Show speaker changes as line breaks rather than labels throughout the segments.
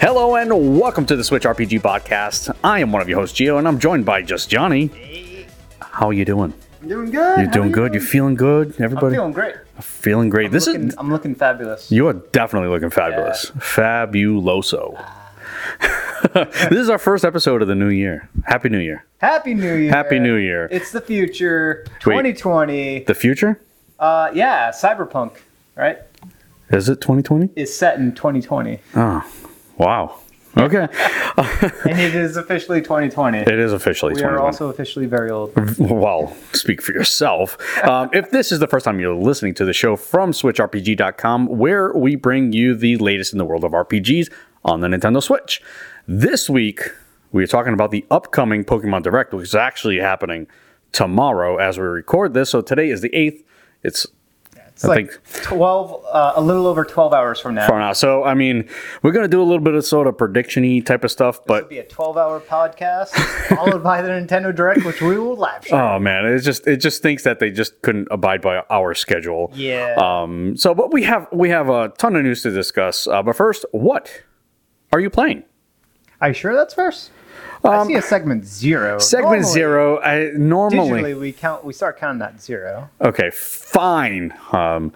Hello and welcome to the Switch RPG podcast. I am one of your hosts, Geo, and I'm joined by just Johnny. How are you doing?
I'm doing good.
You're doing good. You're feeling good.
I'm
Everybody
feeling great.
feeling great. this
looking,
is
I'm looking fabulous.
you are definitely looking fabulous, fabuloso. this is our first episode of the new year. Happy New Year.
Happy New Year.
Happy New Year.
It's the future.
Wait.
2020.
The future
Uh, yeah, cyberpunk, right?
is it 2020?
Is set in 2020,
Oh, wow. Okay,
and it is officially 2020.
it is officially
we
2020.
are also officially very old.
well, speak for yourself. Um, if this is the first time you're listening to the show from SwitchRPG.com, where we bring you the latest in the world of RPGs on the Nintendo Switch. This week, we are talking about the upcoming Pokemon Direct, which is actually happening tomorrow as we record this. So today is the 8th. It's
It's
I
like
think-
12, uh, a little over 12 hours from now.
far now. So, I mean, we're going to do a little bit of sort of prediction y type of stuff,
It'll
but
be a 12-hour podcast followed by the Nintendo Direct, which we will live stream.
Oh man, it just it just thinks that they just couldn't abide by our schedule.
Yeah.
Um. So, but we have we have a ton of news to discuss. Uh, but first, what are you playing?
Are you sure that's first? I see a segment zero.
um, Segment
Normally,
zero. I normally
Digitally, we count. We start counting at zero.
okay. Fine. Um.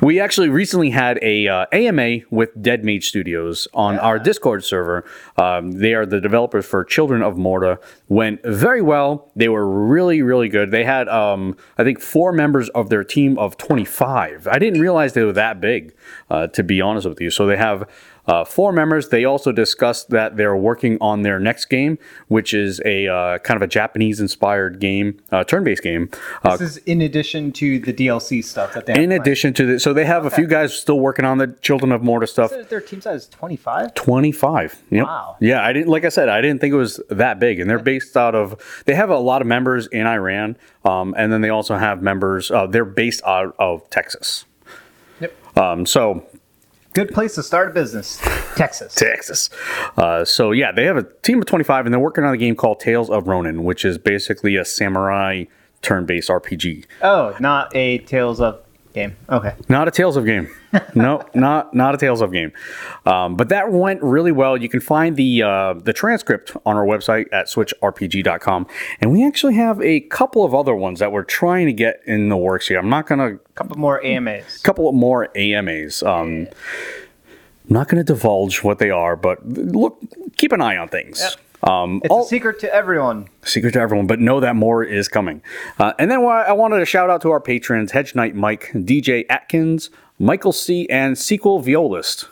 we actually recently had a uh, AMA with Dead Mage Studios on our Discord server. Um, they are the developers for Children of Morta. Went very well. They were really, really good. They had, um, I think, four members of their team of 25. I didn't realize they were that big, uh, to be honest with you. So they have. Uh, four members. They also discussed that they're working on their next game, which is a uh, kind of a Japanese-inspired game, uh, turn-based game uh,
This is in addition to the DLC stuff that they.
in addition to the, so they have a few guys still working on the Children of Morta stuff.
their team size is twenty five.
25. Yep.
Wow.
Yeah, I didn't like I said, I didn't think it was that big. And they're based out of they have a lot of members in Iran. Um, and then they also have members uh, they're based out of Texas.
Yep.
Um, so
Good place to start a business, Texas.
Texas. Uh, so yeah, they have a team of 25 and they're working on a game called Tales of Ronin, which is basically a samurai turn-based RPG.
oh, not a Tales of game. Okay.
Not a Tales of game. No, not not a Tales of game. Um, but that went really well. You can find the uh, the transcript on our website at switchrpg.com, and we actually have a couple of other ones that we're trying to get in the works here. I'm not gonna
A couple more AMAs.
couple of more AMAs. Um, I'm not gonna divulge what they are, but look, keep an eye on things. Um,
It's
all-
a secret to everyone.
secret to everyone, but know that more is coming. Uh, and then why- I wanted to shout out to our patrons Hedge Knight Mike, DJ Atkins, Michael C., and Sequel Violist.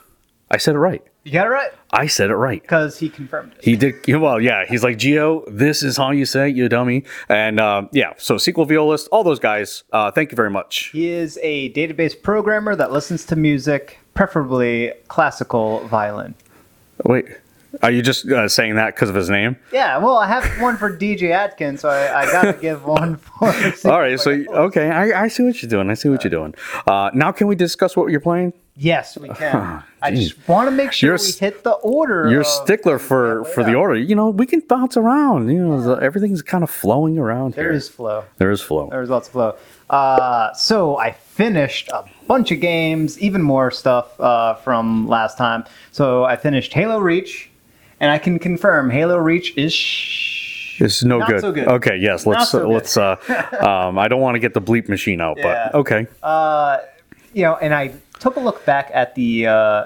I said it right.
You got it right
I said it right.
because he confirmed it.
He did well, yeah. He's like, Geo, this is how you say it, you dummy. And uh, yeah, so Sequel Violist, all those guys, uh, thank you very much.
He is a database programmer that listens to music, preferably classical violin.
Wait, are you just uh, saying that because of his name?
Yeah, well, I have one for DJ Atkins, so I, I got to give one for.
All right, so okay, I, I see what you're doing. I see what you're doing. Uh, now, can we discuss what you're playing?
Yes, we can. I
Jeez.
just want to make sure
You're
we
s-
hit the order.
You're a
of-
stickler for for the
Oh, yeah.
order. You know, we can bounce around. You know, the- everything's kind of flowing around
There
here.
is flow.
there is flow.
There is lots of flow. Uh, so I finished a bunch of games, even more stuff uh, from last time. So I finished Halo Reach, and I can confirm Halo Reach is. Sh-
It's no
Not
good.
so good.
Okay, yes, let's
so
uh,
good.
let's. Uh, um, I don't want to get the bleep machine out,
Yeah.
but okay.
you know, and I took a look back at the uh,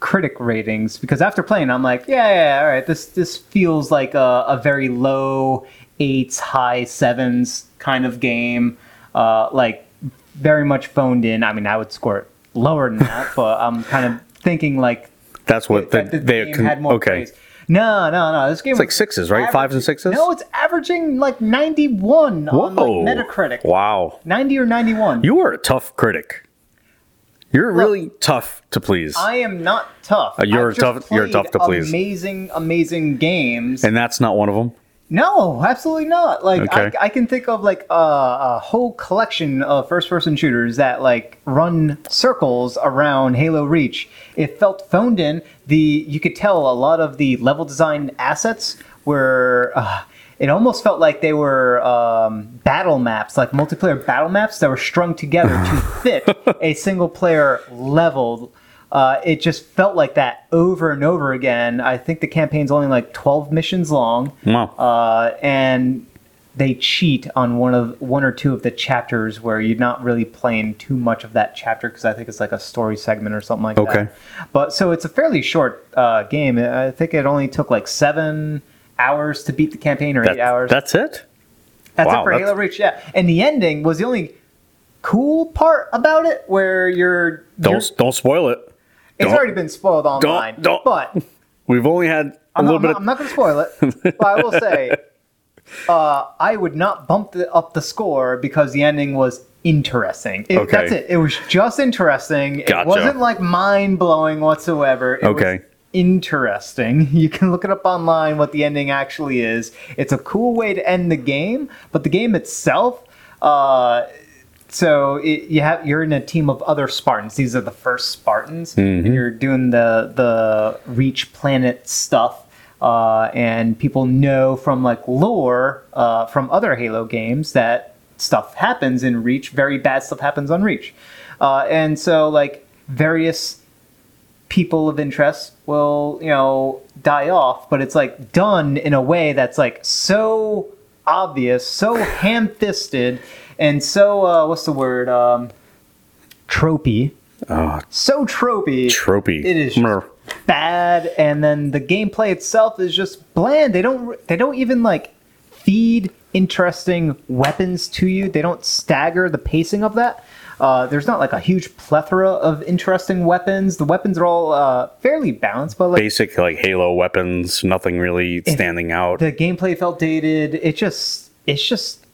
critic ratings because after playing, I'm like, yeah, yeah, yeah, all right, this this feels like a, a very low eights, high sevens kind of game, uh, like very much phoned in. I mean, I would score it lower than that, but I'm kind of thinking like
That's what
that
the,
the
they
game
con-
had more
okay.
praise. No, no, no. This game it's
like sixes, right? Fives and sixes?
No, it's averaging like 91
Whoa,
on like Metacritic.
Wow,
90 or 91.
you are a tough critic. You're really tough to please,
I am not tough.
Uh, you're
I've just
tough- you're
played
tough to please.
Amazing, amazing games.
and that's not one of them.
no, absolutely not. Like
Okay.
I, I can think of like a, a whole collection of first-person shooters that like run circles around Halo Reach. It felt phoned in. The you could tell a lot of the level design assets were. Uh, it almost felt like they were um, battle maps, like multiplayer battle maps that were strung together to fit a single player level Uh, it just felt like that over and over again. I think the campaign's only like 12 missions long.
Wow.
Uh, and they cheat on one of one or two of the chapters where you're not really playing too much of that chapter because I think it's like a story segment or something like that.
Okay.
But so it's a fairly short uh, game. I think it only took like seven hours to beat the campaign or
That-
eight hours.
That's it.
That's
Wow,
it for
that's-
Halo Reach, yeah. And the ending was the only cool part about it, where you're,
Don't
you're-
don't spoil it.
it's
don't-
already been spoiled online.
don't-
but I'm
We've only had a
not,
little
I'm
bit. of,
not, I'm not going to spoil it. but I will say, uh, I would not bump the, up the score because the ending was interesting. It-
Okay.
That's it. It was just interesting. It
Gotcha.
wasn't like mind blowing whatsoever. It was
Okay.
interesting. You can look it up online what the ending actually is. It's a cool way to end the game, but the game itself. Uh, so it, you have you're in a team of other Spartans. These are the first Spartans. And you're doing the the Reach Planet stuff, uh, and people know from like lore uh, from other Halo games that stuff happens in Reach. Very bad stuff happens on Reach, uh, and so like various people of interest will you know die off but it's like done in a way that's like so obvious so ham-fisted and so uh, what's the word um tropey
oh,
so tropey
tropey.
it is just
Mer.
bad and then the gameplay itself is just bland they don't they don't even like feed interesting weapons to you they don't stagger the pacing of that uh, there's not like a huge plethora of interesting weapons the weapons are all uh, fairly balanced but like
basic like Halo weapons. Nothing really standing out.
the gameplay felt dated it just it's just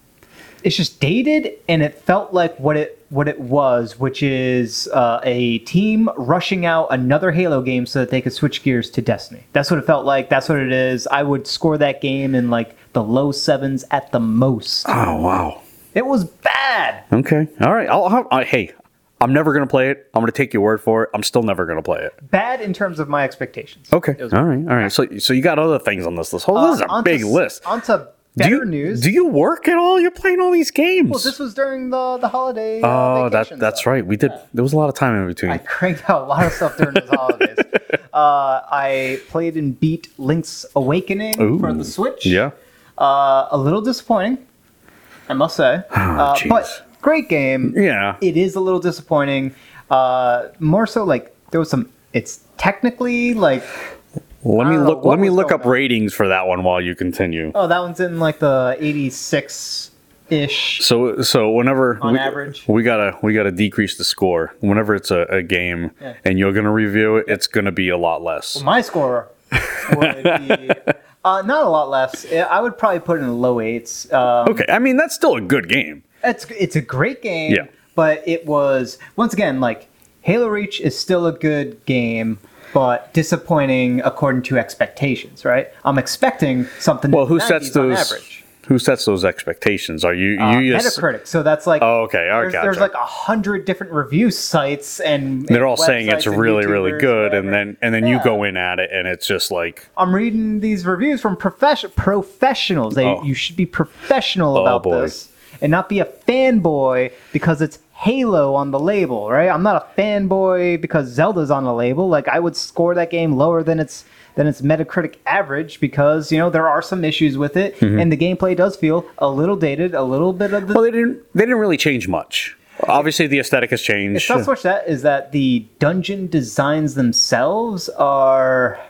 it's just dated and it felt like what it what it was which is uh, a team rushing out another halo game so that they could switch gears to destiny that's what it felt like that's what it is i would score that game in like the low sevens at the most
oh wow.
it was bad
Okay. All right. I'll, I'll, I- hey, I'm never gonna play it. I'm gonna take your word for it. I'm still never gonna play it.
bad in terms of my expectations
Okay. All right. All right. So so you got other things on this list. Oh, this is a
onto
big
s-
list.
onto
Do
better
you
news
do you work at all? You're playing all these games.
well, this was during the the holiday uh,
oh,
vacation
that that's
stuff.
right. We did. There was a lot of time in between.
I cranked out a lot of stuff during those holidays. Uh, I played and beat Link's Awakening for
Ooh.
the Switch.
yeah.
Uh, a little disappointing, I must say. uh,
Oh, jeez.
but great game.
Yeah.
It is a little disappointing. Uh, more so, like, there was some. It's technically like.
Let me
don't know
look.
what
Let me
was
look
going
up
on.
ratings for that one while you continue.
Oh, that one's in like the 86 ish.
So so whenever
On
we,
average.
we gotta we gotta decrease the score. Whenever it's a, a game and you're gonna review it, it's gonna be a lot less.
My score would be. Uh, not a lot less. I would probably put it in the low eights. Um,
Okay, I mean that's still a good game.
It's it's a great game.
Yeah.
But it was once again like Halo Reach is still a good game, but disappointing according to expectations. Right? I'm expecting something.
Well,
in
who
90s
sets
on
those?
average.
Who sets those expectations? Are you
Uh,
you just?
Metacritic. So that's like
Oh, okay, I
there's, there's
gotcha.
like a hundred different review sites, and
They're all saying
websites
it's
and
really really
YouTubers
good, and
whatever.
then and then you
Yeah.
go in at it, and it's just like
I'm reading these reviews from profession professionals. They,
Oh.
You should be professional about
boy.
this and not be a fanboy because it's Halo on the label, right? I'm not a fanboy because Zelda's on the label. Like I would score that game lower than its than its Metacritic average because you know there are some issues with it,
Mm-hmm.
and the gameplay does feel a little dated, a little bit of the.
well they didn't they didn't really change much. Obviously the aesthetic has
it's
changed.
not so much that is that the dungeon designs themselves are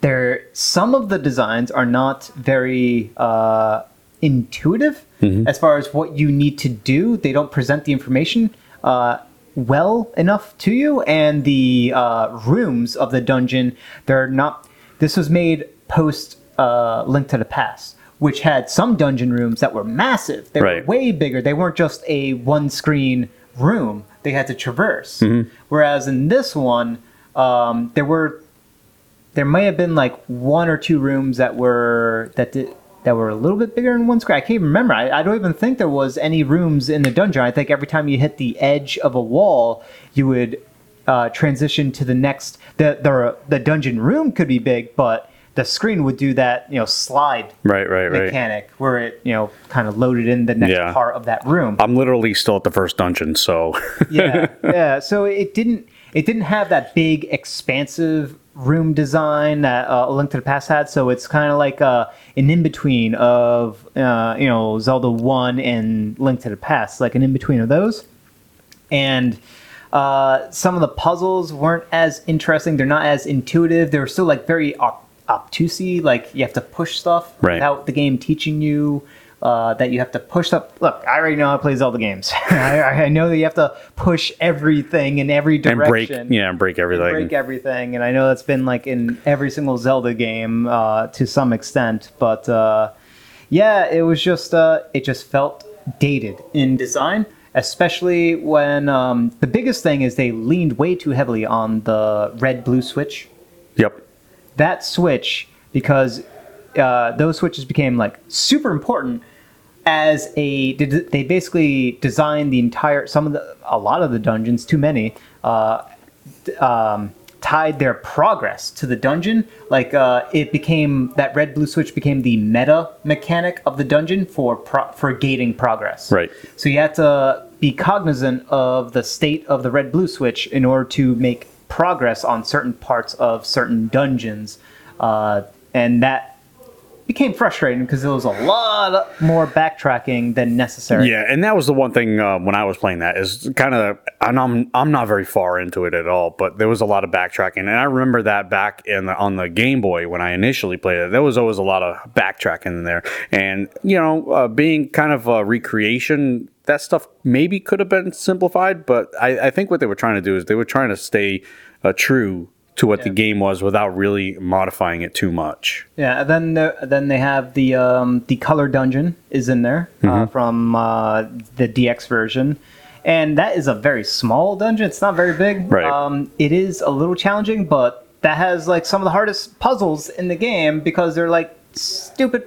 they're some of the designs are not very uh, intuitive as far as what you need to do. They don't present the information uh, well enough to you, and the uh, rooms of the dungeon they're not. This was made post uh, Link to the Past. Which had some dungeon rooms that were massive. They
Right.
were way bigger. They weren't just a one screen room they had to traverse. Whereas in this one, um, there were there may have been like one or two rooms that were that did that were a little bit bigger than one square. I can't even remember. I, I don't even think there was any rooms in the dungeon. I think every time you hit the edge of a wall, you would uh, transition to the next. The, the the dungeon room could be big, but the screen would do that you know slide
right right right.
mechanic where it you know kind of loaded in the next
Yeah.
part of that room
I'm literally still at the first dungeon, so
yeah, yeah. So it didn't. It didn't have that big, expansive room design that uh, A Link to the Past had, so it's kind of like uh, an in between of uh, you know Zelda One and Link to the Past, like an in between of those and uh, some of the puzzles weren't as interesting. They're not as intuitive. They were still like very op- obtusey. Like you have to push stuff
Right.
without the game teaching you uh, that you have to push stuff. Look, I already know how to play Zelda games. I, I know that you have to push everything in every
and break
direction
yeah and break everything.
break everything, and I know that's been like in every single Zelda game uh, to some extent. But uh, yeah, it was just uh, it just felt dated in design, especially when um, the biggest thing is they leaned way too heavily on the red blue switch.
Yep.
That switch because uh, those switches became like super important as a did- they basically designed the entire some of the a lot of the dungeons too many uh, d- um, tied their progress to the dungeon like uh, it became that red blue switch became the meta mechanic of the dungeon for pro- for gating progress
Right.
so you have to be cognizant of the state of the red blue switch in order to make progress on certain parts of certain dungeons uh, and that became frustrating because there was a lot more backtracking than necessary.
Yeah, and that was the one thing uh, when I was playing that is kind of, and I'm I'm not very far into it at all, but there was a lot of backtracking, and I remember that back in the, on the Game Boy when I initially played it, there was always a lot of backtracking in there, and you know, uh, being kind of a recreation. That stuff maybe could have been simplified, but I, I think what they were trying to do is they were trying to stay uh, true to what the game was without really modifying it too much.
Yeah, and then the, then they have the um, the color dungeon is in there uh,
Mm-hmm.
from uh, the DX version, and that is a very small dungeon. It's not very big.
Right.
Um, it is a little challenging, but that has like some of the hardest puzzles in the game because they're like stupid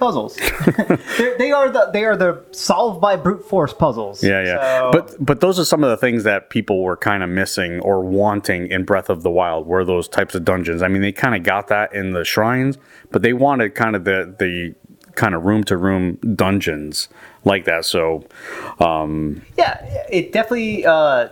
puzzles. They're- they are the they are the solved by brute force puzzles.
Yeah, yeah.
So-
But but those are some of the things that people were kind of missing or wanting in Breath of the Wild were those types of dungeons. I mean, they kind of got that in the shrines, but they wanted kind of the the kind of room to room dungeons like that. So
Yeah, it definitely. Uh,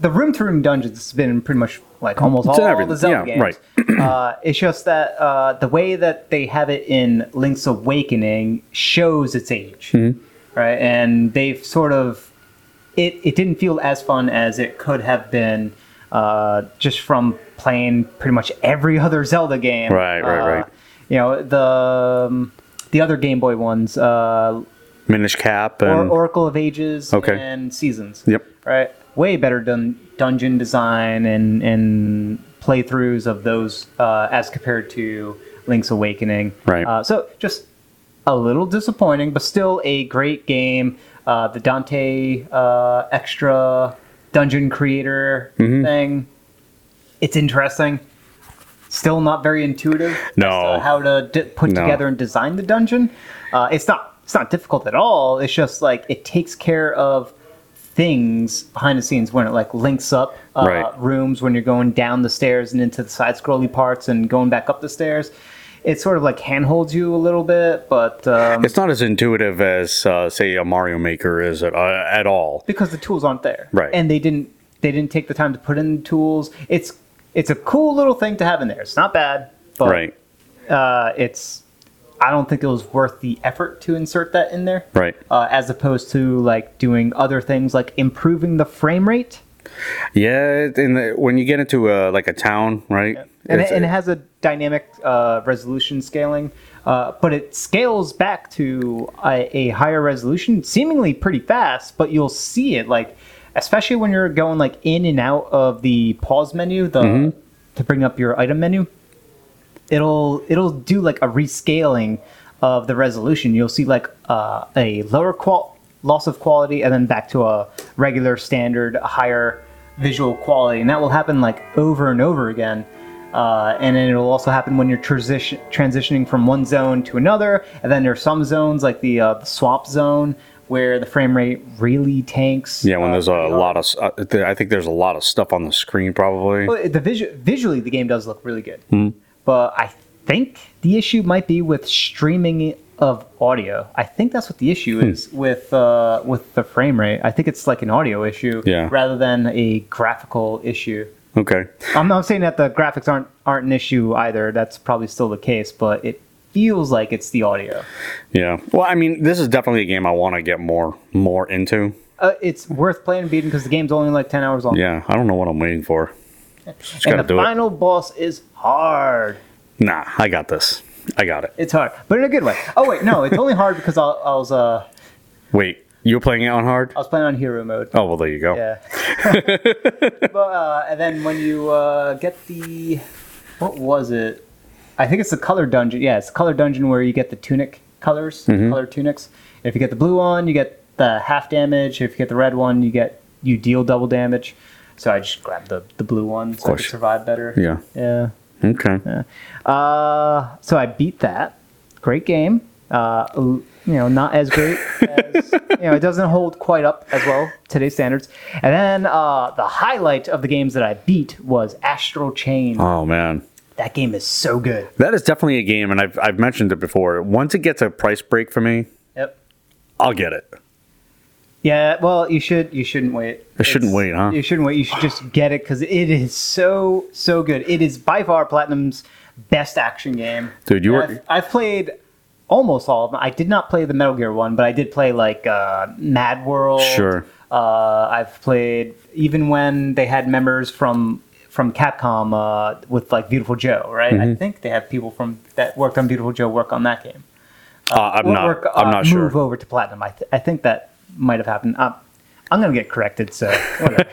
the room to room dungeons has been pretty much like almost
It's
all
in everything,
the Zelda
yeah,
games. Right. uh, it's just that uh, the way that they have it in Link's Awakening shows its age,
Mm-hmm.
right? And they've sort of it. It didn't feel as fun as it could have been. Uh, just from playing pretty much every other Zelda game,
Right, right,
Uh,
right.
You know the um, the other Game Boy ones, uh,
Minish Cap and
or Oracle of Ages
Okay.
and Seasons.
Yep.
Right. Way better dun- dungeon design and and playthroughs of those uh, as compared to Link's Awakening.
Right.
Uh, so just a little disappointing, but still a great game. Uh, the Dante uh, extra dungeon creator
Mm-hmm.
thing. It's interesting. Still not very intuitive. as
No.
to how to d- put
No.
together and design the dungeon. Uh, it's not it's not difficult at all. It's just like it takes care of things behind the scenes when it like links up uh,
Right.
rooms when you're going down the stairs and into the side scrolly parts and going back up the stairs. It sort of like handholds you a little bit, but um,
it's not as intuitive as uh, say a Mario Maker is at, uh, at all.
because the tools aren't there,
Right.
And they didn't they didn't take the time to put in the tools. It's it's a cool little thing to have in there. It's not bad, but
Right.
uh, it's I don't think it was worth the effort to insert that in there.
Right.
Uh, as opposed to like doing other things like improving the frame rate,
Yeah, in the, when you get into a, like a town, right?
and it,
It's-
and it has a dynamic uh, resolution scaling, uh, but it scales back to a, a higher resolution seemingly pretty fast. But you'll see it like, especially when you're going like in and out of the pause menu, the to bring up your item menu. it'll it'll do like a rescaling of the resolution. You'll see like uh, a lower qual loss of quality and then back to a regular standard higher visual quality, and that will happen like over and over again. Uh, and then it'll also happen when you're transition- transitioning from one zone to another. And then there's some zones like the, uh, the swamp zone where the frame rate really tanks.
yeah, when there's a
pretty hard.
lot of, s- uh, th- I think there's a lot of stuff on the screen probably.
Well, the visu- visually,
Hmm.
the game does look really good, but I think the issue might be with streaming of audio, I think that's what the issue
Hmm.
is with uh, with the frame rate. I think it's like an audio issue
Yeah.
rather than a graphical issue.
Okay.
I'm not saying that the graphics aren't aren't an issue either. That's probably still the case, but it feels like it's the audio.
Yeah. Well, I mean, this is definitely a game I want to get more more into.
Uh, it's worth playing and beating because the game's only like ten hours long.
Yeah. I don't know what I'm waiting for. Just
and
gotta
the
do
final boss is hard.
it. Nah, I got this. I got it.
It's hard, but in a good way. Oh wait, no, it's only hard because I, I was uh,
Wait, you're playing it on hard?
I was playing on hero mode.
Oh well, there you go.
Yeah. but uh, and then when you uh, get the what was it? I think it's the color dungeon. Yeah, it's the color dungeon where you get the tunic colors,
Mm-hmm.
color tunics. If you get the blue one, you get the half damage. If you get the red one, you get you deal double damage. So I just grabbed the, the blue one so I could
course.
survive better.
Yeah.
Yeah.
Okay.
Uh, so I beat that. Great game. Uh, l- you know, not as great. As, you know, it doesn't hold quite up as well today's standards. And then uh, the highlight of the games that I beat was Astral Chain.
Oh man.
That game is so good.
That is definitely a game, and I've, I've mentioned it before. Once it gets a price break for me,
Yep.
I'll get it.
Yeah. Well, you should. You shouldn't wait.
I shouldn't wait, huh?
You shouldn't wait. You should just get it because it is so so good. It is by far Platinum's best action game.
Dude, you
And
were-
I've, I've played almost all of them. I did not play the Metal Gear one, but I did play like uh, Mad World.
Sure.
Uh, I've played even when they had members from from Capcom uh, with like Beautiful Joe, right?
Mm-hmm.
I think they have people from that worked on Beautiful Joe work on that game.
Uh, I'm
Or
not.
work, uh,
I'm not sure.
Move over to platinum. I, th- I think that might have happened. Um, I'm going to get corrected, so whatever.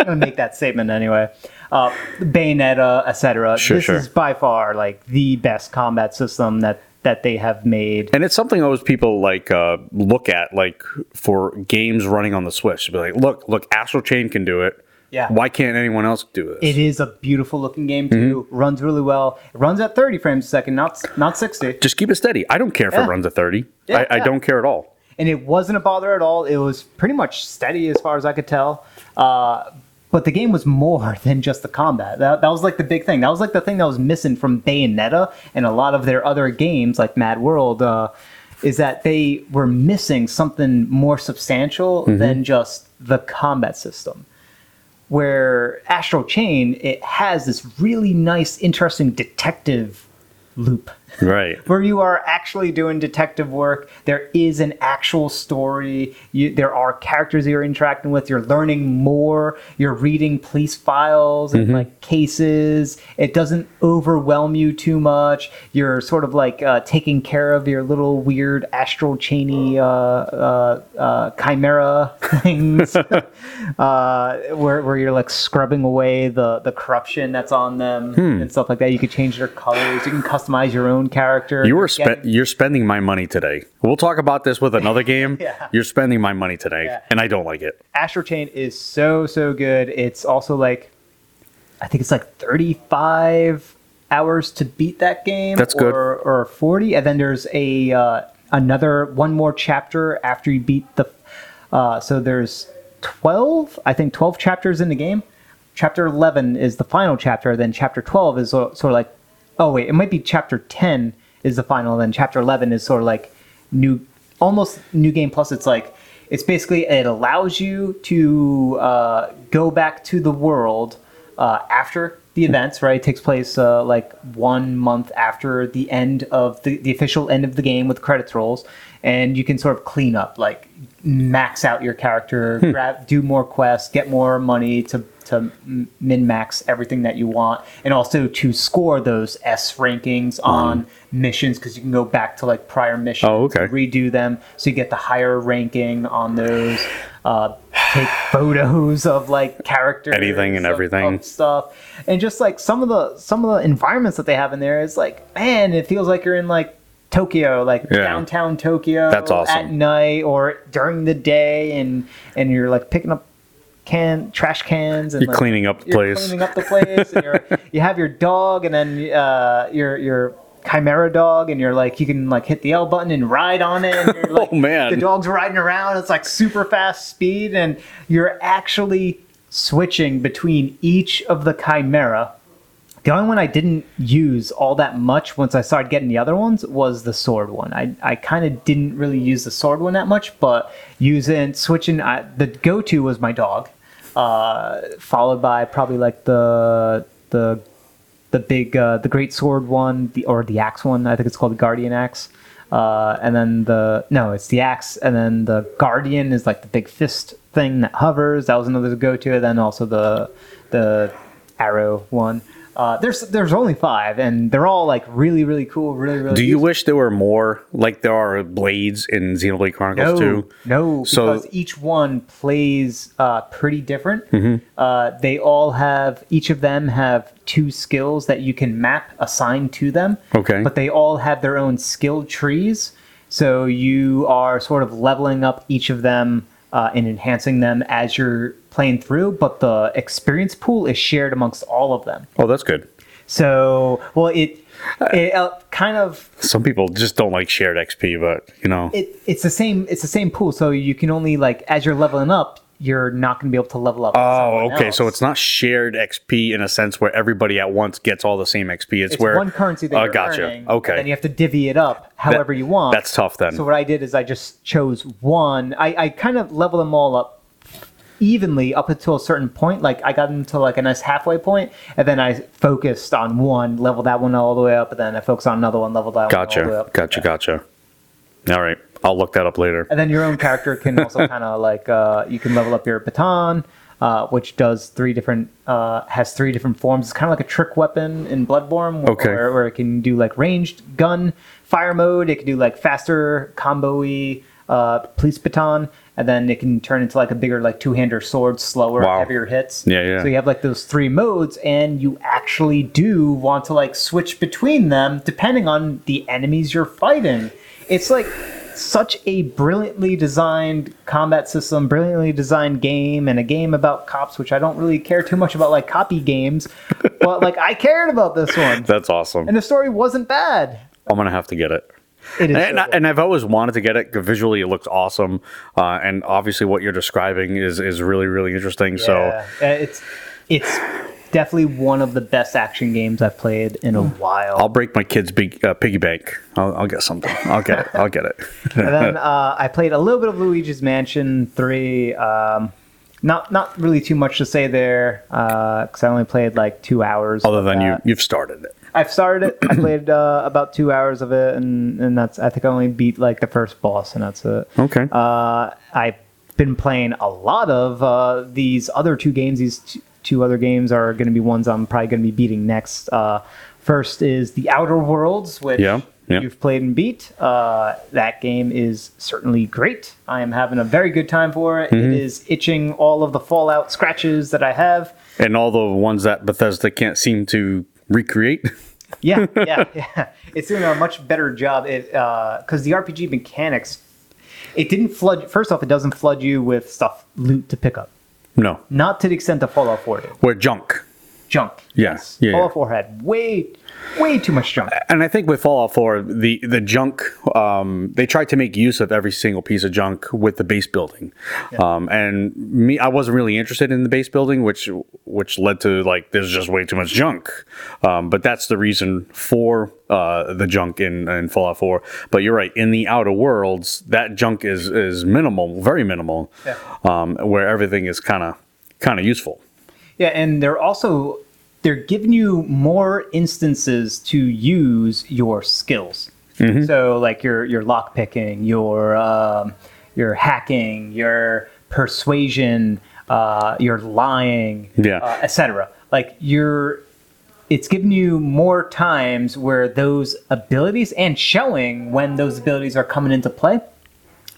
I'm going to make that statement anyway. Uh, Bayonetta, etc.
Sure,
this
sure.
is by far like the best combat system that that they have made.
And it's something always people like uh, look at like for games running on the Switch. To be like, look, look, Astral Chain can do it.
Yeah.
Why can't anyone else do this?
It is a beautiful looking game too.
Mm-hmm.
Runs really well. It runs at 30 frames a second, not not 60.
Just keep it steady. I don't care if
Yeah.
it runs at thirty.
Yeah,
I, I
yeah.
don't care at all.
and it wasn't a bother at all. It was pretty much steady as far as I could tell. Uh, but the game was more than just the combat. That, that was like the big thing. That was like the thing that was missing from Bayonetta and a lot of their other games, like Mad World, uh, is that they were missing something more substantial than just the combat system where Astral Chain it has this really nice, interesting detective loop
Right.
where you are actually doing detective work. There is an actual story. You, there are characters you're interacting with. You're learning more. You're reading police files and like cases. It doesn't overwhelm you too much. You're sort of like uh, taking care of your little weird astral chainy uh, uh, uh, chimera things, uh, where where you're like scrubbing away the the corruption that's on them
Hmm.
and stuff like that. You could change their colors. You can customize your own character.
You are
You're
spe-
getting-
you're spending my money today. We'll talk about this with another game.
Yeah.
You're spending my money today,
Yeah.
and I don't like it.
Astro Chain is so so good. It's also like I think it's like 35 hours to beat that game.
That's
or,
good.
Or 40, and then there's a uh, another one more chapter after you beat the. Uh, so there's 12, I think 12 chapters in the game. Chapter 11 is the final chapter. Then chapter 12 is sort sort of like, oh wait, it might be chapter 10 is the final. Then chapter 11 is sort of like new, almost new game plus. It's like it's basically it allows you to uh, go back to the world uh, after the events, right? It takes place uh, like one month after the end of the, the official end of the game with credits rolls, and you can sort of clean up, like max out your character,
Hmm.
grab, do more quests, get more money to to min max everything that you want, and also to score those S rankings on missions because you can go back to like prior missions,
Hmm. Oh, okay.
redo them so you get the higher ranking on those. Uh, take photos of like characters
Anything and
of-
everything.
of stuff and just like some of the some of the environments that they have in there is like man it feels like you're in like tokyo like
Yeah.
downtown tokyo
That's awesome.
at night or during the day and and you're like picking up can trash cans and
You're
like,
cleaning up the
you're
place.
cleaning up the place and you're, you have your dog and then uh your your chimera dog and you're like you can like hit the l button and ride on it and you're like,
Oh, man.
the dog's riding around it's like super fast speed and you're actually switching between each of the chimera The only one I didn't use all that much once I started getting the other ones was the sword one. I, I kind of didn't really use the sword one that much, but using switching I, the go to was my dog, uh, followed by probably like the the the big uh, the great sword one the, or the axe one. I think it's called the guardian axe. Uh, and then the no, it's the axe, and then the guardian is like the big fist thing that hovers. That was another go to. Then also the the arrow one. Uh, there's there's only five, and they're all like really really cool, really really.
Do you
useful.
wish there were more, like there are blades in Xenoblade Chronicles
no,
2?
No,
So-
because each one plays uh, pretty different.
Mm-hmm.
Uh, they all have each of them have two skills that you can map assigned to them.
Okay.
but they all have their own skill trees, so you are sort of leveling up each of them uh, and enhancing them as you're playing through. But the experience pool is shared amongst all of them.
Oh, that's good.
So, well, it it uh, kind of
Some people just don't like shared XP, but you know.
it, it's the same it's the same pool. So you can only like as you're leveling up, you're not going to be able to level up. with
Oh,
someone
okay. So
else.
it's not shared XP in a sense where everybody at once gets all the same XP. It's,
it's
where
one currency that
Oh,
you're
gotcha.
earning,
Okay.
and then you have to divvy it up however you want.
That's tough then.
So what I did is I just chose one. I, I kind of level them all up evenly up until a certain point. Like I got into like a nice halfway point, and then I focused on one, leveled that one all the way up, and then I focused on another one, leveled that one all the way
gotcha.
up.
Gotcha. Gotcha. All right. I'll look that up later.
And then your own character can also kind of like uh, you can level up your baton, uh, which does three different uh, has three different forms. It's kind of like a trick weapon in Bloodborne, where,
Okay.
where, where it can do like ranged gun fire mode. It can do like faster combo-y uh, police baton, and then it can turn into like a bigger like two-hander sword, slower,
Wow.
heavier hits.
Yeah, yeah.
So you have like those three modes, and you actually do want to like switch between them depending on the enemies you're fighting. It's like such a brilliantly designed combat system, brilliantly designed game, and a game about cops, which I don't really care too much about like copy games, but like I cared about this one,
That's awesome.
and the story wasn't bad.
I'm gonna have to get it.
It is. so
And, I,
good.
and I've always wanted to get it. 'cause Visually, it looks awesome, uh, and obviously, what you're describing is is really really interesting. So,
Yeah. Uh, it's it's definitely one of the best action games I've played in a while.
Hmm. I'll break my kid's big uh, piggy bank. I'll, I'll get something. I'll get it. I'll get it.
and then uh, I played a little bit of Luigi's Mansion Three. Um, not not really too much to say there because I only played like two hours.
Other
of
than you,
that.
you've started it.
I've started it. I played uh, about two hours of it, and and that's I think I only beat like the first boss, and that's it.
Okay.
Uh, I've been playing a lot of uh, these other two games. These t- two other games are going to be ones I'm probably going to be beating next. Uh, first is The Outer Worlds, which
Yeah, yeah.
you've played and beat. Uh, that game is certainly great. I am having a very good time for it. It
Mm-hmm.
is itching all of the Fallout scratches that I have.
and all the ones that Bethesda can't seem to recreate.
yeah, yeah, yeah. It's doing a much better job. It because the RPG mechanics, it didn't flood. First off, it doesn't flood you with stuff loot to pick up.
No,
Not to the extent that Fallout 4 did.
we're junk.
Junk.
Yeah, yeah,
Fallout
yeah.
4 had way, way too much junk.
and I think with Fallout 4, the the junk, um, they tried to make use of every single piece of junk with the base building, um, and me, I wasn't really interested in the base building, which which led to like there's just way too much junk, um, but that's the reason for uh, the junk in, in Fallout 4. But you're right, in the outer worlds, that junk is is minimal, very minimal,
Yeah.
um, where everything is kind of kind of useful.
Yeah, and they're also they're giving you more instances to use your skills.
Mm-hmm.
So like your your lock picking, your um, your hacking, your persuasion, uh, your lying,
Yeah.
uh, etc. Like you're it's giving you more times where those abilities and showing when those abilities are coming into play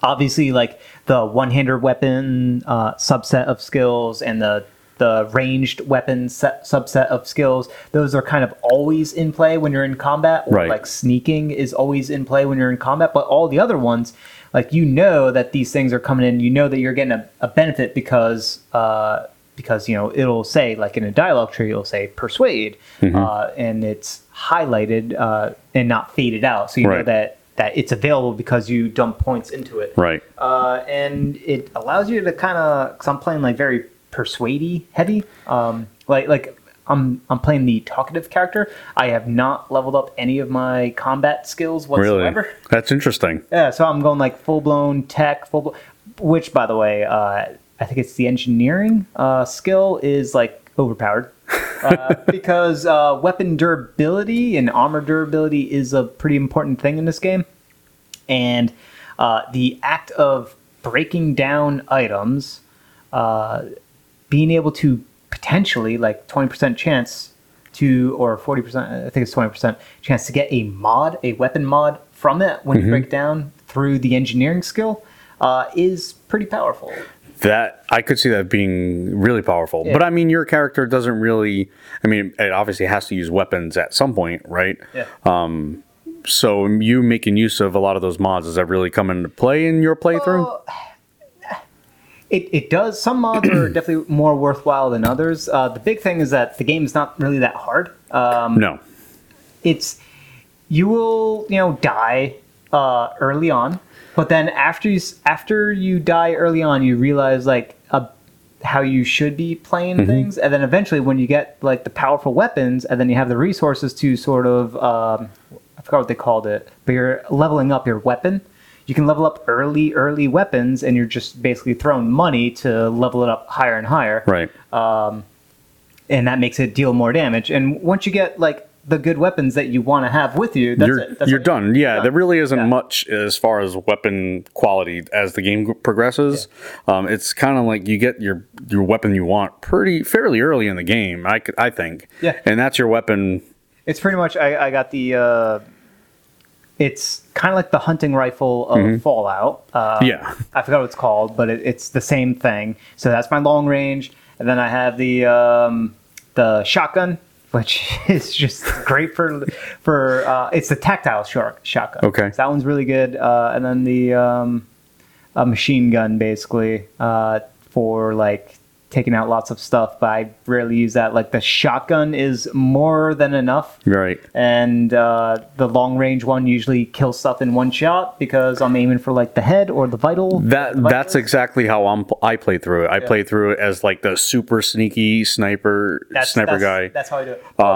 obviously like the one-hander weapon uh, subset of skills and the the ranged weapon set, subset of skills those are kind of always in play when you're in combat or
Right.
like sneaking is always in play when you're in combat but all the other ones like you know that these things are coming in you know that you're getting a, a benefit because uh, because you know it'll say like in a dialogue tree it'll say persuade uh, and it's highlighted uh, and not faded out so you know
Right.
that that it's available because you dump points into it
Right.
uh, and it allows you to kind of because I'm playing like very persuadey heavy. Um, like like I'm I'm playing the talkative character. I have not leveled up any of my combat skills
Really?
whatsoever.
That's interesting.
Yeah, so I'm going like full blown tech, full blown. Which, by the way, uh, I think it's the engineering uh, skill is like overpowered uh, because uh, weapon durability and armor durability is a pretty important thing in this game, and uh, the act of breaking down items, uh, being able to potentially like 20% chance to or 40% i think it's 20% chance to get a mod a weapon mod from it when you break down through the engineering skill uh, is pretty powerful
That I could see that being really powerful. But I mean, your character doesn't really. I mean, it obviously has to use weapons at some point, right?
yeah
So you making use of a lot of those mods does that really come into play in your playthrough?
Well, it, it does some mods are definitely more worthwhile than others uh, the big thing is that the game's not really that hard um,
no.
it's you will you know die uh, early on, but then after you s- after you die early on, you realize like uh, how you should be playing things, and then eventually when you get like the powerful weapons, and then you have the resources to sort of um, I forgot what they called it, but you're leveling up your weapon. You can level up early, early weapons, and you're just basically throwing money to level it up higher and higher
Right.
and that makes it deal more damage. And once you get like the good weapons that you want to have with you, that's
you're
it. That's
you're
all-
done. Yeah, there really isn't
Yeah.
much as far as weapon quality as the game progresses. Um, it's kind of like you get your your weapon you want pretty fairly early in the game. I could- I think.
Yeah.
And that's your weapon.
It's pretty much I, I got the. Uh, it's kind of like the hunting rifle of
Mm-hmm.
Fallout. Uh,
Yeah.
I forgot what it's called, but it, it's the same thing. So that's my long range, and then I have the um, the shotgun, which is just great for for uh, it's the tactile shark shotgun.
Okay.
so that one's really good. Uh, and then the um, a machine gun basically uh, for like taking out lots of stuff, but I rarely use that. Like the shotgun is more than enough
Right.
and uh, the long range one usually kills stuff in one shot because I'm aiming for like the head or the vital.
That
the
that's
vitals.
exactly how I'm I play through it. I play through it as like the super sneaky sniper
That's-
sniper
that's-
guy. Um,
That's how I do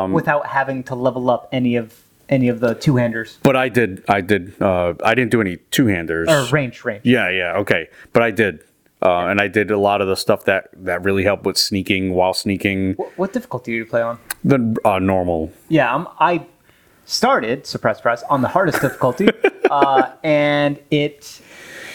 it without having to level up any of any of the two handers
but I did I did uh, I didn't do any two handers.
or range range.
Yeah, yeah, okay. But I did, uh, and I did a lot of the stuff that that really helped with sneaking while sneaking.
What, what difficulty do you play on?
The uh, normal,
Yeah, I'm, I started surprise surprise on the hardest difficulty, uh, and it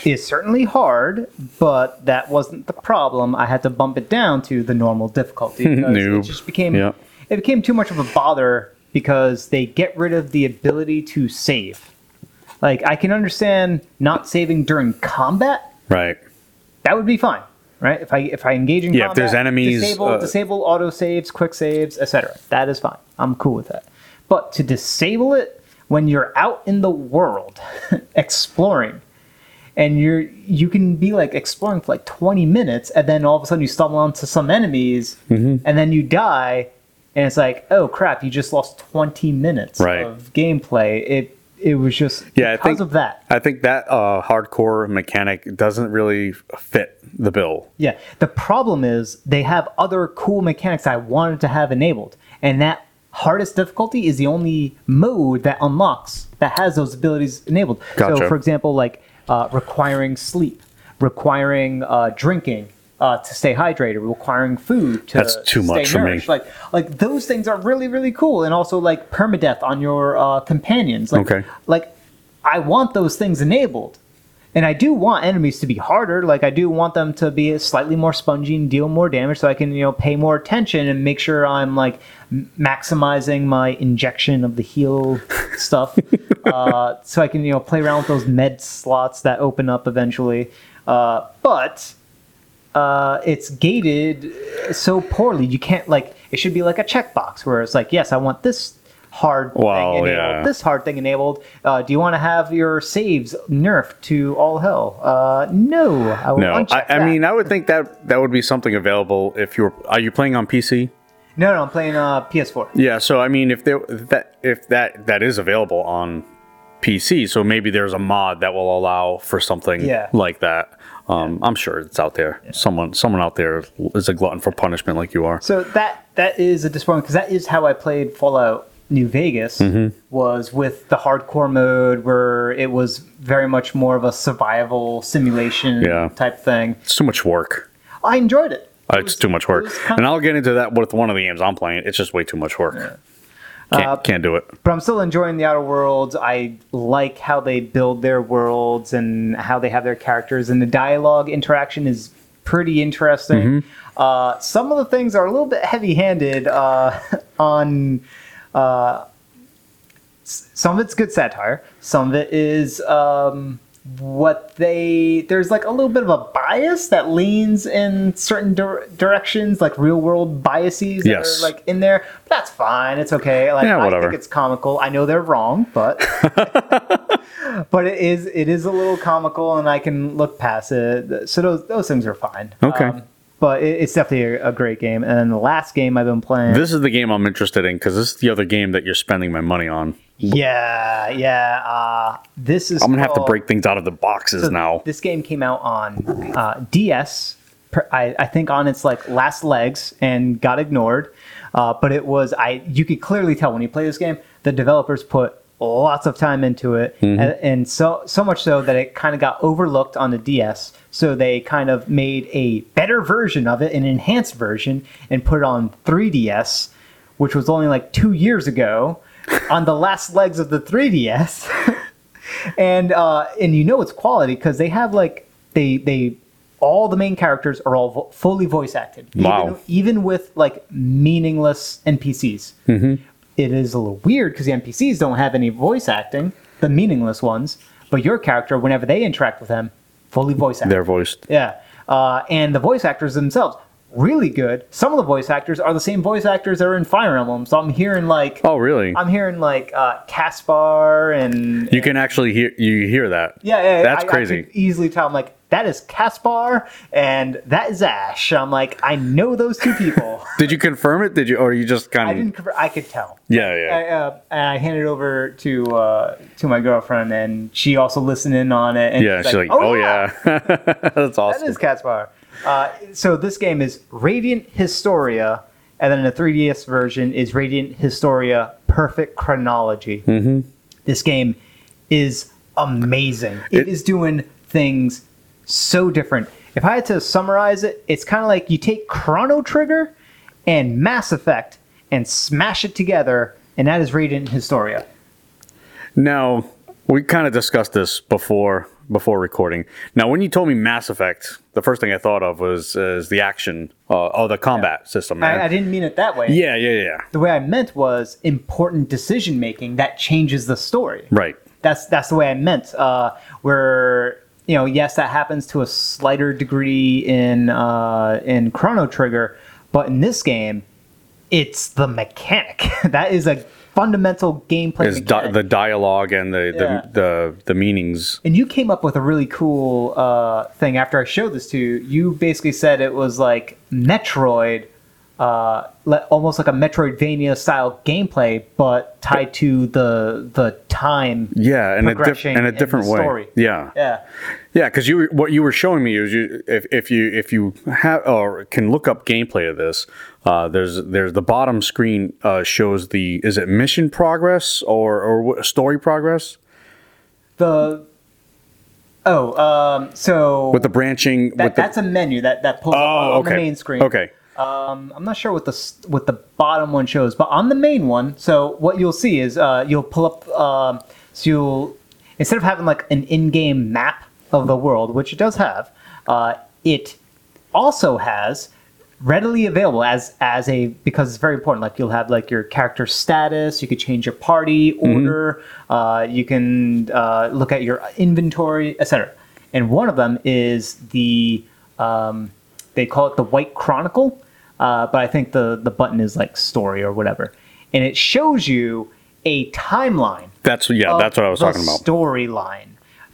is certainly hard, but that wasn't the problem. I had to bump it down to the normal difficulty. because It
Noob.
just became
Yeah.
it became too much of a bother because they get rid of the ability to save. Like I can understand not saving during combat.
right?
That would be fine, right? If I if I engage in
Yeah, if
combat,
there's enemies,
disable
uh,
disable auto saves, quick saves, etc. That is fine. I'm cool with that. But to disable it when you're out in the world exploring and you're you can be like exploring for like 20 minutes and then all of a sudden you stumble onto some enemies
Mm-hmm.
and then you die and it's like oh crap you just lost 20 minutes
Right.
of gameplay it it was just
Yeah, I
because
think-
of that
I think that uh, hardcore mechanic doesn't really fit the bill.
Yeah. The problem is they have other cool mechanics I wanted to have enabled, and that hardest difficulty is the only mode that unlocks that has those abilities enabled. So,
Gotcha.
for example, like uh, requiring sleep, requiring uh, drinking. Uh, to stay hydrated, requiring food to
That's too
stay
much for me.
nourished. Like, like those things are really, really cool, and also like permadeath on your uh, companions. Like,
Okay.
like I want those things enabled, and I do want enemies to be harder. Like I do want them to be slightly more spongy and deal more damage, so I can you know pay more attention and make sure I'm like m- maximizing my injection of the heal stuff, uh, so I can you know play around with those med slots that open up eventually. Uh, but uh, it's gated so poorly. You can't like it should be like a checkbox where it's like, yes, I want this hard
Well,
thing enabled,
yeah.
this hard thing enabled. Uh, do you want to have your saves nerfed to all hell? Uh, no, I will
No, I,
uncheck
I
that.
mean, I would think that that would be something available if you're. Are you playing on PC?
no, no, I'm playing uh, PS4.
Yeah, so I mean, if there that if that that is available on PC. So maybe there's a mod that will allow for something
Yeah.
like that. Um, I'm sure it's out there. Someone someone out there is a glutton for punishment like you are.
So that that is a disappointment because that is how I played Fallout New Vegas
Mm-hmm.
was with the hardcore mode where it was very much more of a survival simulation
Yeah.
type thing.
It's too much work.
I enjoyed it.
Uh, it's too much work.
was kind-
and I'll get into that with one of the games I'm playing. It's just way too much work. Can't,
Uh,
can't do it.
but I'm still enjoying the Outer Worlds. I like how they build their worlds and how they have their characters, and the dialogue interaction is pretty interesting. Uh, some of the things are a little bit heavy-handed uh, on. Uh, s- some of it's good satire. Some of it is um, what they. There's like a little bit of a bias that leans in certain dir- directions, like real world biases that
Yes.
are like in there. That's fine. It's okay. Like,
Yeah,
I
whatever.
think it's comical. I know they're wrong, but but it is it is a little comical, and I can look past it. So those those things are fine. Um,
Okay.
but it, it's definitely a, a great game. And then the last game I've been playing.
This is the game I'm interested in because this is the other game that you're spending my money on.
yeah, yeah. Uh, this is.
I'm gonna have to
called-
break things out of the boxes
so
now.
This game came out on uh, DS. per- I, I think on its like last legs and got ignored, uh, but it was I. You could clearly tell when you play this game, the developers put lots of time into it, and, and so so much so that it kind of got overlooked on the DS. So they kind of made a better version of it, an enhanced version, and put it on 3DS, which was only like two years ago, on the last legs of the 3DS and uh, and you know it's quality because they have like they they all the main characters are all vo- fully voice acted.
Wow.
Even, even with like meaningless NPCs, It is a little weird because the NPCs don't have any voice acting, the meaningless ones. But your character, whenever they interact with them, fully voice acted.
They're voiced.
Yeah. Uh, and the voice actors themselves, really good. Some of the voice actors are the same voice actors that are in Fire Emblem. So I'm hearing like
Oh, really?
I'm hearing like uh, Caspar and
you can actually hear you hear that.
yeah, yeah, yeah.
That's
I- I
crazy.
could easily tell. I'm like, that is Caspar and that is Ash. I'm like, I know those two people.
Did you confirm it? Did you, or you just
I
kind
didn't.
of?
cover- I could tell.
Yeah, yeah.
I, uh, and I handed it over to uh, to my girlfriend, and she also listened in on it. And
yeah, she's like, oh, yeah, that's awesome.
that is Caspar. Uh, so this game is Radiant Historia, and then the 3DS version is Radiant Historia Perfect Chronology. Mm-hmm. This game is amazing.
It-
it is doing things so different. If I had to summarize it, it's kind of like you take Chrono Trigger and Mass Effect and smash it together, and that is Radiant Historia.
Now we kind of discussed this before before recording. Now, when you told me Mass Effect, the first thing I thought of was is the action uh, oh the combat system. right?
I, I didn't mean it that way.
yeah, yeah, yeah.
The way I meant was important decision making that changes the story.
Right.
that's that's the way I meant. Uh, where you know, yes, that happens to a slighter degree in uh, in Chrono Trigger, but in this game, it's the mechanic that is a fundamental gameplay.
Is di-
mechanic.
the dialogue and the,
Yeah.
the the the meanings.
and you came up with a really cool uh, thing after I showed this to you. You basically said it was like Metroid. Uh, le- almost like a Metroidvania style gameplay, but tied to the the time
Yeah, in a diff-
Progression
in a
in the
different way.
story.
Yeah.
Yeah.
Yeah, because you were, what you were showing me is you if, if you if you have or can look up gameplay of this, uh, there's there's the bottom screen uh, shows the is it mission progress or or what- story progress
the oh um so
with the branching
that,
with the
that's a menu that that pulls up on
oh okay
the main screen
okay
um i'm not sure what the s- what the bottom one shows but on the main one so what you'll see is uh you'll pull up um so you'll instead of having like an in-game map of the world which it does have uh it also has readily available as as a because it's very important like you'll have like your character status you could change your party order uh, you can uh, look at your inventory etc and one of them is the um, they call it the white chronicle uh, but i think the the button is like story or whatever and it shows you a timeline
that's yeah that's what I was
the
talking about
Storyline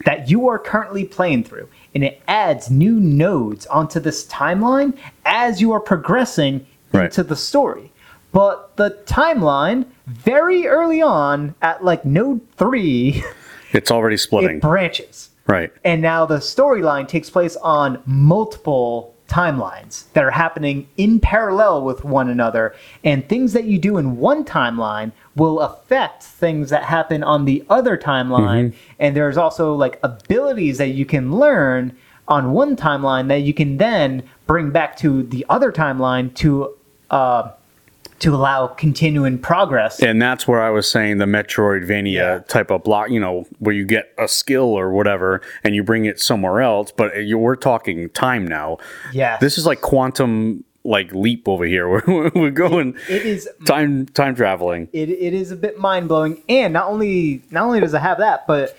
that you are currently playing through, and it adds new nodes onto this timeline as you are progressing
Right.
into the story. But the timeline, very early on, at like node three,
It's already splitting.
It branches.
right.
And now the storyline takes place on multiple timelines that are happening in parallel with one another. And things that you do in one timeline will affect things that happen on the other timeline. And there's also like abilities that you can learn on one timeline that you can then bring back to the other timeline to. Uh, to allow continuing progress.
And that's where I was saying the Metroidvania
Yeah.
type of block, you know, where you get a skill or whatever and you bring it somewhere else. But uh, you, we're talking time now.
Yes.
This is like quantum like leap over here. We're, we're going
it is
time time traveling.
it, it is a bit mind blowing. And not only not only does it have that, but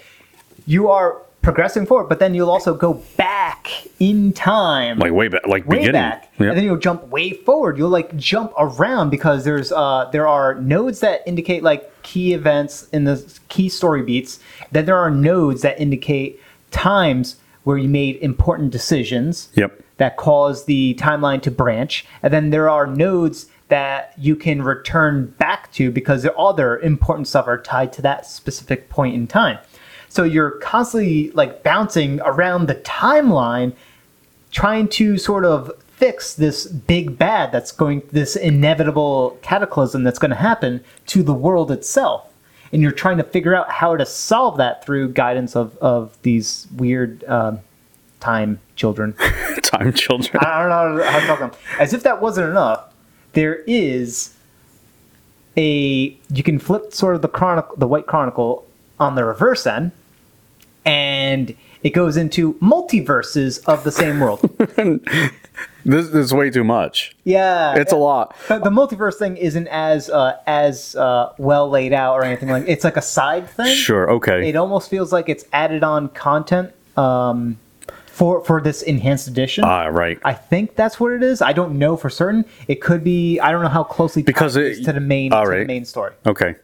you are progressing forward, but then you'll also go back in time.
Like way back, like
Way
beginning.
back,
Yeah.
and then you'll jump way forward. You'll like jump around because there's uh there are nodes that indicate like key events in the key story beats. Then there are nodes that indicate times where you made important decisions
Yep.
that cause the timeline to branch. And then there are nodes that you can return back to because the other important stuff are tied to that specific point in time. So you're constantly like bouncing around the timeline, trying to sort of fix this big bad that's going, this inevitable cataclysm that's going to happen to the world itself. And you're trying to figure out how to solve that through guidance of, of these weird um time children.
Time children.
I don't know how to talk them. As if that wasn't enough, there is a you can flip sort of the chronicle, the White Chronicle, on the reverse end, and it goes into multiverses of the same world.
This, this is way too much.
yeah,
It's a lot.
But the multiverse thing isn't as uh, as uh, well laid out or anything like. It's like a side thing.
Sure. Okay.
It almost feels like it's added on content um, for for this enhanced edition.
Ah, right.
I think that's what it is. I don't know for certain. It could be. I don't know how closely tied
Because
it is
it-
to the main
all
to the
right.
main story.
Okay.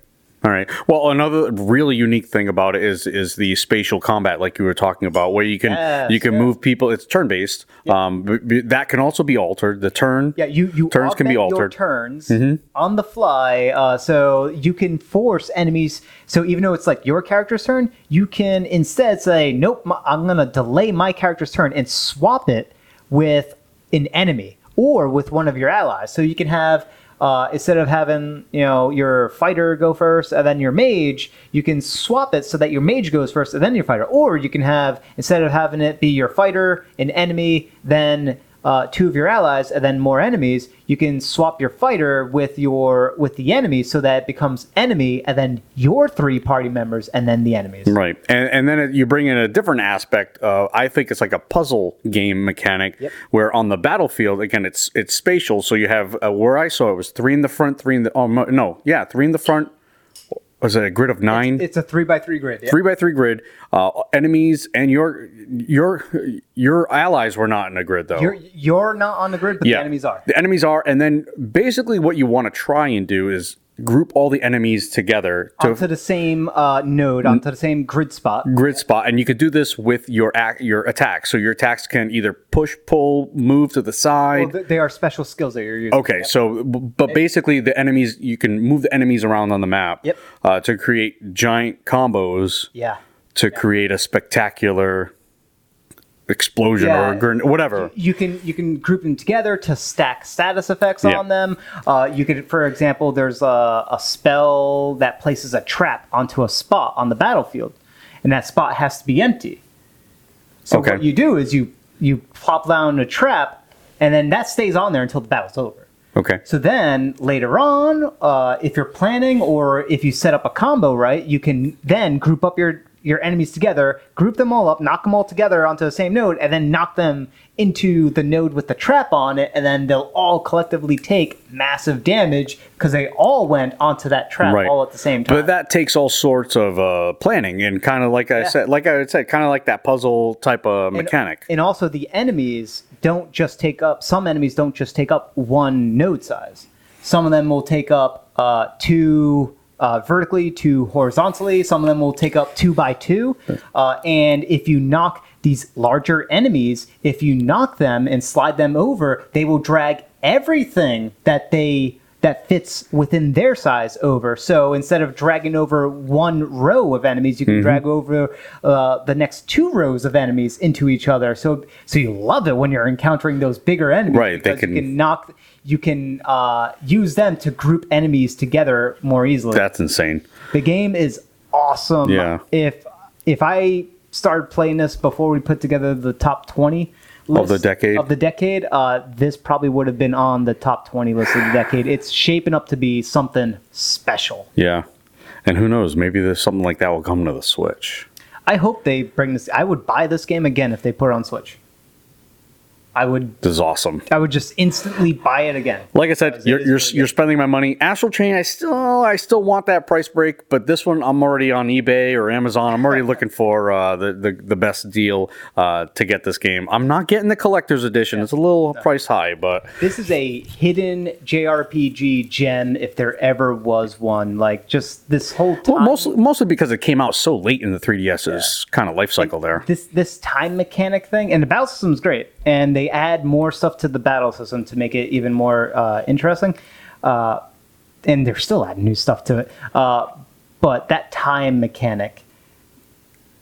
All right. Well, another really unique thing about it is is the spatial combat, like you were talking about, where you can
Yes,
you can
yeah.
move people. It's turn based. Um, b- b- that can also be altered. The turn.
Yeah, you you
Turns can be
augment Your
altered. Mm-hmm.
turns on the fly, uh, so you can force enemies. So even though it's like your character's turn, you can instead say, "Nope, my, I'm gonna delay my character's turn and swap it with an enemy or with one of your allies." So you can have. Uh, instead of having you know your fighter go first and then your mage, you can swap it so that your mage goes first and then your fighter. Or you can have instead of having it be your fighter, an enemy, then uh, two of your allies and then more enemies, you can swap your fighter with your with the enemy so that it becomes enemy and then your three party members and then the enemies.
Right. And, and then it, you bring in a different aspect. Uh, I think it's like a puzzle game mechanic
Yep.
where on the battlefield, again, it's it's spatial. So you have uh, where I saw it was three in the front, three in the. Oh, mo- no. Yeah. Three in the front. Was it a grid of nine?
It's a three by three grid. Yeah.
three by three grid. Uh, enemies and your your your allies were not in a grid though.
You're you're not on the grid, but
Yeah.
the enemies are.
The enemies are, and then basically what you want to try and do is group all the enemies together to
Onto the same uh, node, onto the same grid spot.
grid spot, and you could do this with your ac- your attacks. So your attacks can either push, pull, move to the
Well,
side.
th- they are special skills that you're using.
Okay, so b- but basically the enemies you can move the enemies around on the map
Yep.
uh, to create giant combos
Yeah.
to create a spectacular explosion or
Yeah.
a gren- whatever.
You can you can group them together to stack status effects
Yeah.
on them. Uh, you could, for example, there's a, a spell that places a trap onto a spot on the battlefield, and that spot has to be empty. So
Okay.
what you do is you you plop down a trap, and then that stays on there until the battle's over.
Okay.
So then later on, uh, if you're planning or if you set up a combo right, you can then group up your your enemies together, group them all up, knock them all together onto the same node, and then knock them into the node with the trap on it, and then they'll all collectively take massive damage because they all went onto that trap
Right.
all at the same time.
But that takes all sorts of uh, planning and kind of like I said, like I said, kind of like that puzzle type of
And-
mechanic.
And also, the enemies don't just take up. Some enemies don't just take up one node size. Some of them will take up uh, two uh, vertically, two horizontally. Some of them will take up two by two. Uh, and if you knock these larger enemies, if you knock them and slide them over, they will drag everything that they that fits within their size over. So instead of dragging over one row of enemies, you can
Mm-hmm.
drag over uh, the next two rows of enemies into each other. So so you love it when you're encountering those bigger enemies.
Right, they
because you
can-
can knock. You can uh, use them to group enemies together more easily.
That's insane.
The game is awesome.
Yeah.
If if I started playing this before we put together the top twenty
Of the
list
decade?
of the decade, uh, this probably would have been on the top twenty list of the decade. It's shaping up to be something special.
Yeah. And who knows? Maybe there's something like that will come to the Switch.
I hope they bring this. I would buy this game again if they put it on Switch. I would.
This is awesome.
I would just instantly buy it again.
Like I said,
It
you're
is
you're,
really good.
you're spending my money. Astral Chain, I still I still want that price break, but this one I'm already on eBay or Amazon. I'm already looking for uh, the, the the best deal uh, to get this game. I'm not getting the collector's edition. It's a little price high, but
This is a hidden JRPG gem, if there ever was one. Like just this whole time.
well, mostly mostly because it came out so late in the 3DS's kind of life cycle there.
this this time mechanic thing and the battle system's great and they add more stuff to the battle system to make it even more uh, interesting uh, and they're still adding new stuff to it uh, but that time mechanic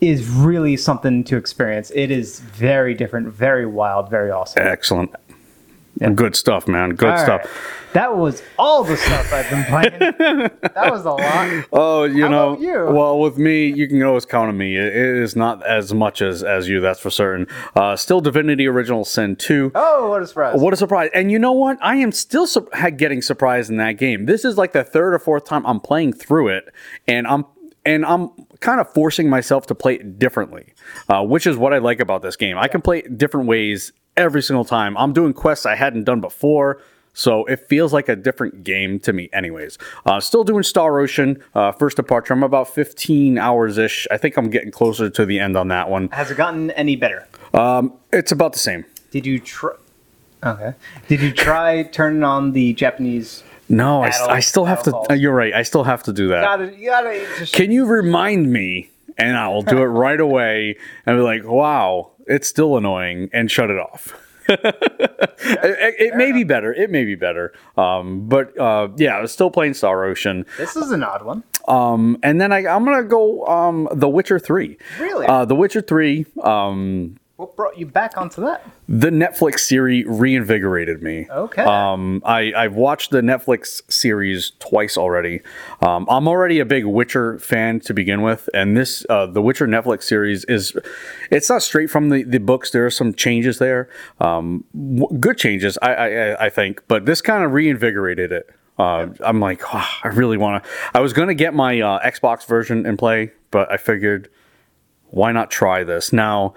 is really something to experience it is very different very wild very awesome
Excellent. Good stuff, man. Good
All
stuff.
right. that was all the stuff i've been playing that was a lot
Oh, you know,
about you?
well, with me, you can always count on me. It, it is not as much as as you, that's for certain. Uh, still, Divinity: Original Sin two.
oh what a surprise
What a surprise! And you know what? I am still su- ha- getting surprised in that game. This is like the third or fourth time I'm playing through it, and I'm and I'm kind of forcing myself to play it differently, uh, which is what I like about this game. I can play it different ways every single time. I'm doing quests I hadn't done before. So it feels like a different game to me, anyways. Uh, still doing Star Ocean, uh, first departure. I'm about 15 hours ish. I think I'm getting closer to the end on that one. Um,
has it gotten any better
It's about the same.
Did you try? Okay. Did you try turning on the Japanese?
No, I,
Battle-
I still have to.
battle
Uh,
calls.
you're right. I still have to do that.
Gotta, you gotta just.
Can you remind me? And I'll do it right away and be like, wow, it's still annoying and shut it off. it it may be better. It may be better. Um, but uh, yeah, I was still playing Star Ocean.
This is an odd one.
Um, and then I, I'm going to go um, The Witcher 3.
Really?
Uh, the Witcher 3, um,
What brought you back onto that?
the Netflix series reinvigorated me.
Okay.
Um, I, I've watched the Netflix series twice already. Um, I'm already a big Witcher fan to begin with, and this uh, the Witcher Netflix series is it's not straight from the, the books. There are some changes there, um, w- good changes, I, I, I- I think, but this kind of reinvigorated it. Uh, I'm like, "Ah, I really want to. I was gonna get my uh, Xbox version and play, but I figured why not try this now?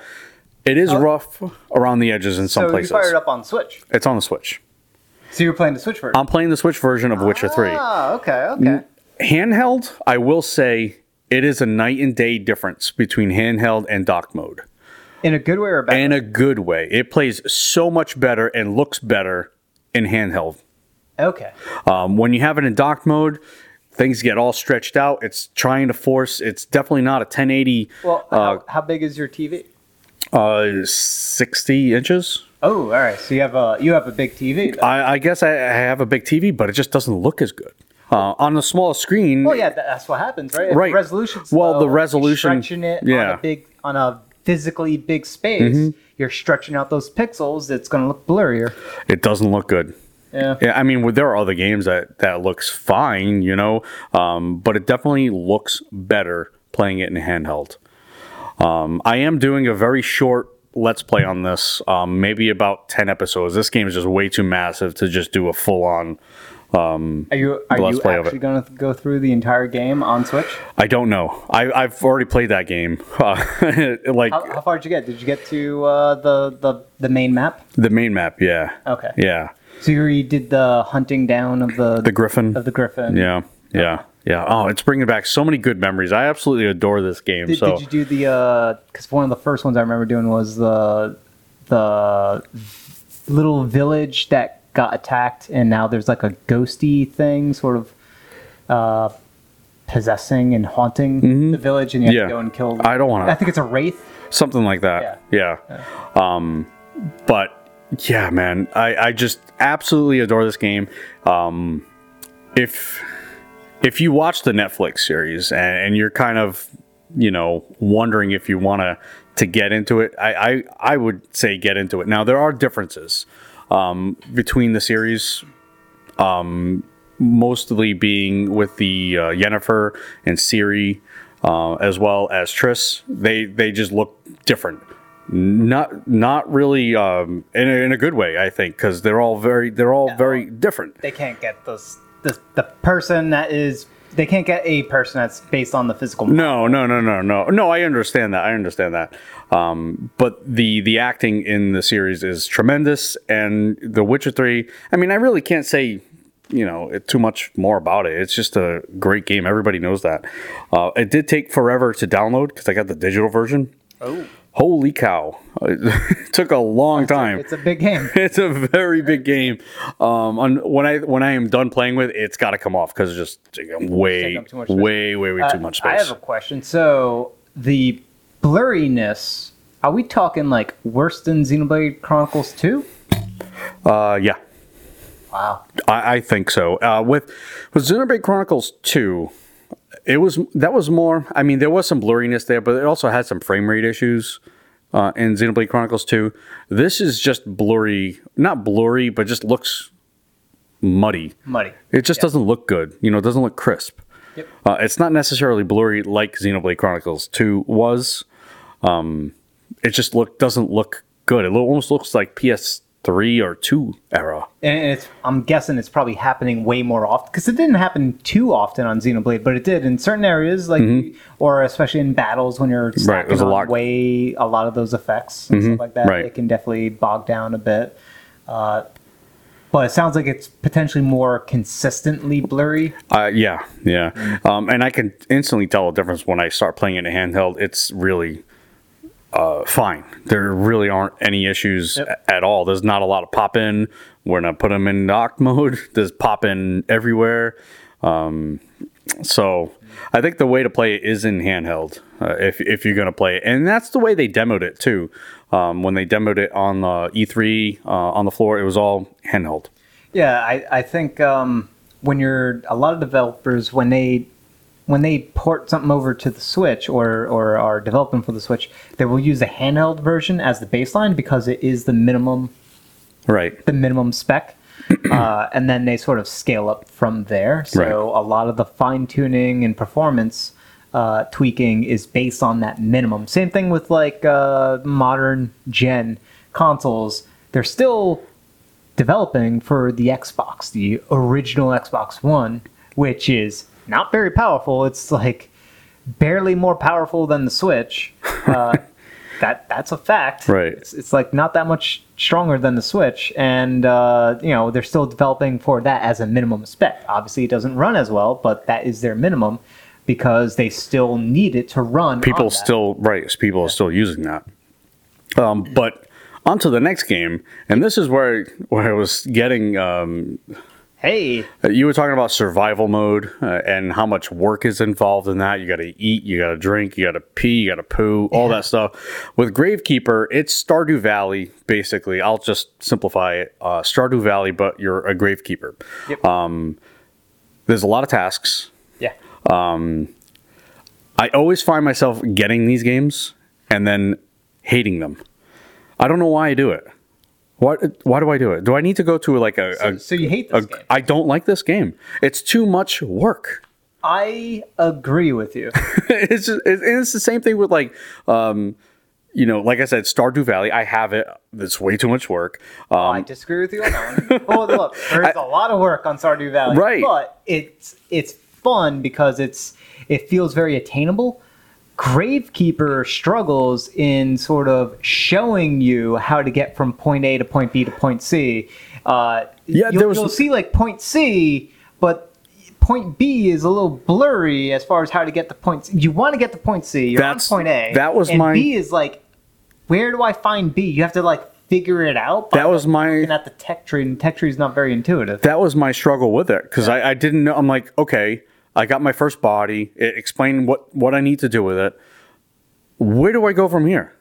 It is rough around the edges in some
Uh, So
places.
you fired up on Switch.
It's on the Switch.
So you're playing the Switch version.
I'm playing the Switch version of Witcher 3.
Ah, okay, okay.
Handheld, I will say it is a night and day difference between handheld and dock mode.
In a good way or a bad?
In a good way. It plays so much better and looks better in handheld.
way? okay.
Um, when you have it in dock mode, things get all stretched out. It's trying to force, it's definitely not a 1080,
Well, how, how big is your TV?
uh, 60 inches.
Oh, all right. So you have a you have a big TV. then.
I, I guess I, I have a big TV, but it just doesn't look as good. Uh, on the small screen,
well, yeah, tha- that's what happens, right? If the
Right.
resolution's
Well, the
low, you're
resolution-
stretching it on
yeah. Mm-hmm.
a big on a physically big space. You're stretching out those pixels. It's going to look blurrier.
it doesn't look good.
Yeah.
Yeah, I mean, well, there are other games that that looks fine, you know, um, but it definitely looks better playing it in handheld. Um, I am doing a very short let's play on this, um, maybe about ten episodes. This game is just way too massive to just do a full on.
Are you are
Let's
you
play of
actually
it.
going to go through the entire game on Switch?
I don't know. I, I've already played that game. Uh, like
How, how far did you get? Did you get to uh, the, the the main map?
the main map, yeah.
Okay.
Yeah,
So you already did the hunting down of the,
the Griffin.
of the griffin.
yeah, yeah, yeah. Oh, it's bringing back so many good memories. I absolutely adore this game.
Did,
so
did you do the? Because one of the first ones I remember doing was the the little village that got attacked, and now there's like a ghosty thing, sort of uh, possessing and haunting the village, and you have
Mm-hmm. Yeah.
to go and kill.
I don't wanna-
I think it's a wraith.
something like that. Yeah. Um, but yeah, man, I, I just absolutely adore this game. Um, if if you watch the Netflix series and, and you're kind of you know wondering if you want to to get into it, I, I I would say get into it. Now there are differences um, between the series, um, mostly being with the uh, Yennefer and Ciri, uh, as well as Triss. They they just look different. Not not really um, in, a, in a good way, I think, because they're all very they're all very different.
They can't get those the the person that is. They can't get a person that's based on the physical.
No, no, no, no, no, no. I understand that. I understand that. Um, but the the acting in the series is tremendous, and The Witcher Three. I mean, I really can't say you know it- too much more about it. It's just a great game. Everybody knows that. Uh, it did take forever to download because I got the digital version.
Oh,
Holy cow! It took a long time
it's a big game.
it's a very big game. Um, on, when I when I am done playing with, it, it's got to come off because it's just taking way,
Take up too much space.
way, way, way too
Uh,
much
I
space.
have a question. So the blurriness. Are we talking like worse than Xenoblade Chronicles 2?
uh, yeah,
Wow.
I, I think so. Uh, with with Xenoblade Chronicles two, it was that was more. I mean, there was some blurriness there, but it also had some frame rate issues. Uh, in Xenoblade Chronicles 2, this is just blurry, not blurry, but just looks muddy.
Muddy.
It just doesn't look good. You know, it doesn't look crisp.
Yep.
Uh, it's not necessarily blurry like Xenoblade Chronicles 2 was. Um, it just look doesn't look good. It lo- almost looks like PS3 or 2 era.
And it's, I'm guessing it's probably happening way more often because it didn't happen too often on Xenoblade, but it did in certain areas, like or especially in battles when you're
Mm-hmm. Right, there's
stacking
a
on
lot- Mm-hmm.
way a lot of those effects and stuff like that.
right.
It can definitely bog down a bit. Uh, but it sounds like it's potentially more consistently blurry.
Uh, yeah, yeah. Um, and I can instantly tell a difference when I start playing it in handheld. It's really uh, fine. There really aren't any issues
Yep.
a- at all. There's not a lot of pop in. When I put them in knock mode, there's pop in everywhere. Um, so I think the way to play it is in handheld uh, if, if you're going to play it. And that's the way they demoed it too. Um, when they demoed it on the E3 uh, on the floor, it was all handheld.
Yeah, I, I think um, when you're a lot of developers when they when they port something over to the Switch or or are developing for the Switch, they will use a handheld version as the baseline because it is the minimum
Right.
the minimum spec. Uh, and then they sort of scale up from there. So
Right.
a lot of the fine tuning and performance uh, tweaking is based on that minimum. Same thing with like uh, modern gen consoles. They're still developing for the Xbox, the original Xbox One, which is not very powerful. It's like barely more powerful than the Switch. Uh, that that's a fact.
Right.
It's, it's like not that much stronger than the Switch, and uh, you know they're still developing for that as a minimum spec. Obviously, it doesn't run as well, but that is their minimum because they still need it to run. on
people
that.
still right so people are still using that um, but on to the next game and this is where where i was getting um,
Hey,
you were talking about survival mode uh, and how much work is involved in that you got to eat you got to drink you got to pee you got to poo all that stuff with gravekeeper it's stardew valley basically i'll just simplify it uh, stardew valley but you're a gravekeeper
Yep.
um, there's a lot of tasks
yeah.
I always find myself getting these games and then hating them. I don't know why I do it. What? Why do I do it? Do I need to go to like a? a-
So you hate this
a-
game.
I don't like this game. It's too much work.
I agree with you.
it's just, it, and it's the same thing with like, um, you know, like I said, Stardew Valley. I have it. It's way too much work. Um,
I disagree with you on that one. well, look, there's a lot of work on Stardew Valley,
Right.
But it's it's fun because it's it feels very attainable. Gravekeeper struggles in sort of showing you how to get from point A to point B to point C. Uh,
Yeah,
you'll,
there was-
you'll see like point C, but point B is a little blurry as far as how to get to point. C. You want to get to point C. You're
That's-
on point A.
that was
and
my-
B is like, where do I find B? You have to like figure it out. by
that was my
looking at the tech tree, and tech tree is not very intuitive.
that was my struggle with it because I, I didn't know. I'm like, okay, I got my first body. It explained what what I need to do with it. Where do I go from here?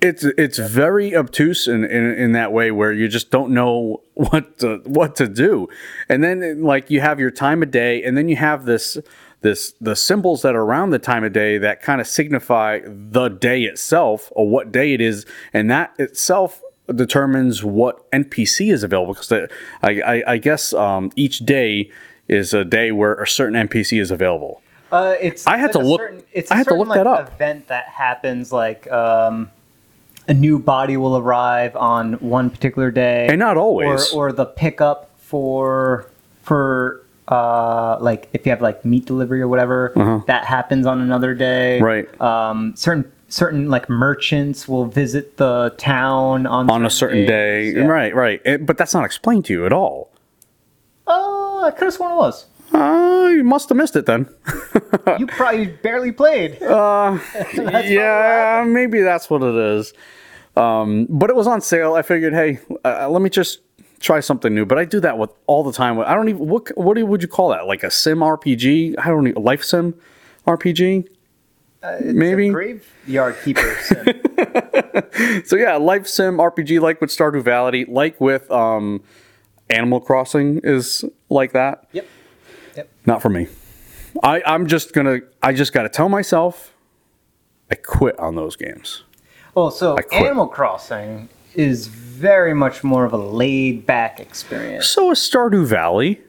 it's it's very obtuse in, in in that way where you just don't know what to what to do and then like you have your time of day and then you have this this the symbols that are around the time of day that kind of signify the day itself or what day it is and that itself determines what npc is available because the, I, I i guess um each day is a day where a certain npc is available
Uh, it's
I had
it's
to
like a
look-
Certain, it's
I
a
had to
certain,
look
like,
that up.
Event that happens like um, a new body will arrive on one particular day,
And not always.
or, or the pickup for for uh, like if you have like meat delivery or whatever that happens on another day,
Uh-huh. Right.
Um, certain certain like merchants will visit the town on
on a certain day
days. Yeah.
right right It- but that's not explained to you at all
Oh, I could have sworn it was.
uh, you must have missed it then
You probably barely played.
yeah, maybe that's what it is. Um, but it was on sale. I figured, hey, uh, let me just try something new. But I do that with all the time. I don't even what what do- would you call that? Like a sim RPG? I don't know, life sim RPG.
Uh,
maybe
graveyard keepers.
so yeah life sim rpg like with stardew valley like with um animal crossing is like that
Yep. Yep.
not for me i i'm just gonna i just gotta tell myself i quit on those games
Well, so
quit.
Animal Crossing is very much more of a laid back experience.
so is stardew valley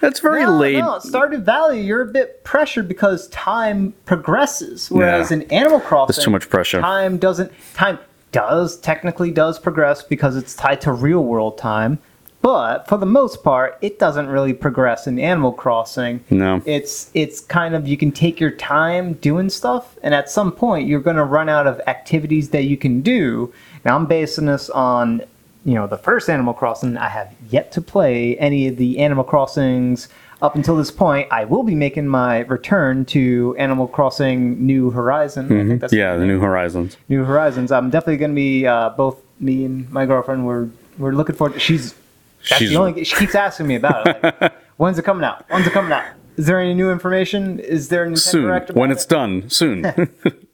that's very
No,
laid
no, Stardew Valley, you're a bit pressured because time progresses, whereas
Yeah.
in Animal Crossing,
too much pressure.
Time doesn't. Time does technically does progress because it's tied to real world time, but for the most part, it doesn't really progress in Animal Crossing.
No.
it's it's kind of you can take your time doing stuff, and at some point, you're going to run out of activities that you can do. Now, I'm basing this on you know, the first Animal Crossing, I have yet to play any of the Animal Crossings up until this point. I will be making my return to Animal Crossing New Horizon. I think that's
yeah the new horizons
New Horizons. I'm definitely going to be uh, both me and my girlfriend. We're we're looking forward. She's that's
She's-
the only. She keeps asking me about it. Like, When's it coming out? When's it coming out? Is there any new information? Is there a Nintendo
soon
Direct about
when it's
it?
done soon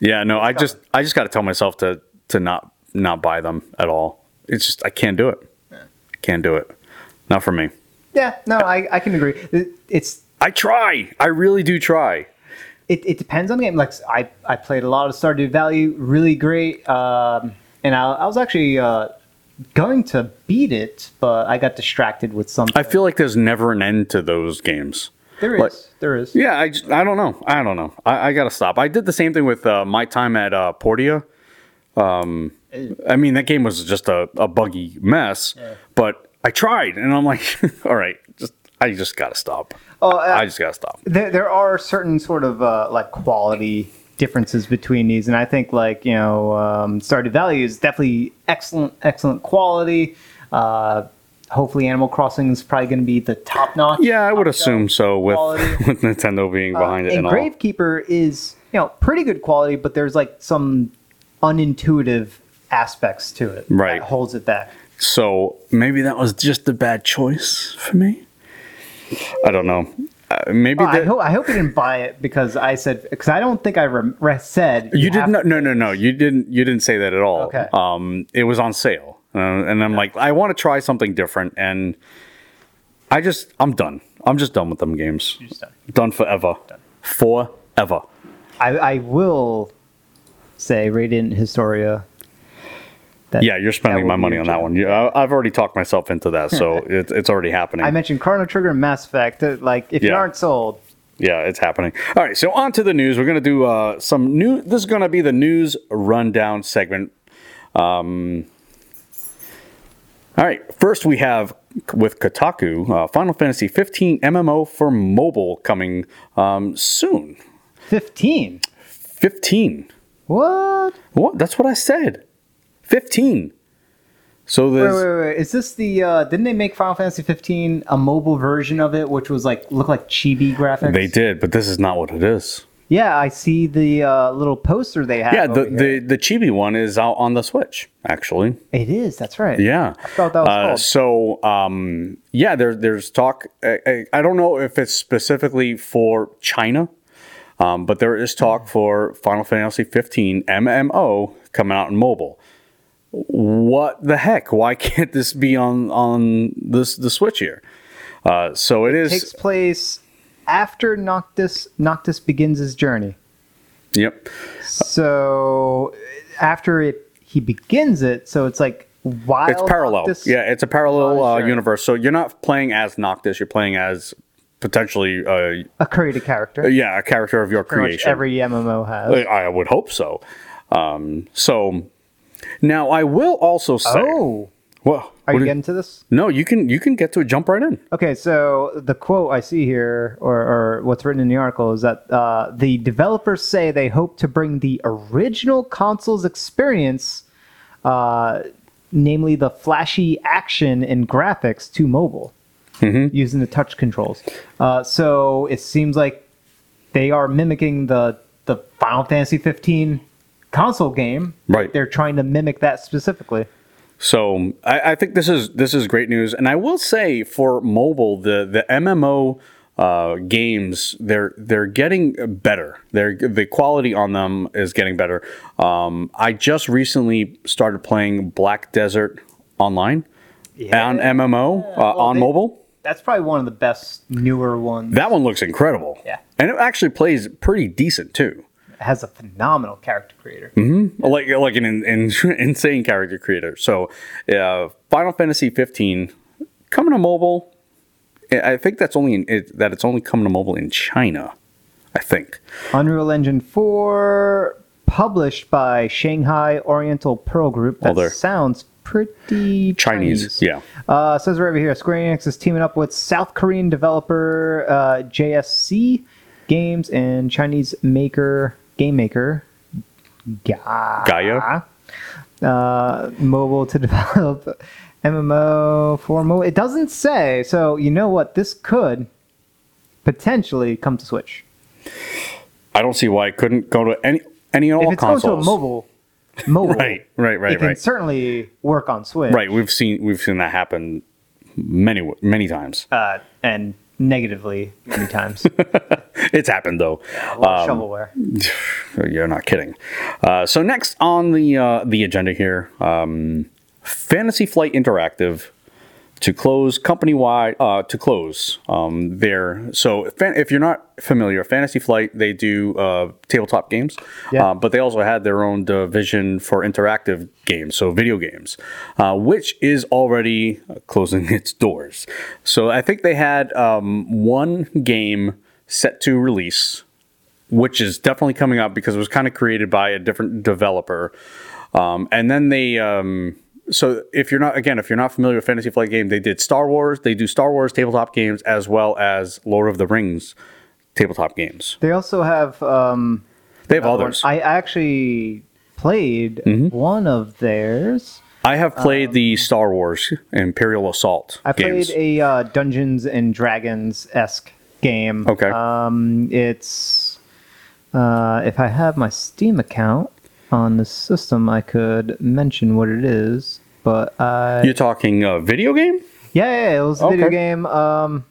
yeah no i just i just got to tell myself to to not not buy them at all it's just i can't do it i can't do it not for me
Yeah, no, I, I can agree. It- It's
i try i really do try
it, it depends on the game. Like I, I played a lot of Stardew Valley, really great. Um, and I, I was actually uh, going to beat it, but I got distracted with something.
i feel like there's never an end to those games
there is,
like-
there is.
yeah i just, i don't know i don't know i, I gotta stop i did the same thing with uh, my time at uh, portia um i mean that game was just a, a buggy mess but i tried and i'm like all right just i just gotta stop
Oh, uh,
I just gotta stop.
there, there are certain sort of uh, like quality differences between these, and I think like you know um, Stardew Valley is definitely excellent, excellent quality. Uh, hopefully, Animal Crossing is probably going to be the top notch.
Yeah, I would assume so with
quality. Uh,
with Nintendo being behind it and
and
all.
Gravekeeper is you know pretty good quality, but there's like some unintuitive aspects to it
Right.
that holds it back.
So maybe that was just a bad choice for me. I don't know. Uh, maybe
I
that-
hope I hope you didn't buy it because I said because I don't think I rem- re- said
you did
have-
not. No, no, no. You didn't. You didn't say that at all.
Okay.
Um, it was on sale, uh, and I'm like, I want to try something different, and I just, I'm done. I'm just done with them games. Done forever. Forever.
I, I will say Radiant Historia. That,
Yeah, you're spending
will
my
be
money
your
on that
jam.
one. Yeah, I- I've already talked myself into that, so it, it's already happening.
I mentioned Chrono Trigger and Mass Effect. uh, Like, if you
Yeah.
aren't sold,
Yeah, it's happening. All right, so on to the news. We're going to do uh, some new. This is going to be the news rundown segment. Um, all right, first we have with Kotaku uh, Final Fantasy 15 MMO for mobile coming um, soon.
fifteen.
15.
What?
What? That's what I said. 15. So
Wait,
there's
wait, wait. Is this the? Uh, didn't they make Final Fantasy fifteen a mobile version of it, which was like look like chibi graphics?
they did, but this is not what it is.
Yeah, I see the uh, little poster they have.
Yeah, the,
over
the
here.
the chibi one is out on the Switch actually.
it is. That's right.
Yeah. I
thought that was called.
So, um, yeah, there, there's talk. I, I, I don't know if it's specifically for
Hmm.
China, um, but there is talk for Final Fantasy 15 MMO coming out in mobile. What the heck? Why can't this be on on this the Switch here? Uh, so it is.
takes place after Noctis Noctis begins his journey.
yep.
So after it he begins it, so it's like while
It's parallel.
Noctis-
yeah, it's a parallel
Oh,
uh,
sure.
universe. So you're not playing as Noctis. You're playing as potentially, uh,
a created character.
yeah, a character of your
pretty much
creation.
every MMO has.
I I would hope so. Um, so now I will also say.
oh,
Well, what
are you
do-
getting to this?
no, you can you can get to it. Jump right in.
Okay, so the quote I see here, or, or what's written in the article, is that uh, the developers say they hope to bring the original console's experience, uh, namely the flashy action and graphics, to mobile using the touch controls. Uh, so it seems like they are mimicking the the Final Fantasy 15 console game.
Right.
They're trying to mimic that specifically.
So I, I think this is this is great news, and I will say for mobile, the the MMO uh, games they're they're getting better. They're the quality on them is getting better. Um, I just recently started playing Black Desert Online on MMO uh,
well,
on
they-
mobile.
That's probably one of the best newer ones.
That one looks incredible.
Yeah.
and it actually plays pretty decent too.
has a phenomenal character creator.
like like an, in in- insane character creator. So, uh, Final Fantasy 15 coming to mobile. I I think that's only in, it, that it's only coming to mobile in China. I think.
Unreal Engine 4, published by Shanghai Oriental Pearl Group. That
Well, they're-
sounds pretty
Chinese,
Chinese.
yeah.
Uh, says right over here Square Enix is teaming up with South Korean developer uh, JSC Games and Chinese maker, game maker, Ga.
Gaia.
Uh-huh. uh, mobile to develop MMO for mobile. It doesn't say, so you know what? This could potentially come to Switch.
I don't see why it couldn't go to any any and
If
all
it's
consoles.
going to a mobile, mobile,
Right, right, right,
it can
right.
certainly work on Switch,
Right, we've seen we've seen that happen many many times.
Uh, and negatively many times.
It's happened though.
A lot
Um,
of shovelware.
You're not kidding. Uh, so next on the uh, the agenda here, um, Fantasy Flight Interactive to close company wide uh, to close um, their. So if, fan- if you're not familiar, Fantasy Flight they do uh, tabletop games,
Yeah.
uh, but they also had their own division for interactive games, so video games, uh, which is already closing its doors. So I think they had um, one game set to release which is definitely coming up because it was kind of created by a different developer. Um, and then they, um, so if you're not, again, if you're not familiar with Fantasy Flight game, they did Star Wars. They do Star Wars tabletop games as well as Lord of the Rings tabletop games.
They also have um,
They have
one-
others. Mm-hmm. I,
I actually played one of theirs.
have played the Star Wars Imperial Assault
um, I played
games.
a uh, Dungeons and Dragons esque game.
Okay.
Um, it's uh, if I have my Steam account on the system, I could mention what it is. But I
you're talking a video game?
yeah, yeah, yeah, it was a video
Okay.
game. Um,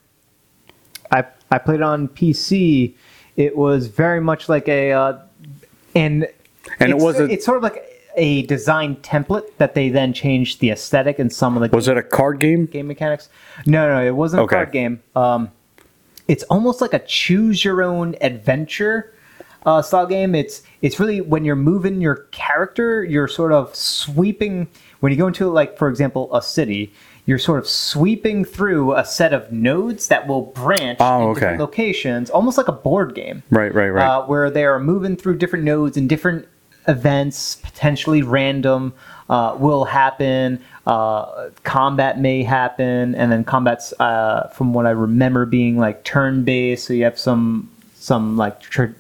I I played it on PC. It was very much like a uh, and
And it
it's-
was a-
it's sort of like a design template that they then changed the aesthetic and some of the
Was it a card game?
game mechanics. No, no, it wasn't
Okay.
a card game. Um, it's almost like a choose your own adventure uh, style game. It's it's really when you're moving your character, you're sort of sweeping when you go into like for example a city. You're sort of sweeping through a set of nodes that will branch
Oh,
in
okay.
different locations, almost like a board game
Right, right, right.
uh, where they are moving through different nodes and different events, potentially random, uh, will happen. Uh, combat may happen, and then combat's uh, from what I remember being like turn based. So you have some some like tra-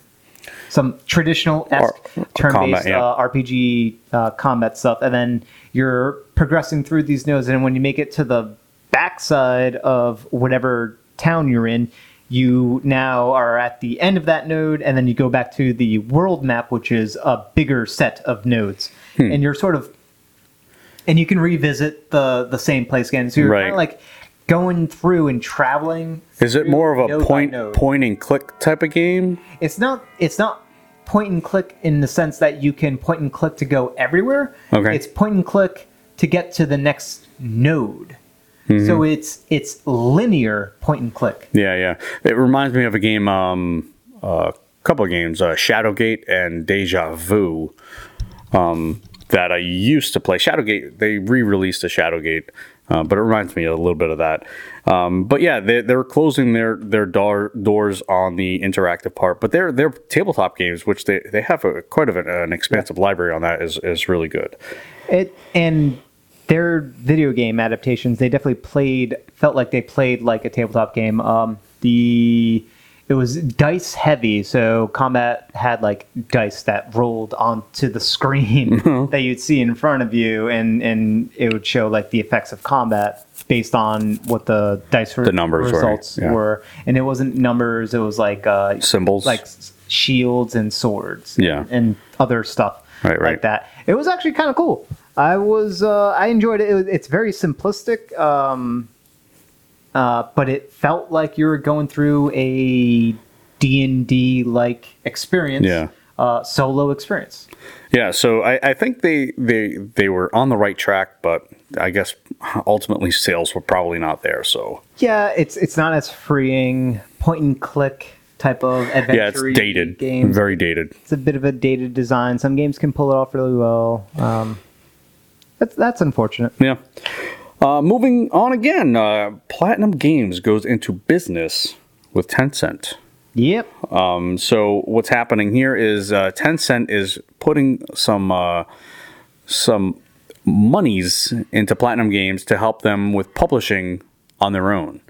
some traditional esque
Or-
turn
combat,
based
yeah.
uh, RPG uh, combat stuff, and then you're progressing through these nodes. And when you make it to the backside of whatever town you're in, you now are at the end of that node, and then you go back to the world map, which is a bigger set of nodes,
Hmm.
and you're sort of and you can revisit the the same place again. So you're kind
Right.
of like going through and traveling.
is it more of
node
a
by
point
node.
point and click type of game?
It's not. It's not point and click in the sense that you can point and click to go everywhere.
Okay.
It's point and click to get to the next node. So it's it's linear point and click.
Yeah, yeah. It reminds me of a game, um, a couple of games, uh, Shadowgate and Deja Vu, um, that I used to play. Shadowgate, they re-released the Shadowgate, uh, but it reminds me a little bit of that. Um, but yeah, they, they're closing their their door, doors on the interactive part, but their their tabletop games, which they they have a, quite of an, an expansive library on that, is is really good.
It and their video game adaptations, they definitely played felt like they played like a tabletop game. Um, the it was dice heavy, so combat had like dice that rolled onto the screen
Uh-huh.
that you'd see in front of you, and and it would show like the effects of combat based on what the dice re-
The numbers were,
results
yeah.
were, and it wasn't numbers; it was like uh,
Symbols.
like s- shields and swords
Yeah.
and other stuff
Right, right.
like that it was actually kind of cool i was uh, i enjoyed it, it was, it's very simplistic um, uh, but it felt like you were going through a d&d like experience
Yeah.
uh, solo experience
Yeah, so I, I think they, they they were on the right track, but I guess ultimately sales were probably not there. So
yeah it's it's not as freeing point and click type of adventure
yeah, it's dated,
games
very dated.
it's a bit of a dated design some games can pull it off really well um, that's that's unfortunate
Yeah. Uh, moving on again, uh, Platinum Games goes into business with Tencent.
Yep.
Um, so what's happening here is uh, Tencent is putting some uh, some monies into Platinum Games to help them with publishing on their own,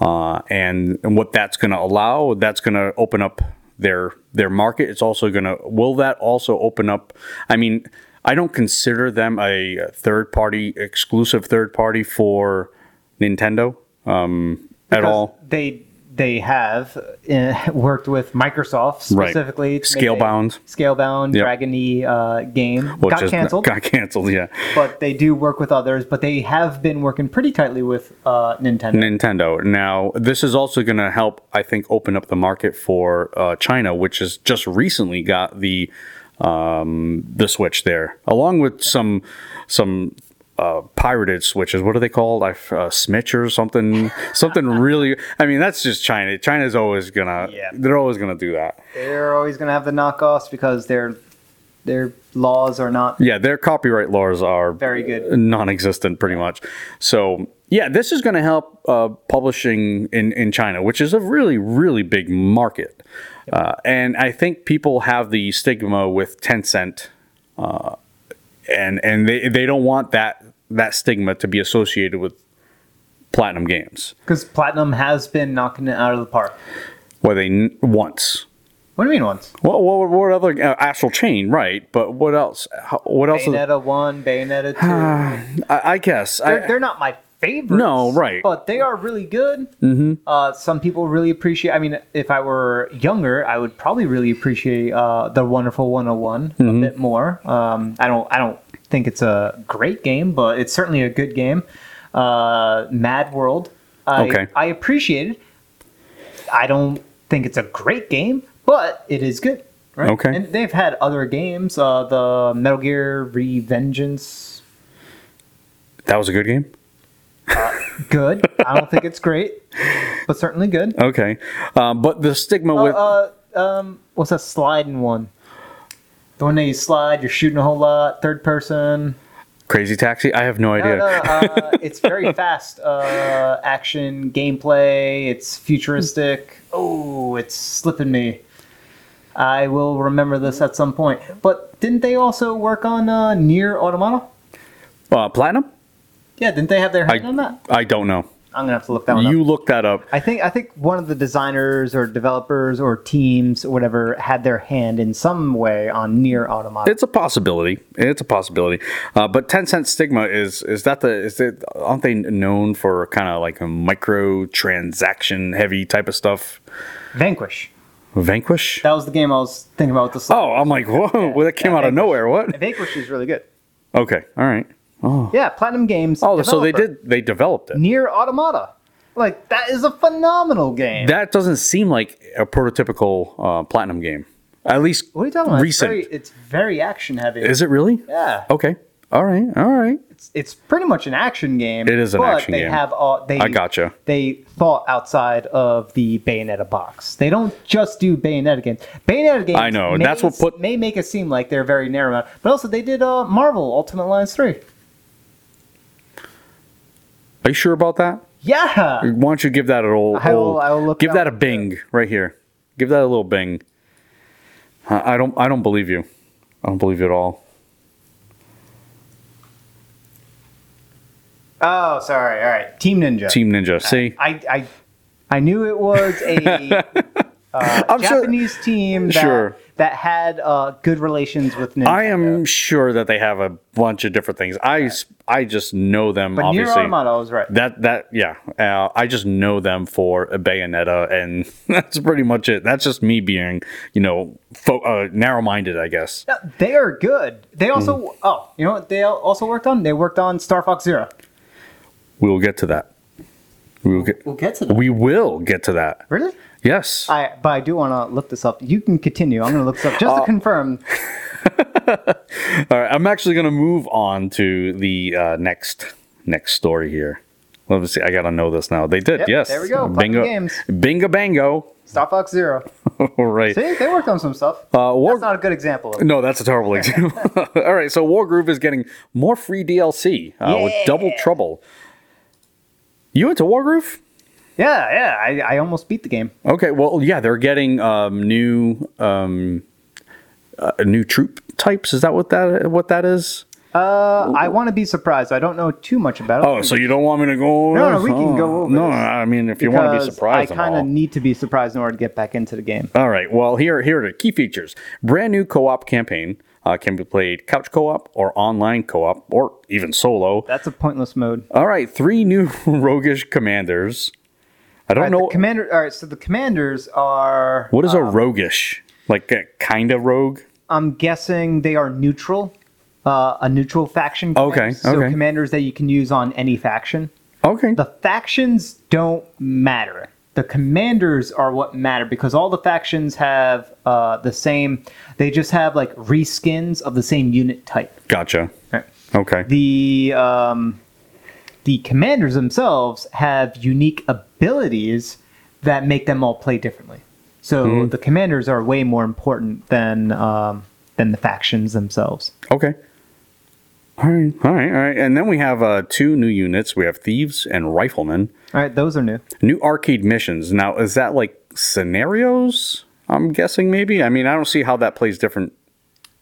uh, and, and what that's going to allow, that's going to open up their their market. It's also going to will that also open up? I mean, I don't consider them a third party exclusive third party for Nintendo um, at all.
They they have uh, worked with Microsoft
Right.
specifically. to make a
Scalebound.
Scalebound,
Yep.
Dragony uh, game got
just
canceled,
Got canceled. Yeah.
but they do work with others. But they have been working pretty tightly with uh, Nintendo.
Nintendo. Now, this is also going to help, I think, open up the market for uh, China, which has just recently got the um, the Switch there, along with some some uh, pirated Switches. What are they called? I f- uh, Smitch or something? something really. I mean, that's just China. China's always gonna.
Yeah.
They're always gonna do that.
They're always going to have the knockoffs because their their laws are not.
Yeah, their copyright laws are
Very good.
non-existent, pretty much. So yeah, this is going to help uh, publishing in in China, which is a really really big market, uh, and I think people have the stigma with Tencent, uh, and and they they don't want that that stigma to be associated with Platinum Games,
Because Platinum has been knocking it out of the park.
where they n- once.
What do you mean once?
What, what, what other uh, Astral Chain, right? But what else? How, what else? Is, I,
Bayonetta one, Bayonetta two.
I guess I-
they're, they're not my favorites.
No, right.
But they are really good. Mm-hmm. Uh, some people really appreciate. I mean, if I were younger, I would probably really appreciate uh, the Wonderful 101
Mm-hmm.
a bit more. Um, I don't. I don't think it's a great game, but it's certainly a good game. Uh, Mad World. I,
Okay.
I appreciate it. I don't think it's a great game, but it is good. Right?
Okay.
And they've had other games. Uh, the Metal Gear Revengeance
that was a good game.
good. I don't think it's great, but certainly good.
Okay, um, but the stigma with
Uh, um, what's that sliding one? The one that you slide, you're shooting a whole lot, third person.
Crazy Taxi, I have no
No,
idea.
no, uh, it's very fast uh, action gameplay. It's futuristic. Oh, it's slipping me. I will remember this at some point. But didn't they also work on uh, Near Automata?
Uh, Platinum?
Yeah, didn't they have their
I
hand on that?
I don't know.
I'm gonna have to look that one up.
You look that up.
I think I think one of the designers or developers or teams or whatever had their hand in some way on near automata.
It's a possibility. It's a possibility. Uh, but Ten Cent Stigma is is that the is it aren't they known for kind of like a micro transaction heavy type of stuff?
Vanquish.
Vanquish.
That was the game I was thinking about with the slide.
Oh, I'm like whoa! well, that came
yeah,
out of
Vanquish.
nowhere. What?
And Vanquish is really good.
Okay, all right.
Yeah, Platinum Games.
Oh, so they
developer.
did. They developed it.
near automata. Like that is a phenomenal game.
That doesn't seem like a prototypical uh, platinum game. At least
What are you talking about?
recent.
It's very, it's very action heavy.
Is it really?
yeah,
Okay. All right. All right.
it's, it's pretty much an action game.
It is an
but
action
they
game.
Have all, they,
I gotcha.
They thought outside of the Bayonetta box. They don't just do Bayonetta games. Bayonetta games.
I know,
May,
that's what put-
may make it seem like they're very narrow, but also they did uh, Marvel Ultimate Alliance three.
Are you sure about that?
Yeah,
Why don't you give that a little?
Uh, I will- I will look
give
it up.
that a bing right here. Give that a little bing. I I don't. I don't believe you. I don't believe you at all.
Oh, sorry. All right, Team Ninja.
Team Ninja. See,
I I I knew it was a uh,
I'm sure-
Japanese team that,
Sure.
that had uh, good relations with Nintendo.
I am sure that they have a bunch of different things. I s- I just know them
But Nier
obviously.
Automata was right.
That that yeah, uh, I just know them for a Bayonetta, and that's pretty much it. That's just me being you know fo- uh, narrow minded, I guess.
No, they are good. They also
Mm-hmm.
oh, you know what they al- also worked on? They worked on Star Fox Zero.
We will get to that. We will get.
We'll get to
We will get to that.
Really?
Yes.
I but I do want to look this up. You can continue. I'm going to look this up
Oh.
just to confirm.
All right, I'm actually going to move on to the uh, next next story here. Let me see. I got to know this now. They did.
Yep,
yes.
there we go. Platinum
Bingo.
Games.
Bingo bango.
Star Fox Zero.
All right.
See, they worked on some stuff.
Uh, War-
That's not a good example. Of it.
no, that's a terrible example. All right, so Wargroove is getting more free DLC uh, with
Yeah.
Double Trouble. You into Wargroove?
Yeah, yeah. I, I almost beat the game.
Okay, well, yeah, they're getting um, new um, uh, new troop types. Is that what that what that is?
Uh, I want to be surprised. I don't know too much about it.
Oh, so you don't want me to go? Over
No, no,
this?
we can
Oh,
go over
No,
this.
I mean, if you want to be
Because
surprised,
I
I'm
kind
all-
of need to be surprised in order to get back into the game.
All right. Well, here here are the key features. Brand new co-op campaign uh, can be played couch co-op or online co-op or even solo.
That's a pointless mode.
All right. Three new roguish commanders. I don't
All right,
know
the um, commander. All right, so the commanders are.
what is a roguish like a kind of rogue.
I'm guessing they are neutral, uh, a neutral faction.
Okay,
commander. So
okay.
commanders that you can use on any faction.
Okay.
The factions don't matter. The commanders are what matter because all the factions have uh, the same. They just have like reskins of the same unit type.
Gotcha.
Right?
Okay.
the um, the commanders themselves have unique abilities that make them all play differently. So the commanders are way more important than um, than the factions themselves.
Okay. All right. All right. All right. And then we have uh, two new units. We have thieves and riflemen.
All right, those are new.
New arcade missions. Now, is that like scenarios? I'm guessing maybe. I mean, I don't see how that plays different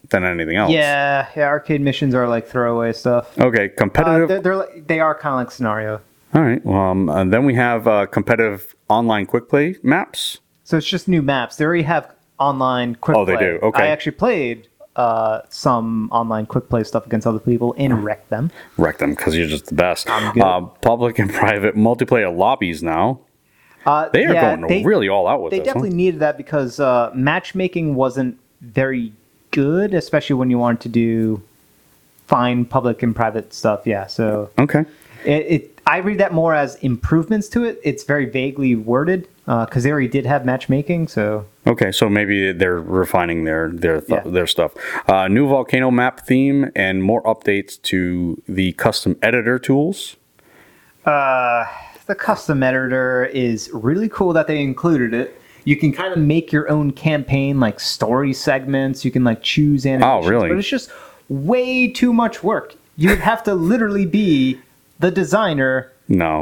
than anything else.
Yeah, yeah. Arcade missions are like throwaway stuff.
Okay,
Uh,
competitive.
they're, they're like, they are kind of like scenario.
All right. Well, um, and then we have uh, competitive online quick play maps.
So it's just new maps. They already have online quick.
Oh, they
play.
do, okay.
I actually played uh, some online quick play stuff against other people
Hmm.
and wrecked them.
Wreck them because you're just the best.
good.
Uh, public and private multiplayer lobbies now.
Uh,
They are
yeah,
going
they-
really all out with
they
this. huh?
definitely needed that because uh, matchmaking wasn't very good, especially when you wanted to do fine public and private stuff. Yeah, so
Okay.
it, it I read that more as improvements to it. It's very vaguely worded because they already did have matchmaking, so
Okay, so maybe they're refining their their th-
Yeah.
their stuff. Uh, new volcano map theme and more updates to the custom editor tools.
Uh, the custom editor is really cool that they included it. You can kind of make your own campaign, like story segments. You can like choose animations.
Oh, really?
But it's just way too much work. You would have to literally be the designer,
No,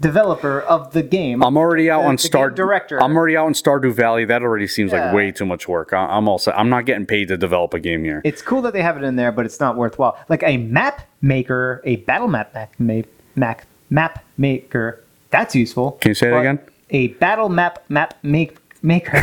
developer of the game.
I'm already out
The-
on
the
Star
game director.
I'm already out on Stardew Valley. That already seems
Yeah.
like way too much work. I, I'm also I'm not getting paid to develop a game here.
it's cool that they have it in there, but it's not worthwhile. Like a map maker, a battle map map map, map, map maker. That's useful.
Can you say that
But
again?
A battle map map make maker.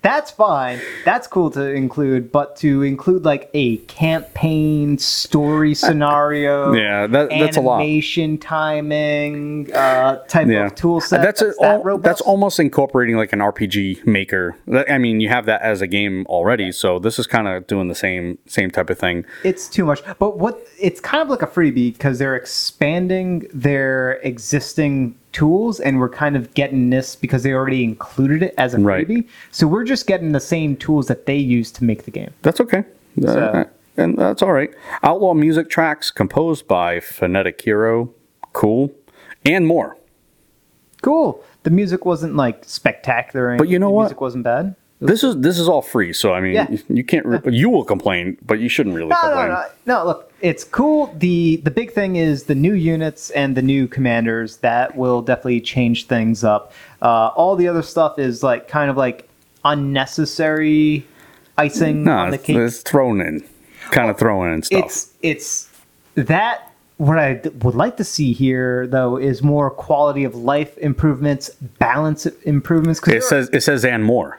That's fine. That's cool to include, but to include like a campaign story scenario,
Yeah, that- that's a lot.
Animation timing, uh, type
yeah,
of tool set.
That's
That's,
a-
that
al- that's
robust.
almost incorporating like an RPG maker. That- I mean, you have that as a game already, so this is kind of doing the same same type of thing.
it's too much. But what it's kind of like a freebie because they're expanding their existing tools, and we're kind of getting this because they already included it as a
Right.
freebie. So we're just getting the same tools that they use to make the game.
That's okay. Uh, and that's all right. Outlaw music tracks composed by Phonetic Hero, cool, and more.
Cool. The music wasn't like spectacular,
But you know
the
what?
Music wasn't bad.
This is this is all free, so I mean,
Yeah.
you can't. Re- you will complain, but you shouldn't really
No, no,
complain.
no, no. Look, it's cool. the The big thing is the new units and the new commanders. That will definitely change things up. Uh, all the other stuff is like kind of like unnecessary icing
No,
on the
it's,
cake.
it's thrown in, kind of thrown in stuff.
It's it's that. What I d- would like to see here, though, is more quality of life improvements, balance improvements. 'cause
it
there are-
says it says and more.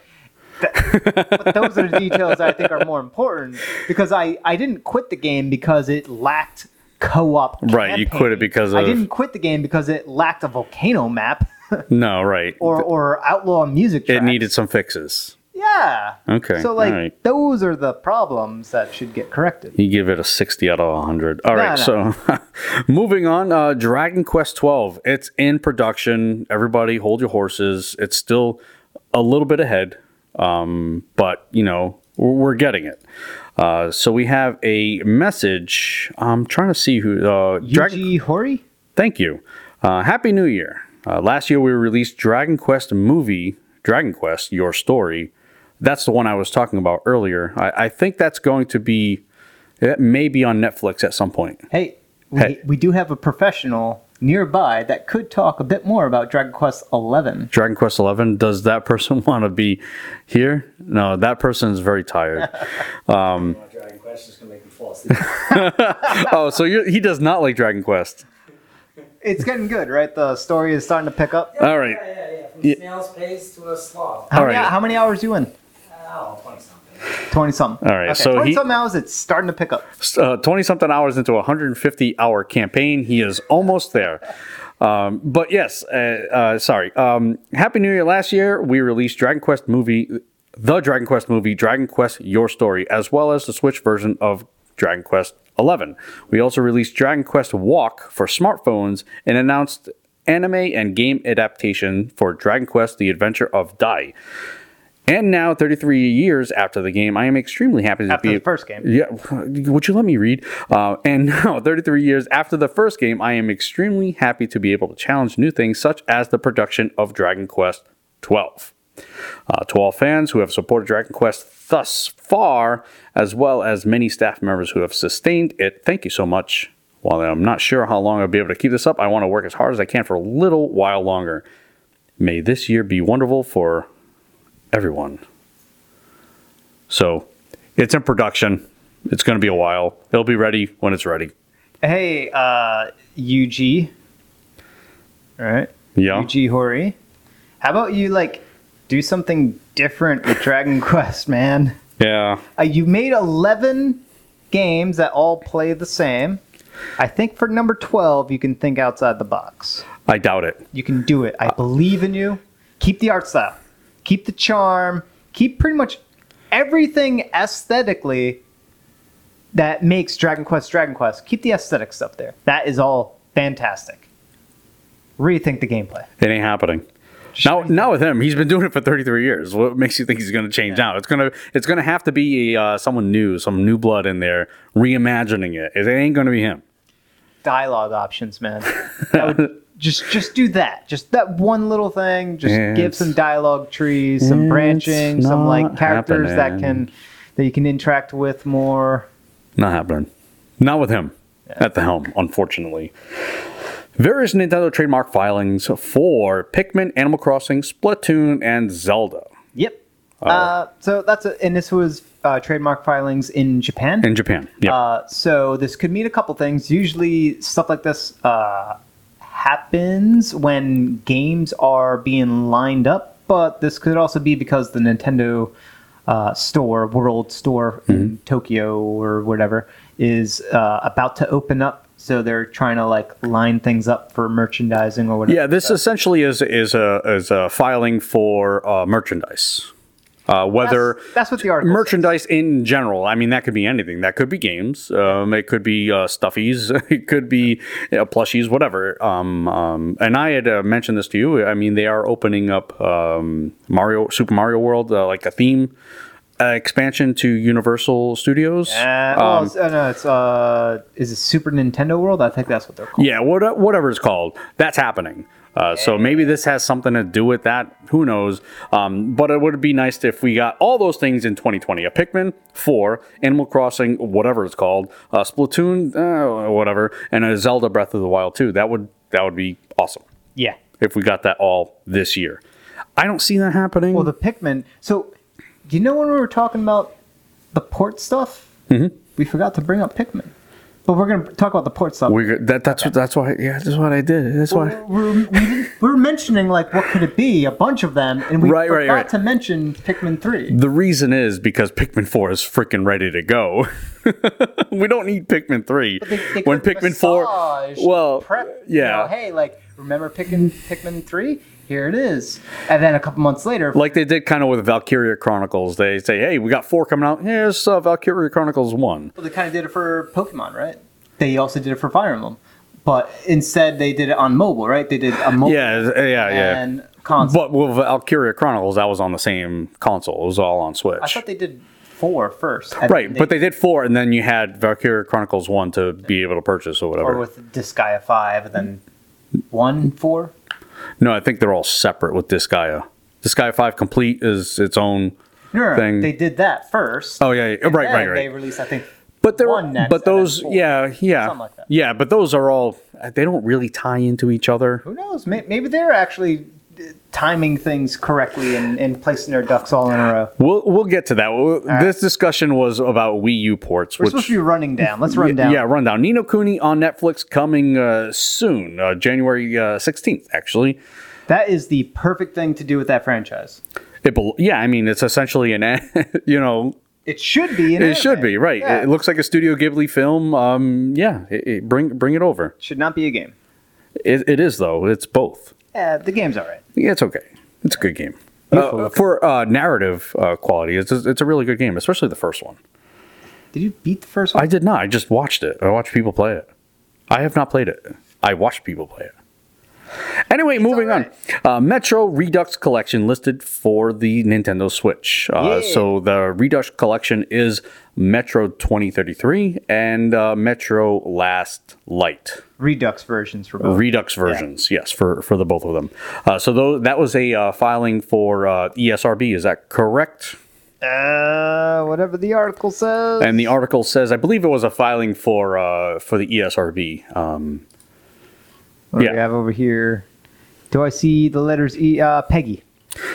those are the details that I think are more important because I, I didn't quit the game because it lacked co-op.
Right, you
campaign.
quit it because
I
of-
didn't quit the game because it lacked a volcano map
No, right.
or or outlaw music.
it
tracks.
needed some fixes.
yeah.
Okay,
So like
alright.
those are the problems that should get corrected.
You give it a 60 out of 100. All right,
no.
so moving on, uh, Dragon Quest 12. It's in production. Everybody hold your horses. It's still a little bit ahead, um, but you know, we're, we're getting it. Uh, so we have a message. I'm trying to see who uh, Dragon
Yuji Hori.
Thank you. Uh, Happy New Year. Uh, last year we released Dragon Quest movie, Dragon Quest Your Story. That's the one I was talking about earlier. I, I think that's going to be, it may be on Netflix at some point.
Hey, we,
Hey.
we do have a professional nearby that could talk a bit more about Dragon Quest Eleven.
Dragon Quest Eleven. Does that person want to be here? No, that person's very tired.
Dragon Quest is gonna make me fall asleep.
oh, so you he does not like Dragon Quest.
It's getting good, right? The story is starting to pick up.
All right.
Yeah, yeah, yeah. From
Yeah.
snail's pace to a sloth.
How,
All
many,
right.
how many hours you in?
Oh, point something.
20 something.
All right, so he-
20 something hours, it's starting to pick up.
uh, 20 something hours into a 150 hour campaign. He is almost there. Um, but yes, uh, uh, sorry. Um, Happy New Year. Last year, we released Dragon Quest movie, the Dragon Quest movie, Dragon Quest Your Story, as well as the Switch version of Dragon Quest 11. We also released Dragon Quest Walk for smartphones and announced anime and game adaptation for Dragon Quest The Adventure of Dai. And now, 33 years after the game, I am extremely happy to
After
be
the first game.
yeah, would you let me read? Uh, and now, 33 years after the first game, I am extremely happy to be able to challenge new things such as the production of Dragon Quest 12. Uh, to all fans who have supported Dragon Quest thus far, as well as many staff members who have sustained it, thank you so much. While I'm not sure how long I'll be able to keep this up, I want to work as hard as I can for a little while longer. May this year be wonderful for everyone. So it's in production. It's going to be a while. It'll be ready when it's ready.
Hey, uh, UG. All right.
Yeah.
UG Hori. How about you, like, do something different with Dragon Quest, man?
Yeah.
Uh, you made 11 games that all play the same. I think for number 12, you can think outside the box.
I doubt it.
You can do it. I
Uh,
believe in you. Keep the art style. Keep the charm. Keep pretty much everything aesthetically that makes Dragon Quest Dragon Quest. Keep the aesthetics up there. That is all fantastic. Rethink the gameplay.
It ain't happening. Now, now with him, he's been doing it for 33 years. What makes you think he's going to change now? It's going to it's going to have to be uh, someone new, some new blood in there, reimagining it. It ain't going to be him.
Dialogue options, man. That would, just just do that. Just that one little thing. Just give
It's-
some dialogue trees, some
it's
branching, some like
not
characters that
happening.
can that you can interact with more.
Not happening. Not with him at the helm, unfortunately. Various Nintendo trademark filings for Pikmin, Animal Crossing, Splatoon, and Zelda
Yep. Uh, so that's a, and this was uh, trademark filings in Japan.
in Japan. Yeah.
Uh, so this could mean a couple things. Usually, stuff like this uh, happens when games are being lined up, but this could also be because the Nintendo uh, store, World Store in Tokyo or whatever, is uh, about to open up. So they're trying to like line things up for merchandising or whatever.
Yeah, this essentially is is a is a filing for uh, merchandise. Uh, whether
That's- that's what the article says.
merchandise in general. I mean, that could be anything. That could be games. Um, it could be uh, stuffies. It could be you know, plushies. Whatever. Um, um, and I had uh, mentioned this to you. I mean, they are opening up um, Mario Super Mario World, uh, like the theme uh, expansion to Universal Studios.
Uh,
Um,
well, it's, uh, no, it's uh, is it Super Nintendo World? I think that's what they're called.
Yeah, what, uh, whatever it's called, that's happening. Uh, so maybe this has something to do with that. Who knows? Um, but it would be nice if we got all those things in 2020: a Pikmin, four, Animal Crossing, whatever it's called, uh, Splatoon, uh, whatever, and a Zelda Breath of the Wild too. That would that would be awesome
Yeah.
if we got that all this year. I don't see that happening.
Well, Oh, the Pikmin. So, you know when we were talking about the port stuff, mm-hmm. we forgot to bring up Pikmin. But we're going to talk about the port stuff.
we that that's what that's why yeah that's what I did that's why
We're, we didn't- we were mentioning like what could it be? A bunch of them, and we
Right,
forgot
right, right.
to mention Pikmin three.
The reason is because Pikmin 4 is freaking ready to go. we don't need Pikmin 3.
They- they
when
could
Pikmin 4
massage,
Well,
prep, you
yeah.
know, hey, like remember Pikmin Pikmin three? Here it is. And then a couple months later,
like they did kind of with Valkyria Chronicles. They say, "Hey, we got 4 coming out. Here's uh, Valkyria Chronicles 1."
Well, they kind of did it for Pokemon, right? They also did it for Fire Emblem, but instead they did it on mobile, right? They did a mobile
Yeah, yeah, yeah.
Oh. and console.
but with Valkyria Chronicles, that was on the same console. It was all on Switch.
I thought they did four first, and
right,
then
but they did 4 and then you had Valkyria Chronicles 1 to be able to purchase or
or
whatever.
with Disgaea five, and then one four.
no, I think they're all separate with Disgaea. Disgaea 5 complete is its own
No, no, no,
Thing.
they did that first.
Oh yeah, yeah.
and
right,
then
right, right.
They released, I think,
But there,
one next
but
and then
those,
four.
yeah, yeah,
Something like that.
yeah. But those are all they don't really tie into each other.
Who knows? May- Maybe they're actually uh, timing things correctly and, and placing their ducks all in a row.
We'll we'll get to that. We'll, This discussion was about Wii U ports,
We're
which
supposed to be running down. Let's run down.
yeah, rundown. Nino Cooney on Netflix coming uh, soon, uh, January sixteenth, actually.
That is the perfect thing to do with that franchise.
It bel yeah, I mean it's essentially an a- you know
It should be. An
it should
anime.
be right.
Yeah.
It looks like a Studio Ghibli film. Um, yeah, it, it- bring bring it over.
should not be a game.
It, it is though. It's both.
Yeah, the game's all right.
Yeah, it's okay. It's a good game.
Beautiful
Uh,
looking.
for uh, narrative uh, quality, it's a, it's a really good game, especially the first one.
Did you beat the first one?
I did not. I just watched it. I watched people play it. I have not played it. I watched people play it. Anyway, moving on. Uh, Metro Redux Collection listed for the Nintendo Switch. Uh,
Yeah.
So the Redux Collection is Metro 2033 and uh, Metro Last Light.
Redux versions for both.
Redux versions, yes, for for the both of them. Uh, so tho- that was a uh, filing for uh, ESRB. Is that correct?
uh, whatever the article says.
And the article says, I believe it was a filing for uh, for the ESRB. Um,
what do
Oh, yeah.
we have over here? Do I see the letters E? Uh, Peggy,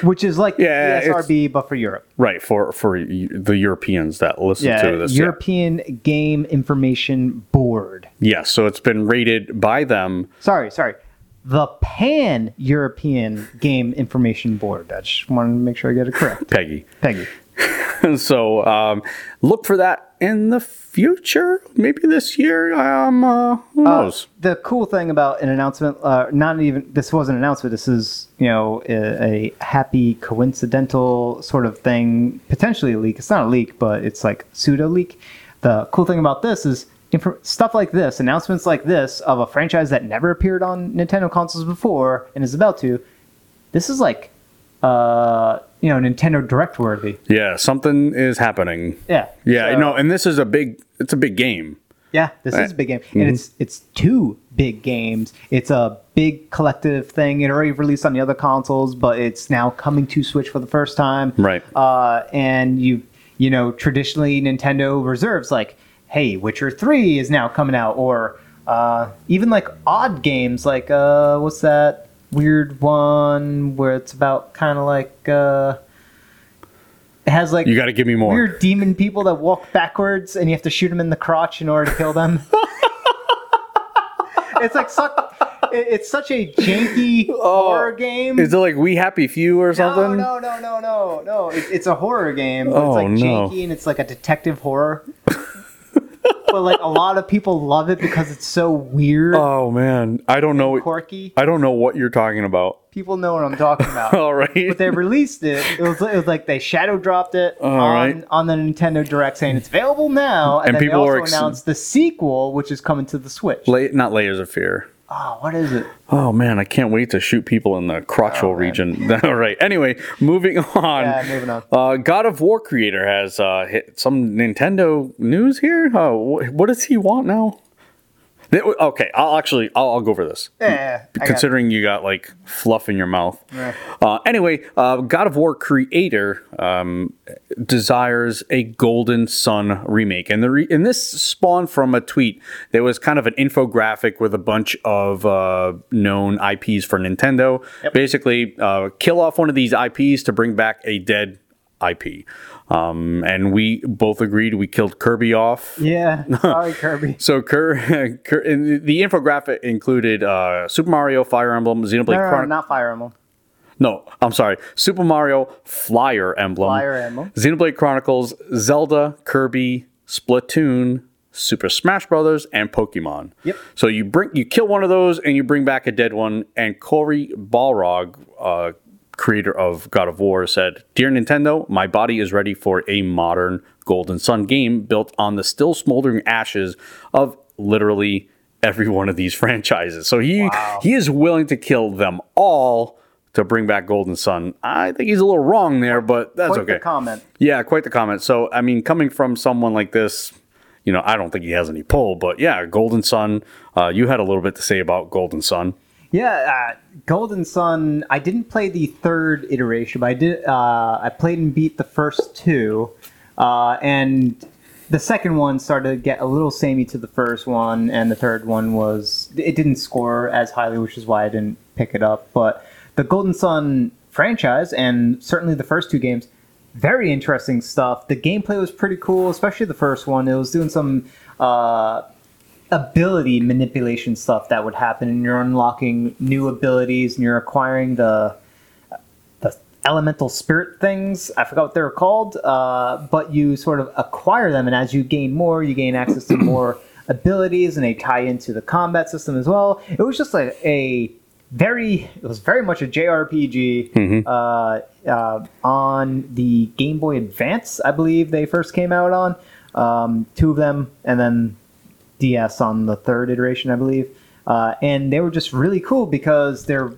which is like
Yeah,
the SRB but for Europe.
right for for y- the Europeans that listen to this. yeah.
European Game Information Board.
Yes, so it's been rated by them.
Sorry, sorry. The Pan European Game Information Board. I just wanted to make sure I get it correct.
Peggy.
Peggy.
so um, look for that in the future, maybe this year. Um, uh, who knows?
the cool thing about an announcement, uh, not even this was an announcement. This is you know a, a happy coincidental sort of thing, potentially a leak. It's not a leak, but it's like pseudo leak. The cool thing about this is infor- stuff like this, announcements like this of a franchise that never appeared on Nintendo consoles before and is about to. This is like, uh, you know, Nintendo Direct worthy.
Yeah, something is happening.
Yeah.
Yeah,
So-
no, and this is a big. It's a big game.
Yeah, this is a big game, and it's it's two big games. It's a big collective thing. It already released on the other consoles, but it's now coming to Switch for the first time.
Right.
Uh, and you you know traditionally Nintendo reserves like, hey, Witcher Three is now coming out, or uh, even like odd games like uh, what's that weird one where it's about kind of like uh, it has like
You got to give me more.
weird demon people that walk backwards and you have to shoot them in the crotch in order to kill them. it's like such, it- it's such a janky horror game.
Oh, Is it like We Happy Few or
no,
something?
no, no, no, no, no. It's, it's a horror game. But
Oh,
it's like
no.
janky and it's like a detective horror. but like a lot of people love it because it's so weird,
Oh man, I don't know.
quirky.
I don't know what you're talking about.
People know what I'm talking about.
All right.
But they released it. It was, it was like they shadow dropped it on,
right.
on the Nintendo Direct, saying it's available now. And,
And
then
people
they
were
also
ex-
announced the sequel, which is coming to the Switch.
La- not layers of fear.
Ah, what is it?
Oh man, I can't wait to shoot people in the crotchal
Oh, man.
region. All right. Anyway, moving on.
Yeah, moving on.
Uh, God of War creator has uh, hit some Nintendo news here. Uh, wh- what does he want now? That w- okay, I'll actually I'll, I'll go over this.
Yeah, Eh, I got it.
Considering you got like fluff in your mouth.
Yeah.
Uh, anyway, uh, God of War creator um, desires a Golden Sun remake, and the re- and this spawned from a tweet. There was kind of an infographic with a bunch of uh, known IPs for Nintendo. Basically, uh, kill off one of these IPs to bring back a dead IP. Um, and we both agreed we killed Kirby off.
Yeah, sorry Kirby.
So Cur, Cur, and the infographic included uh, Super Mario, Fire Emblem, Xenoblade
No, no, no,
Chronicles.
not Fire Emblem.
No, I'm sorry. Super Mario, Flyer Emblem,
Flyer Emblem.
Xenoblade Chronicles, Zelda, Kirby, Splatoon, Super Smash Brothers, and Pokemon.
Yep.
So you bring you kill one of those and you bring back a dead one. And Corey Balrog, uh, creator of God of War, said, "Dear Nintendo, my body is ready for a modern Golden Sun game built on the still smoldering ashes of literally." Every one of these franchises, so he he is willing to kill them all to bring back Golden Sun. I think he's a little wrong there, but that's
Quite
okay.
the comment.
Yeah, quite the comment. So, I mean, coming from someone like this, you know, I don't think he has any pull, but yeah, Golden Sun. Uh, you had a little bit to say about Golden Sun.
Yeah, uh, Golden Sun. I didn't play the third iteration, but I did. Uh, I played and beat the first two, uh, and the second one started to get a little samey to the first one, and the third one was it didn't score as highly, which is why I didn't pick it up. But the Golden Sun franchise, and certainly the first two games, very interesting stuff. The gameplay was pretty cool, especially the first one. It was doing some. Uh, ability manipulation stuff that would happen and you're unlocking new abilities and you're acquiring the the elemental spirit things i forgot what they were called uh, but you sort of acquire them and as you gain more you gain access to more abilities and they tie into the combat system as well it was just like a very it was very much a jrpg uh, uh, on the game boy advance i believe they first came out on um, two of them and then DS on the third iteration, I believe. Uh, and they were just really cool because they're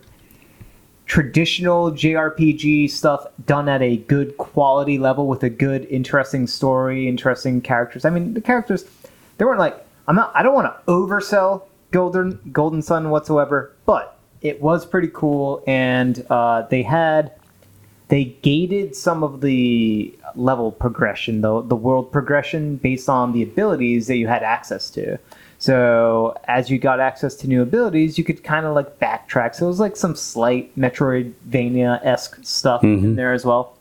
traditional JRPG stuff done at a good quality level with a good, interesting story, interesting characters. I mean, the characters they weren't like I'm not. I don't want to oversell Golden Golden Sun whatsoever, but it was pretty cool, and uh, they had they gated some of the level progression, the the world progression, based on the abilities that you had access to. So as you got access to new abilities, you could kind of like backtrack. So it was like some slight Metroidvania esque stuff
Mm-hmm.
in there as well.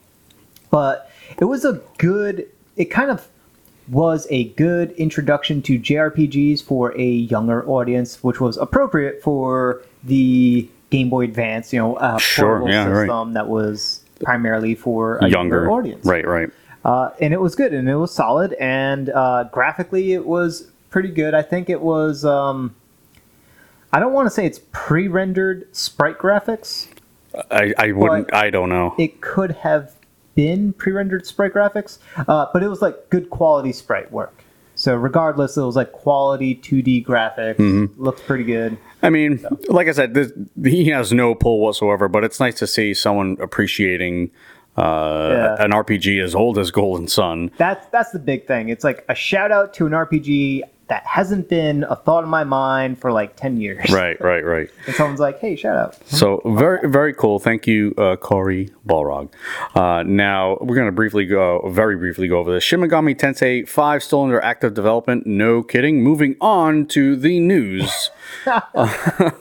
But it was a good. It kind of was a good introduction to JRPGs for a younger audience, which was appropriate for the Game Boy Advance, you know, uh,
Sure,
portable
yeah, right.
system um, that was primarily for a younger, audience.
right? Right.
Uh, and it was good and it was solid and uh, graphically it was pretty good. I think it was. Um, I don't want to say it's pre-rendered sprite graphics.
I, I wouldn't. I don't know.
It could have been pre-rendered sprite graphics, uh, but it was like good quality sprite work. So regardless, it was like quality 2D graphics. Looked pretty good.
I mean, like I said, this, he has no pull whatsoever. But it's nice to see someone appreciating uh,
Yeah.
an RPG as old as Golden Sun.
that's that's the big thing. It's like a shout out to an RPG that hasn't been a thought in my mind for like ten years.
Right. Right. Right.
And someone's like, "Hey, shout out."
So very, very cool. Thank you, uh, Corey Balrog. Uh, now we're going to briefly go, very briefly go over this. Shin Megami Tensei 5 still under active development. No kidding. Moving on to the news. Uh,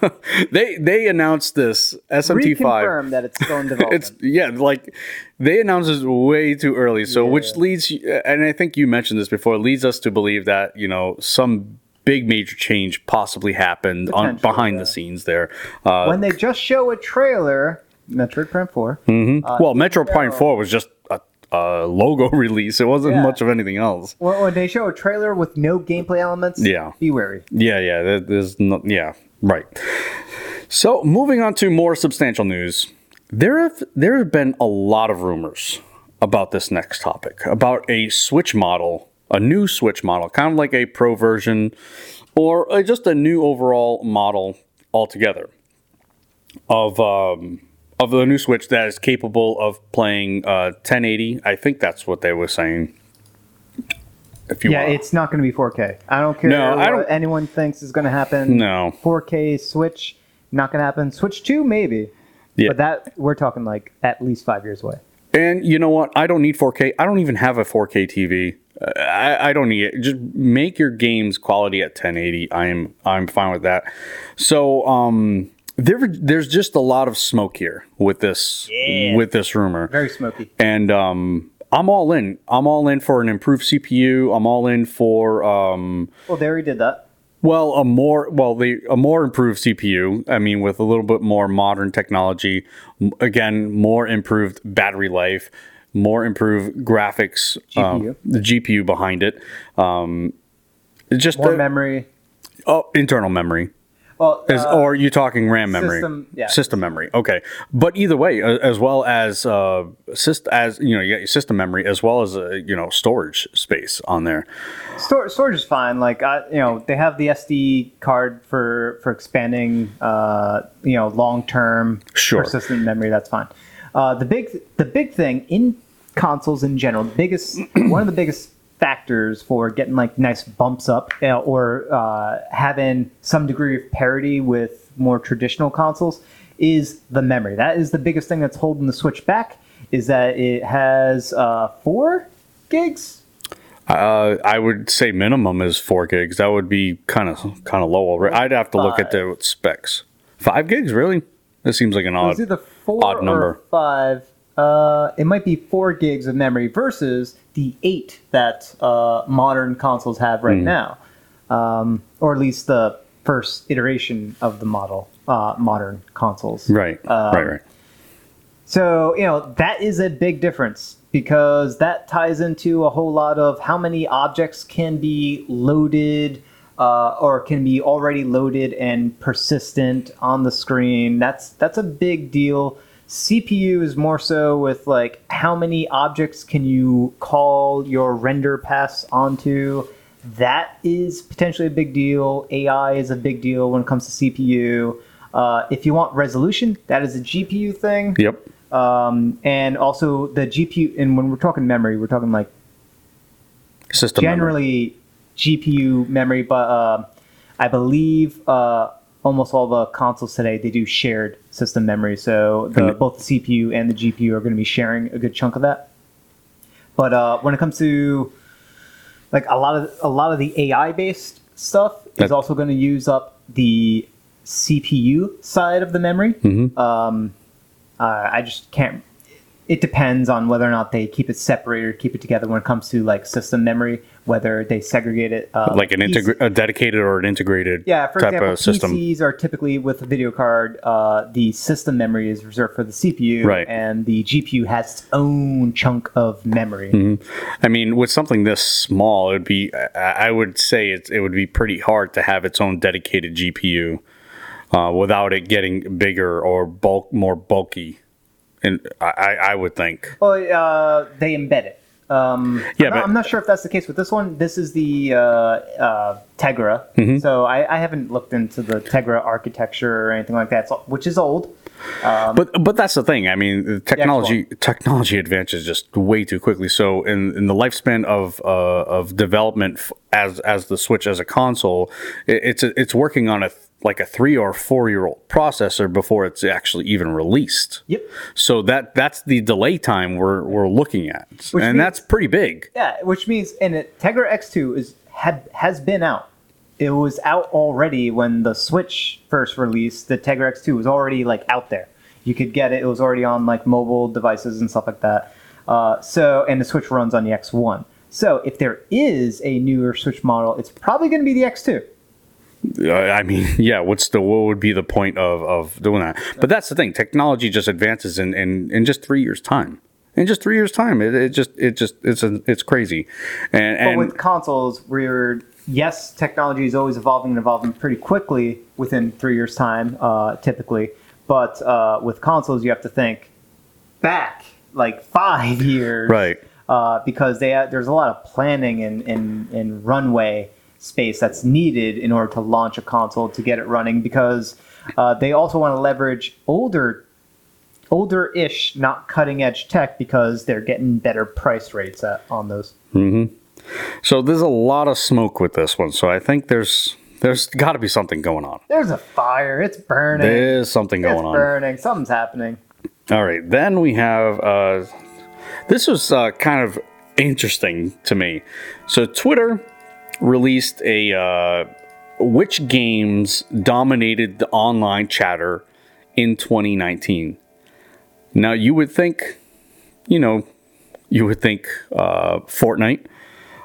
they they announced this SMT5.
Reconfirm that it's still in development.
It's yeah, like they announced this way too early. So which leads, and I think you mentioned this before, leads us to believe that you know some big major change possibly happened on
Potentially,
behind
yeah.
the scenes there. Uh,
when
Hmm.
they just show a trailer, Metroid Prime 4
well, Metro Prime Four was just a uh, logo release. It wasn't
Yeah.
much of anything else.
Well, when they show a trailer with no gameplay elements,
Yeah.
be wary.
Yeah, yeah, that- there's no, yeah, right. So moving on to more substantial news, there have there have been a lot of rumors about this next topic about a Switch model, a new Switch model, kind of like a Pro version, or uh, just a new overall model altogether of um, of the new Switch that is capable of playing uh, 1080. I think that's what they were saying. If you
Yeah,
wanna-
it's not going to be 4K. I don't care
No, I
what
don't-
anyone thinks is going to happen.
no,
4K Switch, not going to happen. Switch 2, maybe.
Yeah.
But that, we're talking like at least five years away.
And you know what? I don't need 4K. I don't even have a 4K TV. Uh, I, I don't need it. Just make your games quality at 1080. I am I'm fine with that. So um, there there's just a lot of smoke here with this
Yeah.
with this rumor
Very smoky.
and um, I'm all in. I'm all in for an improved CPU. I'm all in for um,
Well, they already did that.
well, a more well, the a more improved CPU. I mean, with a little bit more modern technology. M- Again, more improved battery life, more improved graphics,
GPU.
um, the GPU behind it. Um, just
More
the-
memory.
oh, internal memory.
Well,
Is,
uh,
or are you talking RAM memory?
system- yeah.
System memory. Okay, but either way, a- as well as uh, syst- as you know, you got your system memory as well as uh, you know storage space on there.
Stor- storage is fine. Like I, you know, they have the SD card for for expanding, uh, you know, long term
Sure.
persistent memory. That's fine. Uh, the big the big thing in consoles in general, the biggest one of the biggest factors for getting like nice bumps up you know, or uh, having some degree of parity with more traditional consoles is the memory. That is the biggest thing that's holding the Switch back. Is that it has uh, four gigs
Uh, I would say minimum is four gigs. That would be kind of kind of low already. I'd have to look at the specs. Five gigs, really? That seems like an
It
odd.
was either four
odd
or
number.
five. Uh, it might be four gigs of memory versus the eight that uh, modern consoles have
Hmm.
right now, um, or at least the first iteration of the model uh, modern consoles.
Right,
um,
right, right.
So you know that is a big difference because that ties into a whole lot of how many objects can be loaded. Uh, or can be already loaded and persistent on the screen. That's that's a big deal. CPU is more so with like how many objects can you call your render pass onto. That is potentially a big deal. AI is a big deal when it comes to CPU. Uh, if you want resolution, that is a GPU thing
Yep.
um, and also the GPU. And when we're talking memory, we're talking like
System memory.
generally GPU memory, but uh, I believe uh, almost all the consoles today they do shared system memory, so the,
And-
both the CPU and the GPU are going to be sharing a good chunk of that. But uh, when it comes to like a lot of a lot of the AI based stuff is
That-
also going to use up the CPU side of the memory.
Mm-hmm.
Um, uh, I just can't. It depends on whether or not they keep it separate or keep it together when it comes to like system memory, whether they segregate it. Uh,
like an
PC
integra- a dedicated or an integrated
yeah, for
type
example,
of system.
PCs are typically with a video card. Uh, the system memory is reserved for the CPU,
Right.
and the GPU has its own chunk of memory.
Mm-hmm. I mean, with something this small, it'd be I I would say it's, it would be pretty hard to have its own dedicated GPU uh, without it getting bigger or bulk more bulky. And I, I I would think.
Well, uh, they embed it. Um,
Yeah,
I'm, not,
but-
I'm not sure if that's the case with this one. This is the uh, uh, Tegra,
Mm-hmm.
so I, I haven't looked into the Tegra architecture or anything like that, so, which is old.
But but that's the thing. I mean, the technology technology advances just way too quickly. So in, in the lifespan of uh, of development f- as as the Switch as a console, it, it's a, it's working on a th- like a three or four year old processor before it's actually even released.
Yep.
So that that's the delay time we're we're looking at,
Which
and
means-
that's pretty big.
Yeah, which means and it, Tegra X2 is had has been out. It was out already when the Switch first released. The Tegra X2 was already like out there. You could get it. It was already on like mobile devices and stuff like that. Uh, so and the Switch runs on the X1. So if there is a newer Switch model, it's probably going to be the X2.
Uh, I mean, yeah. What's the what would be the point of of doing that? But that's the thing. Technology just advances in in, in just three years time. in just three years' time. It, it just it just it's a, it's crazy, and
But
and
with consoles, we're yes, technology is always evolving and evolving pretty quickly within three years' time, uh, typically. But uh, with consoles, you have to think back like five years,
Right.
Uh, because they there's a lot of planning and, and, and runway space that's needed in order to launch a console to get it running. Because uh, they also want to leverage older. Older-ish, not cutting-edge tech because they're getting better price rates at, on those.
so there's a lot of smoke with this one. So I think there's there's got to be something going on.
There's a fire. It's burning.
There's something
it's
going on.
burning. Something's happening.
All right, then we have uh, this was uh, kind of interesting to me. So Twitter released a uh, which games dominated the online chatter in 2019. Now you would think, you know, you would think uh, Fortnite.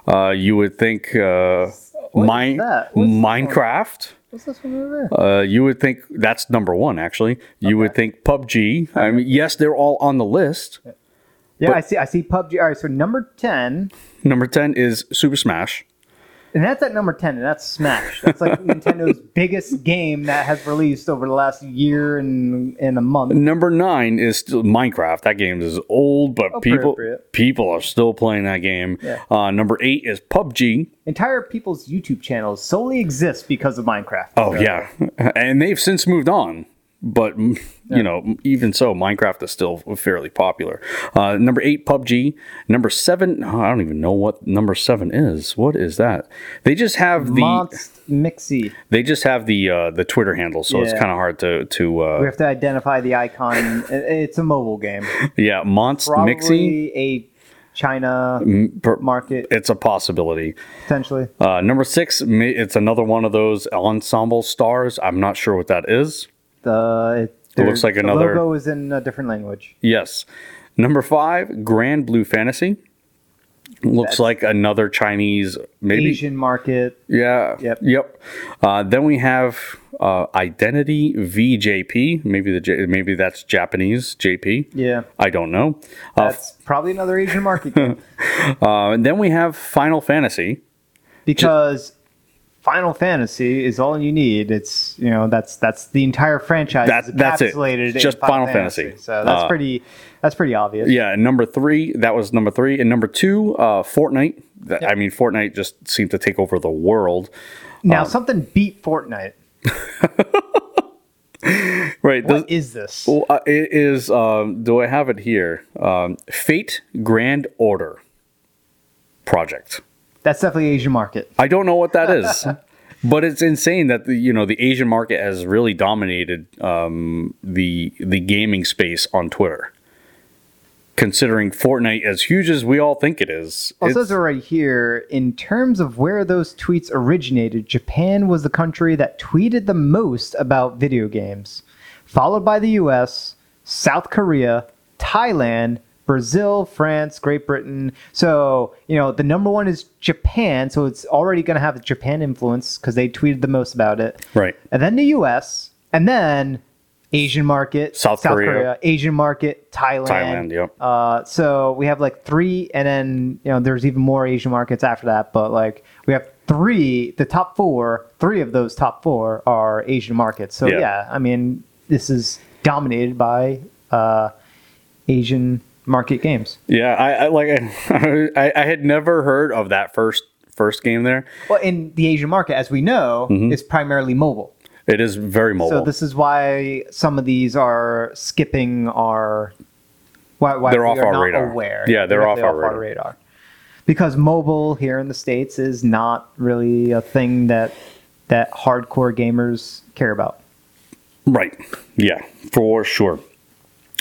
Uh, you would think uh, Mine-
that? What's
Minecraft.
What's this one over there?
Uh, you would think that's number one, actually. You would think PUBG. I mean, yes, they're all on the list.
yeah,
but-
I see. I see PUBG. All right, so number ten,
Number 10 is Super Smash.
and that's at number ten, and that's Smash. That's like Nintendo's biggest game that has released over the last year and and a month.
Number nine is still Minecraft. That game is old, but people
Appropriate.
people are still playing that game.
Yeah.
Uh, number eight is PUBG.
Entire people's YouTube channels solely exist because of Minecraft.
Oh yeah, and they've since moved on. But mm, you know, even so, Minecraft is still fairly popular. Uh, number eight, PUBG. Number seven, I don't even know what number seven is. What is that? They just have the
Monst Mixie.
They just have the uh, the Twitter handle, so it's
Yeah.
kind of hard to to
We
uh,
have to identify the icon. It- it's a mobile game.
yeah. Monts
Probably
Mixie,
a China
per-
market
it's a possibility.
potentially.
Uh, number six, ma- it's another one of those ensemble stars. I'm not sure what that is.
The it,
It looks like
the
another-
logo is in a different language.
Yes, number five, Grand Blue Fantasy. Looks like another Chinese, maybe.
Asian market.
Yeah.
Yep.
Yep. Uh, then we have uh, Identity VJP. Maybe the J- maybe that's Japanese JP.
Yeah.
I don't know. Uh,
That's probably another Asian market game
uh, and then we have Final Fantasy.
because Final Fantasy is all you need. It's you know that's that's the entire franchise.
That-
is
that's it.
encapsulated in
Just Final Fantasy.
So that's
Uh,
pretty that's pretty obvious.
Yeah, and number three, that was number three. And number two, uh, Fortnite. That, I mean, Fortnite just seemed to take over the world.
Now something beat Fortnite.
Right.
What
Does,
is this?
well, uh, it is, um, do I have it here? Um, Fate Grand Order Project.
That's definitely Asian market.
I don't know what that is. But it's insane that the you know the Asian market has really dominated um, the the gaming space on Twitter. Considering Fortnite as huge as we all think it is,
Well, it
it's-
says it right here. In terms of where those tweets originated, Japan was the country that tweeted the most about video games, followed by the U.S., South Korea, Thailand, Brazil, France, Great Britain. So you know the number one is Japan. So it's already going to have a Japan influence because they tweeted the most about it.
right.
And then the U.S. and then Asian market,
South Korea.
Asian market, Thailand.
Thailand, yep.
Uh, so we have like three, and then you know there's even more Asian markets after that. But like we have three, the top four, three of those top four are Asian markets. So
Yeah.
yeah, I mean this is dominated by uh, Asian market games.
Yeah, I, I like I, I had never heard of that first first game there.
Well, in the Asian market, as we know,
Mm-hmm.
is primarily mobile.
It is very mobile.
So this is why some of these are skipping our. Why, why
They're
we
off
are
our
not
radar.
Aware.
Yeah, they're
directly
off our radar.
Because mobile here in the states is not really a thing that that hardcore gamers care about.
right. Yeah, for sure.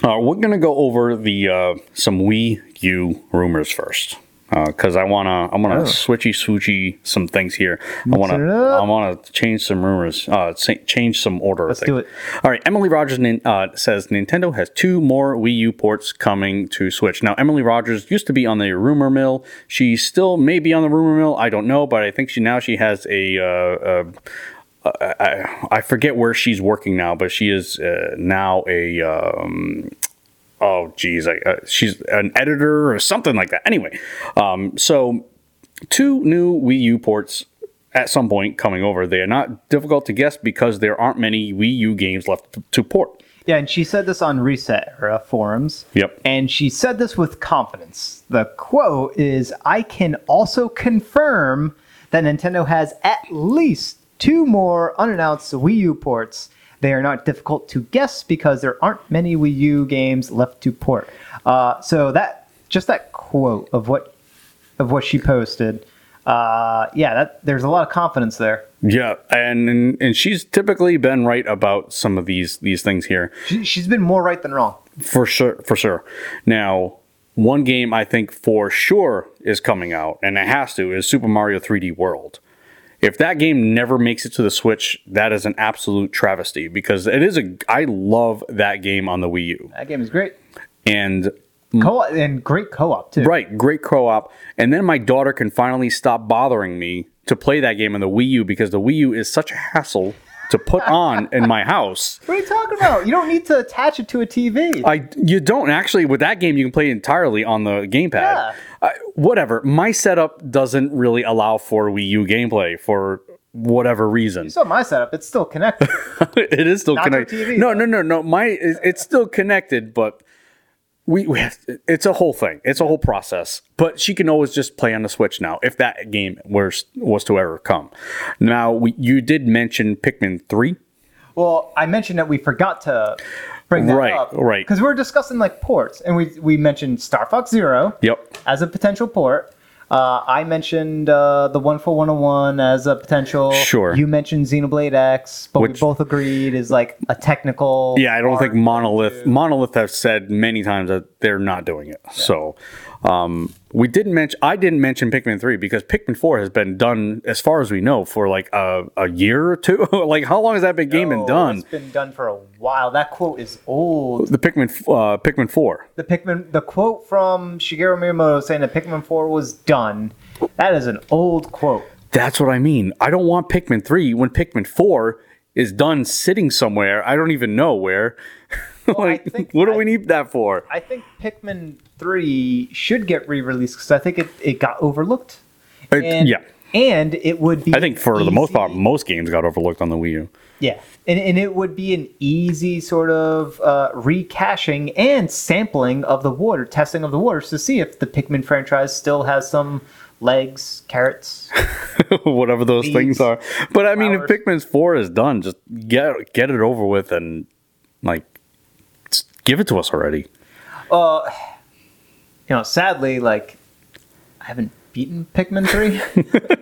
Uh, we're gonna go over the uh, some Wii U rumors first. Because I wanna, I wanna switchy swoochy some things here. I
Oh. it
wanna,
up.
I wanna change some rumors, uh, sa- change some order.
Let's
I think.
do it.
All right, Emily Rogers nin- uh, says Nintendo has two more Wii U ports coming to Switch. Now, Emily Rogers used to be on the rumor mill. She still may be on the rumor mill. I don't know, but I think she now she has a. Uh, uh, I- I, I forget where she's working now, but she is uh, now a um, oh geez, I, uh, she's an editor or something like that. Anyway, um, so two new Wii U ports at some point coming over. They are not difficult to guess because there aren't many Wii U games left to, to port.
Yeah, and she said this on Reset Era forums.
Yep.
And she said this with confidence. The quote is I can also confirm that Nintendo has at least two more unannounced Wii U ports. They are not difficult to guess because there aren't many Wii U games left to port. Uh, so that just that quote of what of what she posted. Uh, yeah, that, there's a lot of confidence there.
Yeah, and, and and she's typically been right about some of these these things here.
She, she's been more right than wrong.
for sure for sure now one game i think for sure is coming out and it has to is super mario 3d world if that game never makes it to the switch that is an absolute travesty because it is a i love that game on the wii u
That game is great.
and
Co and great co-op too.
right great co-op and then my daughter can finally stop bothering me to play that game on the wii u because the wii u is such a hassle to put on in my house
What are you talking about? You don't need to attach it to a TV.
I you don't actually with that game you can play entirely on the gamepad.
Yeah.
I- whatever. My setup doesn't really allow for Wii U gameplay for whatever reason.
so my setup, it's still connected.
it is still
Not your
connected.
TV,
no,
though.
no, no, no. My it- it's still connected, but we, we have, it's a whole thing. It's a whole process. But she can always just play on the Switch now if that game was was to ever come. Now we, you did mention Pikmin three.
well, I mentioned that we forgot to bring that
Right,
up.
right.
Because we were discussing like ports, and we we mentioned Star Fox Zero.
Yep.
As a potential port. Uh, I mentioned uh, the one for 101 as a potential.
Sure.
You mentioned Xenoblade X, but we
Which-
both agreed is like a technical.
Yeah, I don't think
art.
Monolith Monolith have said many times that they're not doing it. So um, we didn't mention I didn't mention Pikmin three because Pikmin four has been done as far as we know for like a, a year or two. like how long has that been game been
Oh,
done?
It's been done for a while. That quote is old.
The Pikmin f- uh, Pikmin four.
the Pikmin, the quote from Shigeru Miyamoto saying that Pikmin 4 was done, that is an old quote.
That's what I mean. I don't want Pikmin three when Pikmin four is done sitting somewhere. I don't even know where.
I
like,
think
what do
I-
we need that for?
I think Pikmin 3 should get re released because I think it, it got overlooked.
It-
And,
yeah,
And it would be.
I think for the most part,
easy-
most games got overlooked on the Wii U.
Yeah. And, and it would be an easy sort of uh, recaching and sampling of the water, testing of the waters to see if the Pikmin franchise still has some legs, carrots.
whatever those
Leaves,
things are. But I mean, if
flowers.
Pikmin's four is done, just get get it over with and like s- give it to us already.
Uh, you know, sadly, like I haven't beaten Pikmin three,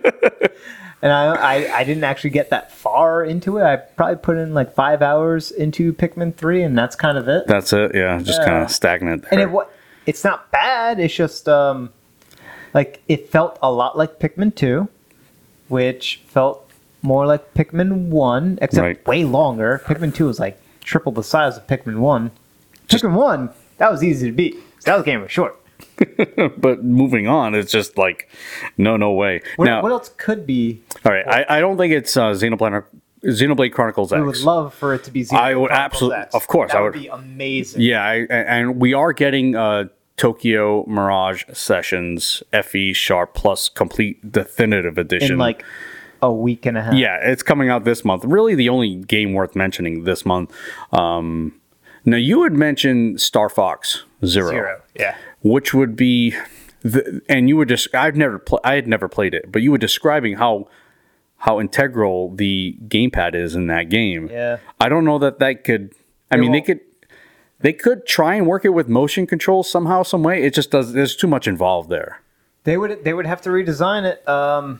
and I, I I didn't actually get that far into it. I probably put in like five hours into Pikmin three, and that's kind of it.
That's it. Yeah, just
Yeah.
kind of stagnant.
and
There.
it what it's not bad. It's just um, like it felt a lot like Pikmin two, which felt more like Pikmin one, except
Right.
way longer. Pikmin two was like triple the size of Pikmin one. Pikmin one that was easy to beat. That was game was short.
but moving on, it's just like no, no way.
What,
now,
what else could be?
all right, I, I don't think it's uh, Xenoblade Xenoblade Chronicles X.
We would love for it to be. Xenoblade
I would
Chronicles
absolute-
X.
of course,
that
I
would
would-
be amazing.
Yeah, I, a- and we are getting uh, Tokyo Mirage Sessions FE Sharp Plus Complete Definitive Edition
in like a week and a half.
Yeah, it's coming out this month. Really, the only game worth mentioning this month. Um, now, you had mentioned Star Fox Zero,
zero. Yeah,
which would be, the, and you were just I've never pl- I had never played it, but you were describing how how integral the gamepad is in that game.
Yeah.
I don't know that that could. I mean,
won't-
they could. They could try and work it with motion control somehow, some way. It just does. There's too much involved there.
they would. They would have to redesign it. Um,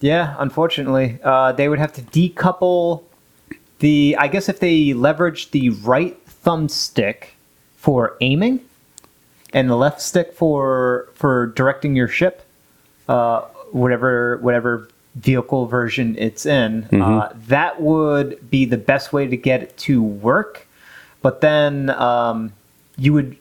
yeah, unfortunately, uh, they would have to decouple the. I guess if they leveraged the right thumbstick for aiming, and the left stick for for directing your ship, uh, whatever whatever vehicle version it's in. Uh, that would be the best way to get it to work. But then um, you would.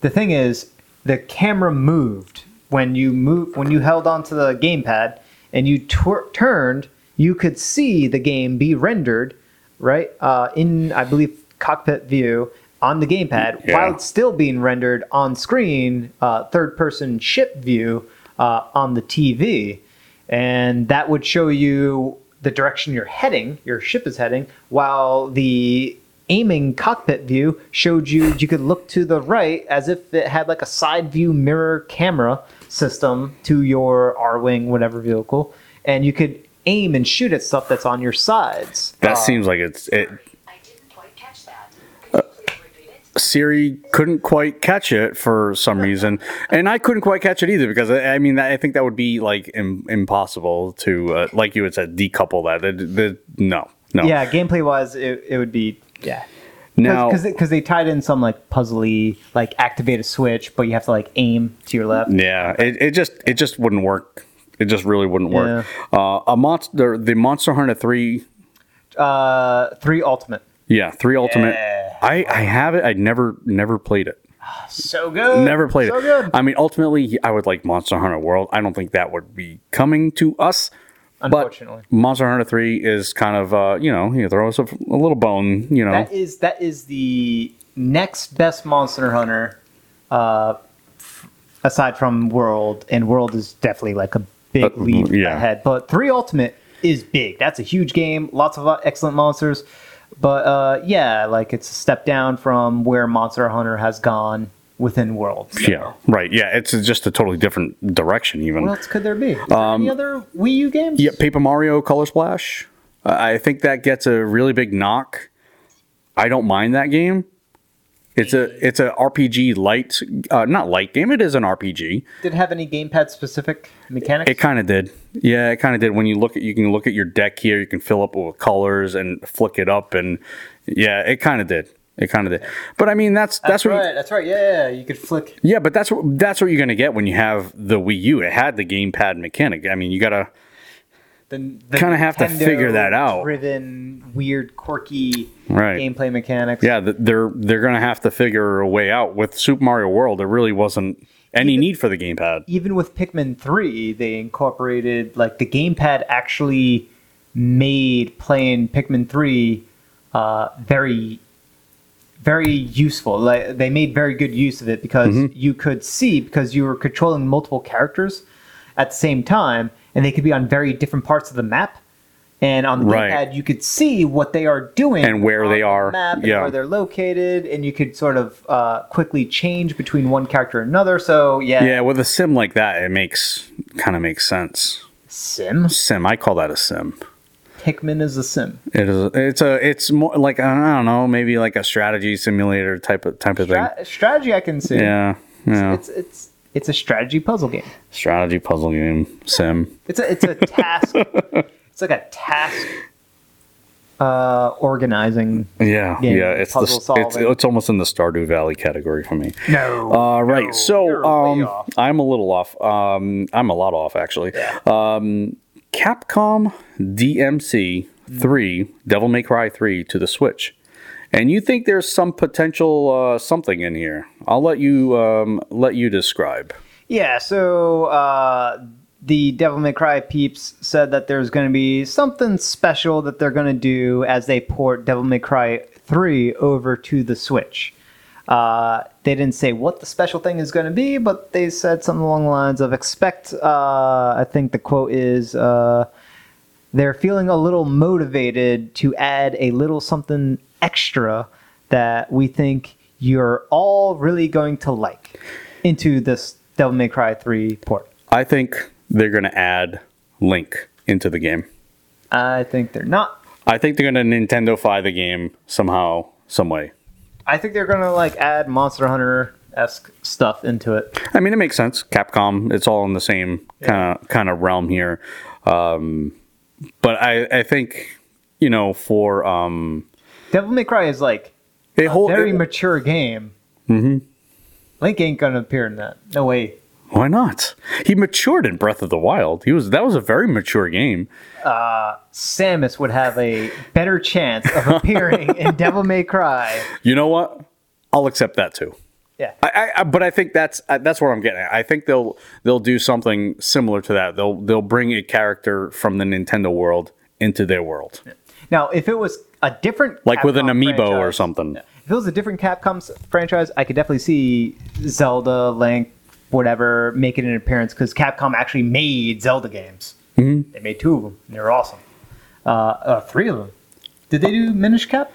The thing is, the camera moved when you move when you held onto the gamepad and you twir- turned. You could see the game be rendered, right? Uh, in I believe cockpit view on the gamepad
Yeah.
while it's still being rendered on screen, uh, third person ship view uh, on the TV. And that would show you the direction you're heading, your ship is heading, while the aiming cockpit view showed you you could look to the right as if it had like a side view mirror camera system to your R Wing, whatever vehicle. And you could aim and shoot at stuff that's on your sides.
That seems like it's it. Uh,
I didn't quite catch that. Could you please repeat it?
Siri couldn't quite catch it for some reason, and I couldn't quite catch it either because I, I mean I think that would be like Im- impossible to uh, like you had said decouple that. The- the- no, no.
Yeah, gameplay wise, it, it would be yeah.
Now,
Because because they tied in some like puzzly like activate a switch, but you have to like aim to your left.
Yeah, it, it just it just wouldn't work. It just really wouldn't work. Uh, a monster, the Monster Hunter Three,
Uh, three ultimate.
yeah, Three Ultimate.
Yeah.
I I have it. I never never played it.
So good.
Never played
so
it.
Good.
I mean, ultimately, I would like Monster Hunter World. I don't think that would be coming to us.
Unfortunately.
but Monster Hunter Three is kind of uh, you know you throw us a, a little bone. You know,
That is that is the next best Monster Hunter, uh, f- aside from World, and World is definitely like a big
Uh,
leap
yeah.
ahead. But three Ultimate is big. That's a huge game. Lots of uh, excellent monsters, but uh, yeah, like it's a step down from where Monster Hunter has gone within World. So
yeah, right, yeah. It's just a totally different direction, even.
What else could there be? Is there
Um,
any other Wii U games?
Yeah, Paper Mario Color Splash. I I think that gets a really big knock. I don't mind that game. It's a it's a RPG light, uh, not light game. It is an RPG.
Did it have any gamepad specific mechanics?
It kind of did. Yeah, it kind of did. When you look at, you can look at your deck here. You can fill up with colors and flick it up, and yeah, it kind of did. It kind of did. But I mean, that's that's,
that's
what. you-
right. That's right. Yeah, you could flick.
yeah, but that's what that's what you're gonna get when you have the Wii U. It had the gamepad mechanic. I mean, you gotta.
the, the
Kinda have to figure that out.
Driven, weird, quirky
Right.
gameplay mechanics.
yeah, th- they're they're gonna have to figure a way out with Super Mario World. There really wasn't any need for the gamepad.
Even with Pikmin three, they incorporated like the gamepad actually made playing Pikmin three uh, very very useful. Like they made very good use of it because
Mm-hmm.
you could see because you were controlling multiple characters at the same time, and they could be on very different parts of the map. And on the
Right.
gamepad, you could see what they are doing
And where
on
they
the
are,
map and
yeah.
where they're located, and you could sort of uh, quickly change between one character and another. So yeah,
Yeah, with a sim like that, it makes kind of makes sense.
sim
Sim, I call that a sim.
Pikmin is a sim.
It is. It's a. It's more like I don't know, maybe like a strategy simulator type of type of thing.
Stra- strategy, I can see.
Yeah, yeah.
It's it's it's a strategy puzzle game.
strategy puzzle game sim.
It's a it's a task. it's like a task uh, organizing.
Yeah,
Game,
yeah. It's
puzzle
the. It's,
solving.
it's almost in the Stardew Valley category for me.
No.
All right, so
you're way
um,
off.
I'm a little off. Um, I'm a lot off actually. Um, Capcom DMC three, Devil May Cry three to the Switch, and you think there's some potential uh, something in here? I'll let you um, let you describe.
Yeah, so uh, the Devil May Cry peeps said that there's going to be something special that they're going to do as they port Devil May Cry 3 over to the Switch. Uh, they didn't say what the special thing is going to be, but they said something along the lines of expect, uh, I think the quote is. Uh, they're feeling a little motivated to add a little something extra that we think you're all really going to like into this Devil May Cry 3 port.
I think they're going to add Link into the game.
I think they're not.
I think they're going to Nintendo-fy the game somehow, some way.
I think they're going to like add Monster Hunter esque stuff into it.
I mean, it makes sense. Capcom, it's all in the same kind of kind of realm here. Um, but I, I think you know for um,
Devil May Cry is like
it hold,
very
it-
mature game. Mm-hmm. Link ain't going to appear in that. No way.
why not? He matured in Breath of the Wild. He was that was a very mature game.
Samus would have a better chance of appearing in Devil May Cry.
You know what? I'll accept that too.
Yeah.
I, I, I- but I think that's I- that's what I'm getting. at. I think they'll they'll do something similar to that. They'll they'll bring a character from the Nintendo world into their world,
Now, if it was a different
like with an
Capcom
amiibo or
franchise-
something.
If it was a different Capcom s- franchise, I could definitely see Zelda, Link, whatever, making an appearance because Capcom actually made Zelda games. Mm-hmm. They made two of them. They were awesome. Uh, uh, three of them. Did they do Minish Cap?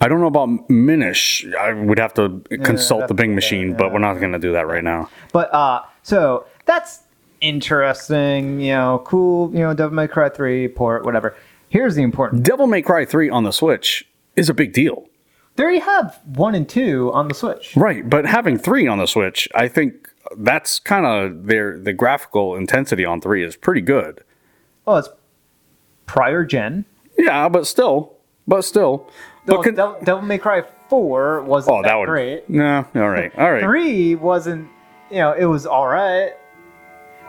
I don't know about Minish. I would have to consult
that's
the Bing
okay,
machine,
yeah.
but we're not going to do that right now.
But uh, so that's interesting. You know, cool. You know, Devil May Cry three port, whatever. Here's the important.
Devil May Cry 3 on the Switch is a big deal.
There you have one and two on the Switch.
Right, but having 3 on the Switch, I think that's kind of their the graphical intensity on 3 is pretty good.
Oh, it's prior gen.
Yeah, but still, but still.
Well,
But con-
Devil, Devil May Cry four wasn't
oh,
that,
that would
great.
No, all right. All right.
Three wasn't. You know, it was all right.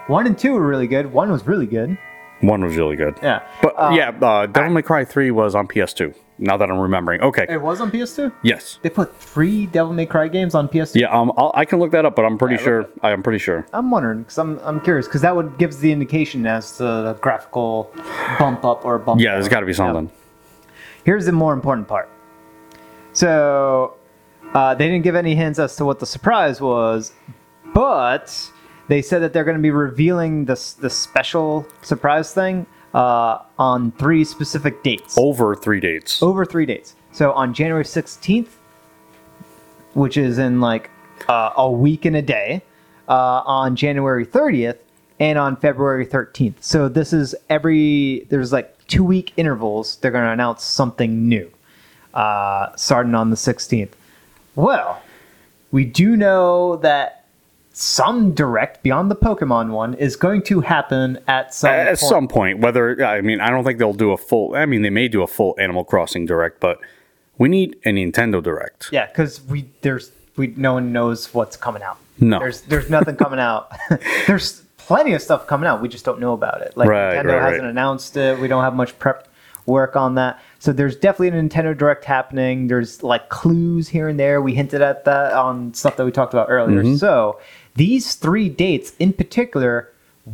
One and two were really good. One was really good.
One was really good.
Yeah.
But yeah, uh, Devil May Cry 3 was on PS2. Now that I'm remembering. Okay.
It was on PS2.
yes.
They put three Devil May Cry games on PS2.
Yeah, um, I'll, I can look that up, but I'm pretty sure. I'm pretty sure.
I'm wondering because I'm I'm curious because that would gives the indication as to the graphical bump up or bump.
Yeah, there's
down.
got to be something.
Here's the more important part. So uh, they didn't give any hints as to what the surprise was, but they said that they're going to be revealing this the special surprise thing uh, on three specific dates
Over three dates.
over three dates. So on January 16th, which is in like uh, a week and a day, uh, on January 30th, and on February 13th. So this is every, there's like two week intervals. They're going to announce something new uh, starting on the 16th. Well, we do know that some direct beyond the Pokemon one is going to happen at some
At
point.
some point, whether I mean, I don't think they'll do a full. I mean, they may do a full Animal Crossing direct, but we need a Nintendo direct.
Yeah, because we there's we no one knows what's coming out.
No.
there's there's nothing coming out. there's plenty of stuff coming out. We just don't know about it. Like
Right,
Nintendo
right, right.
hasn't announced it. We don't have much prep work on that. So there's definitely a Nintendo Direct happening. There's like clues here and there. We hinted at that on stuff that we talked about earlier.
Mm-hmm.
So these three dates in particular,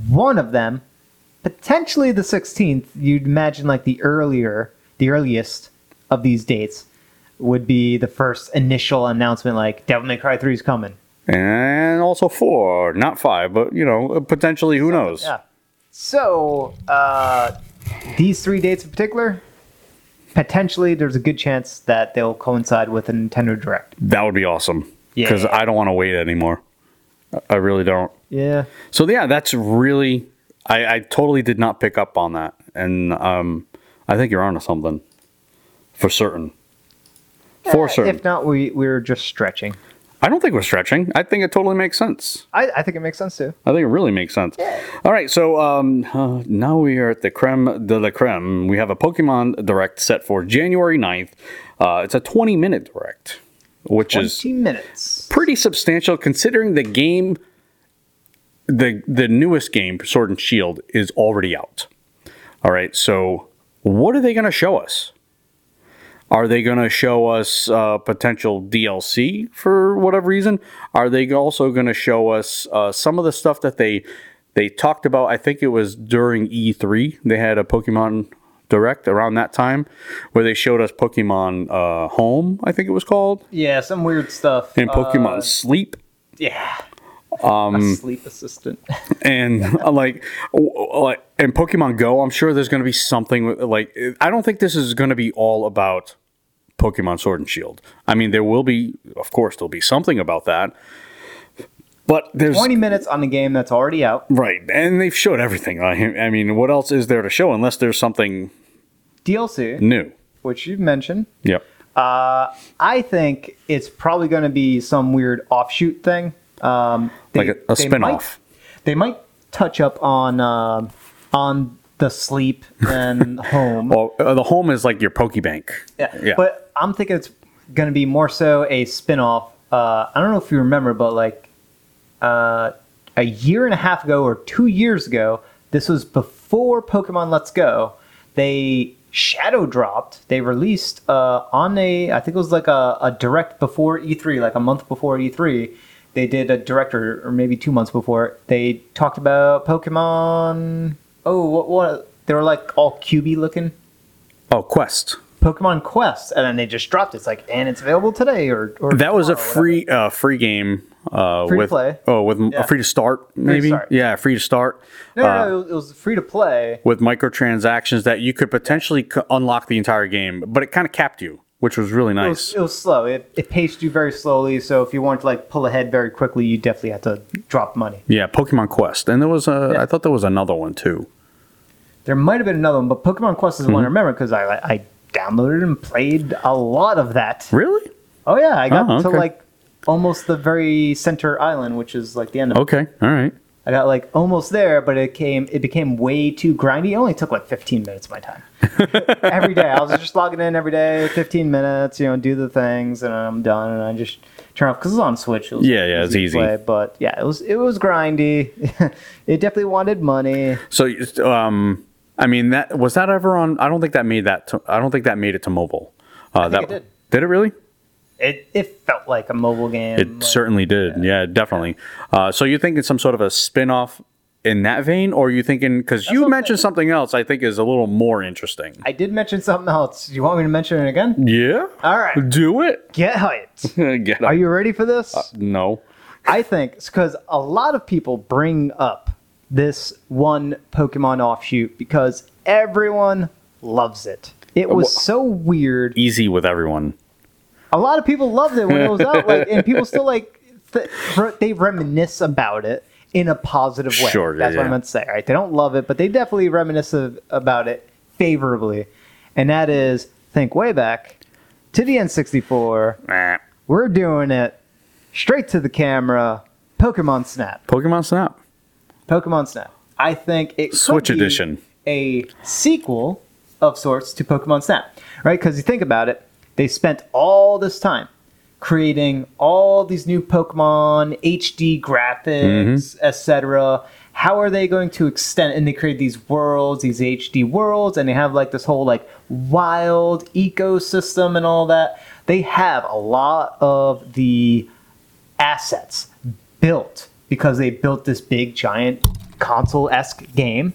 one of them potentially the 16th you'd imagine like the earlier the earliest of these dates would be the first initial announcement like devil may cry 3 is coming
And also four, not five, but you know, uh, potentially, who knows?
yeah so uh, these three dates in particular potentially there's a good chance that they'll coincide with a nintendo direct
That would be awesome.
Yeah.
Because I don't want to wait anymore. I- I really don't.
yeah
So yeah, that's really. I, I totally did not pick up on that, and um, I think you're onto something, for certain. For certain.
Uh, if not we we're just stretching
I don't think we're stretching. I think it totally makes sense.
i, I think it makes sense too
I think it really makes sense. All right, so um, uh, now we are at the creme de la creme. We have a Pokemon Direct set for January 9th. Uh, it's a 20 minute Direct, which is
20 minutes
pretty substantial considering the game, the, the newest game, Sword and Shield, is already out. All right, so what are they going to show us? Are they going to show us uh, potential DLC for whatever reason? Are they also going to show us uh, some of the stuff that they they talked about? I think it was during E3. They had a Pokemon Direct around that time where they showed us Pokemon uh, Home, I think it was called,
yeah some weird stuff
and
Uh,
Pokemon Sleep.
yeah um a sleep assistant
and uh, like w- w- like and Pokemon Go, I'm sure there's going to be something with- like I don't think this is going to be all about Pokemon Sword and Shield. I mean, there will be, of course, there'll be something about that, but there's
20 minutes on the game that's already out.
right, and they've showed everything. I, I mean, what else is there to show unless there's something
DLC,
new?
which you've mentioned.
Yep.
I think it's probably going to be some weird offshoot thing. Um, they-
Like a- a
they
spin-off.
might- They might touch up on um on the sleep and home.
Well, uh, the home is like your Pokebank.
yeah.
yeah.
But I'm thinking it's going to be more so a spin-off. Uh, I don't know if you remember, but like uh, a year and a half ago or two years ago, this was before Pokemon Let's Go. They shadow dropped. They released uh, on a I think it was like a, a direct before E3, like a month before E3. They did a direct or, or maybe two months before. They talked about Pokemon. Oh, what what? They were like all cubey looking.
Oh, Quest.
Pokemon Quest, and then they just dropped it. It's like, and it's available today or, or
That was a
tomorrow, Oh, whatever.
free uh, free game. Uh,
Free to
with,
play.
Oh, with
Yeah.
free to start
to
maybe.
start.
Yeah, free to start.
No,
uh,
no, no, it was free to play.
with microtransactions that you could potentially c- unlock the entire game, but it kind of capped you, which was really
It
nice.
was, it was slow. It, it paced you very slowly. So if you wanted to like pull ahead very quickly, you definitely had to drop money.
yeah, Pokemon Quest, and there was a. I
Yeah.
thought there was another one too.
There might have been another one, but Pokemon Quest is the one I
Mm-hmm.
remember because I I downloaded and played a lot of that.
Really?
Oh yeah, I got
Mm. Oh,
to
okay.
like almost the very center island, which is like the end of it.
Okay. All right.
I got like almost there, but it came it became way too grindy. It only took like 15 minutes of my time. every day I was just logging in every day, 15 minutes, you know, do the things, and I'm done, and I just turn off because it's on Switch. It was
Yeah, yeah, it's
to
easy.
play, but yeah, it was it was grindy. it definitely wanted money.
So, you- um, I mean, that was that ever on? I don't think that made that. To, I don't think that made it to mobile. Uh,
think
that
it did.
it really?
It it felt like a mobile game.
It
like-
certainly did. Yeah, definitely. Uh, so you're thinking some sort of a spin-off in that vein, or are you thinking because
what
you
I'm
mentioned something else? I think is a little more interesting.
I did mention something else. Do you want me to mention it again?
yeah.
All right,
Do it.
get hyped.
Get
Are you ready for this?
Uh, No.
I think because a lot of people bring up this one Pokemon offshoot because everyone loves it. It was
Well-
so weird.
Easy with everyone.
A lot of people loved it when it was out, like, and people still like th- re- they reminisce about it in a positive way.
Sure,
that's what I
yeah.
meant to say. Right? They don't love it, but they definitely reminisce of, about it favorably, and that is think way back to the N64.
Nah.
We're doing it straight to the camera. Pokemon Snap.
Pokemon Snap.
Pokemon Snap. I think it
Switch
could be
edition.
a sequel of sorts to Pokemon Snap, right? Because you think about it, they spent all this time creating all these new Pokemon HD graphics,
Mm-hmm.
etc. How are they going to extend? And they create these worlds, these HD worlds, and they have like this whole like wild ecosystem and all that. They have a lot of the assets built because they built this big giant console esque game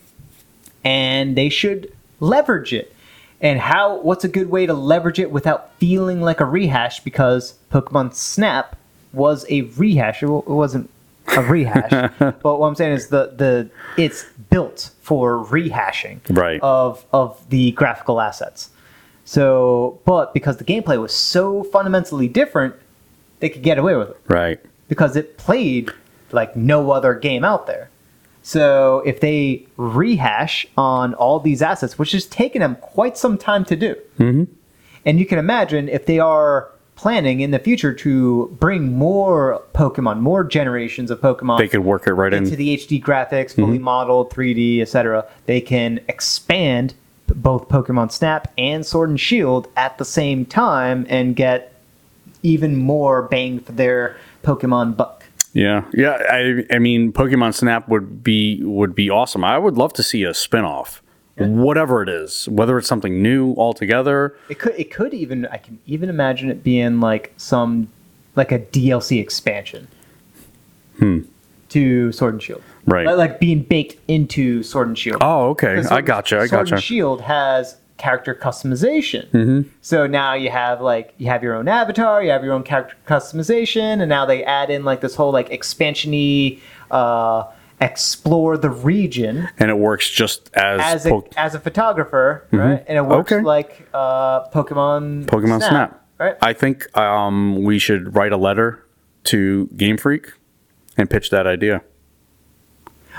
and they should leverage it. And how what's a good way to leverage it without feeling like a rehash because Pokemon Snap was a rehash. It wa- it wasn't a rehash. but what I'm saying is the the it's built for rehashing
Right.
of of the graphical assets. So, but because the gameplay was so fundamentally different, they could get away with it
Right.
because it played like no other game out there. So if they rehash on all these assets, which has taken them quite some time to do, and you can imagine if they are planning in the future to bring more Pokemon, more generations of Pokemon
They could work it right
into
in.
the HD graphics, fully modeled, 3D, etc. They can expand both Pokemon Snap and Sword and Shield at the same time and get even more bang for their Pokemon buck.
yeah. Yeah. I I mean Pokemon Snap would be would be awesome. I would love to see a spin-off. Whatever it is, whether it's something new altogether.
It could it could even I can even imagine it being like some like a DLC expansion. To Sword and Shield.
Right.
Like, like being baked into Sword and Shield.
Oh, okay.
Because
I
Sword-
gotcha. I
Sword and
gotcha. Mm-hmm.
Shield has character customization. So now you have like you have your own avatar, you have your own character customization, and now they add in like this whole like expansiony uh, explore the region
and it works just as,
as a
po- Mm-hmm.
as a photographer, right? And it works
Okay.
like uh, Pokemon
Pokemon Snap.
right?
I think um, we should write a letter to Game Freak and pitch that idea.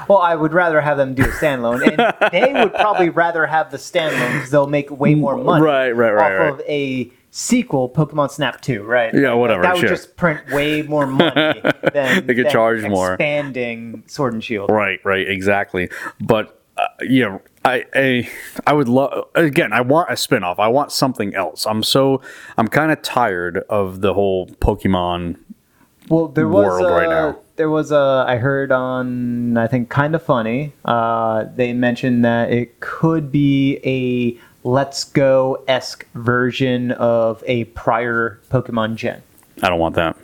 Well, I would rather have them do a standalone, and they would probably rather have the standalone because they'll make way more money.
Right, right, right,
Off
right.
of a sequel, Pokemon Snap Two, right?
Yeah, whatever,
That would
sure.
just print way more money than
They could
than
charge more.
Expanding Sword and Shield.
Right, right, exactly. But uh, yeah, I, I I would love again. I want a spin-off. I want something else. I'm so I'm kind of tired of the whole Pokemon.
Well, there was
world
uh,
right now.
There was a I heard on I think kind of funny. Uh, they mentioned that it could be a Let's Go esque version of a prior Pokemon gen.
I don't want that.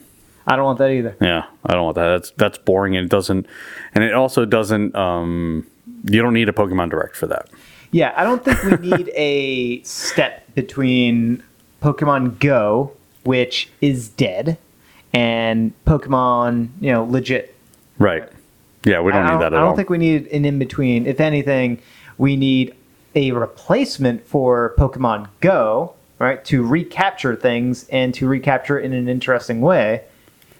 I don't want that either.
Yeah, I don't want that. That's that's boring and it doesn't and it also doesn't um you don't need a Pokemon Direct for that.
Yeah, I don't think we need a step between Pokemon Go, which is dead, and Pokemon, you know, legit.
Right. Yeah, we don't
I
need that at
I
all.
don't think we need an in between. If anything, we need a replacement for Pokemon Go, right, to recapture things and to recapture it in an interesting way.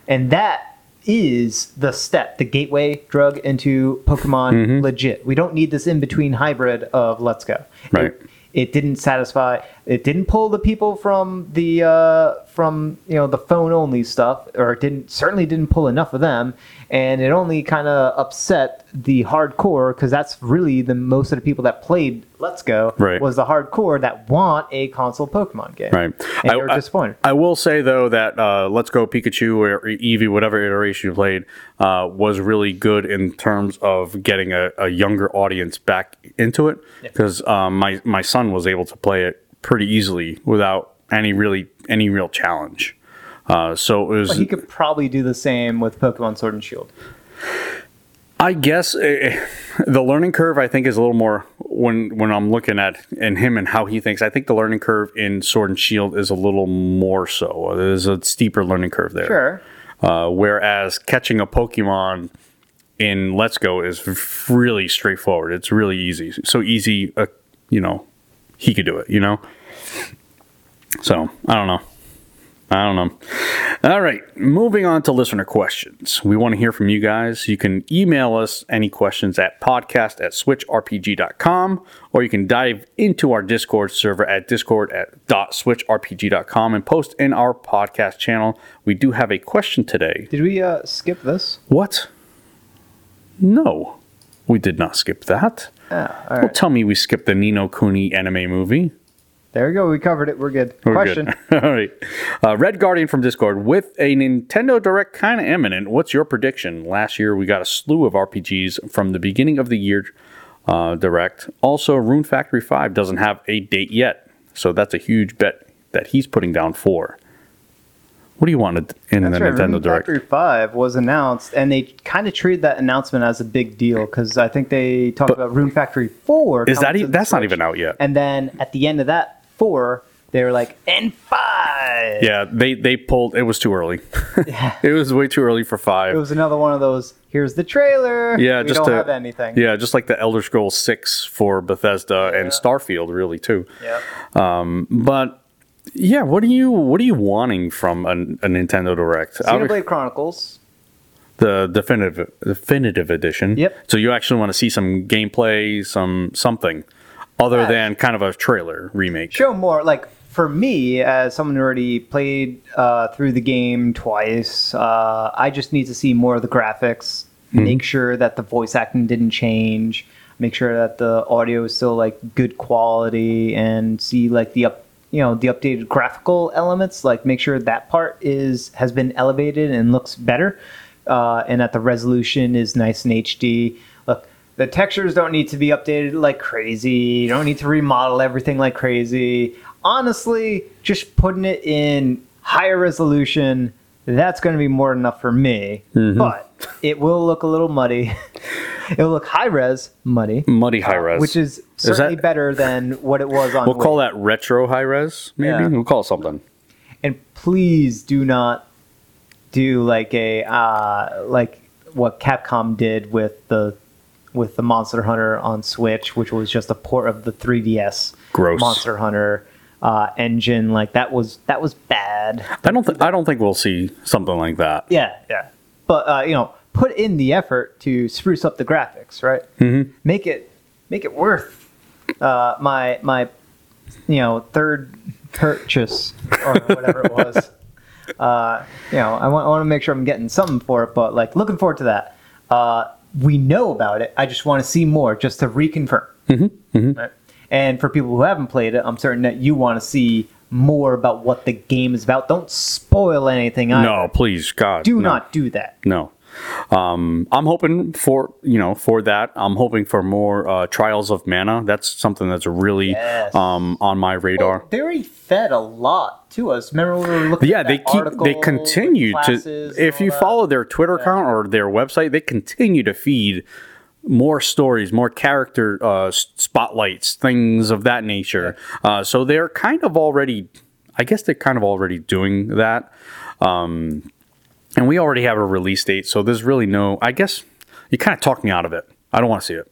And that is the step, the gateway drug into Pokemon
Mm-hmm.
legit. We don't need this in between hybrid of let's go.
Right.
It, it didn't satisfy. It didn't pull the people from the uh, from you know the phone only stuff, or it didn't certainly didn't pull enough of them, and it only kind of upset the hardcore because that's really the most of the people that played Let's Go
Right.
was the hardcore that want a console Pokemon game,
Right.
And
I-
they're
I-
disappointed.
I will say though that uh, Let's Go Pikachu or Eevee, whatever iteration you played, uh, was really good in terms of getting a, a younger audience back into it because um, my my son was able to play it pretty easily without any really any real challenge. Uh, so it was.
But he could probably do the same with Pokemon Sword and Shield.
I guess eh, the learning curve I think is a little more when when I'm looking at and him and how he thinks. I think the learning curve in Sword and Shield is a little more so. There's a steeper learning curve there.
Sure.
Uh, whereas catching a Pokemon in Let's Go is f- really straightforward. It's really easy. So easy, uh, you know, he could do it, you know? So I don't know. I don't know. All right, moving on to listener questions. We want to hear from you guys. You can email us any questions at podcast at switchrpg.com, or you can dive into our Discord server at discord at dot switchrpg.com and post in our podcast channel. We do have a question today.
Did we uh, skip this?
What? No, we did not skip that.
Ah, all
Well,
right.
tell me we skipped the Nino Cooney anime movie.
There we go. We covered it. We're good.
We're
Question.
Good. All right. Uh, Red Guardian from Discord. With a Nintendo Direct kind of imminent, what's your prediction? Last year, we got a slew of RPGs from the beginning of the year uh, Direct. Also, Rune Factory 5 doesn't have a date yet. So that's a huge bet that he's putting down for. What do you want in the Nintendo
Rune
Direct?
Factory Five was announced, and they kind of treated that announcement as a big deal because I think they talked about Rune Factory Four.
Is that
coming
e-
to the
that's not
Switch.
even out yet?
And then at the end of that four, they were like, "And five.
Yeah, they they pulled. It was too early. it was way too early for five.
It was another one of those. Here's the trailer.
yeah,
we
just
don't
to-
have anything.
Yeah, just like the Elder Scrolls Six for Bethesda and Starfield, really too.
Yeah.
But yeah, what are you what are you wanting from a, a Nintendo Direct? I would-
Xenoblade Chronicles.
the definitive definitive edition.
Yep.
So you actually want to see some gameplay, some something other
Yeah.
than kind of a trailer remake.
show more like for me as someone who already played uh, through the game twice uh, i just need to see more of the graphics make sure that the voice acting didn't change make sure that the audio is still like good quality and see like the up you know the updated graphical elements like make sure that part is has been elevated and looks better uh, and that the resolution is nice and hd look the textures don't need to be updated like crazy. You don't need to remodel everything like crazy. Honestly, just putting it in higher resolution, that's going to be more than enough for me.
Mm-hmm.
But it will look a little muddy. It'll look high res muddy,
Muddy high res.
which is
that-
certainly better than what it was on.
we'll call that retro high res. Maybe
Yeah.
we'll call it something.
And please do not do like a uh, like what Capcom did with the with the Monster Hunter on Switch, which was just a port of the 3DS
Gross.
Monster Hunter uh, engine. Like that was that was bad.
I don't think I don't think we'll see something like that.
Uh, Yeah, yeah. But uh, you know, put in the effort to spruce up the graphics, right? Mm-hmm. Make it make it worth uh, my my you know third purchase or whatever it was. Uh, you know, I want I want to make sure I'm getting something for it, but like looking forward to that. Uh, we know about it. I just want to see more, just to reconfirm. Right. And for people who haven't played it, I'm certain that you want to see more about what the game is about. Don't spoil anything. either
No, please, God,
do
no.
not do that.
No. Um, I'm hoping for you know for that. I'm hoping for more uh, trials of mana. That's something that's really
Yes.
um, on my radar.
They already fed a lot to us. Remember when we were looking.
yeah,
at
they
that
keep
article
they
with
continue
classes
to.
and
If
all
you
that?
follow their Twitter account or their website, they continue to feed more stories, more character uh, s- spotlights, things of that nature. Uh, so they're kind of already, I guess they're kind of already doing that. Um, and we already have a release date, so there's really no. I guess you kind of talked me out of it. I don't want to see it.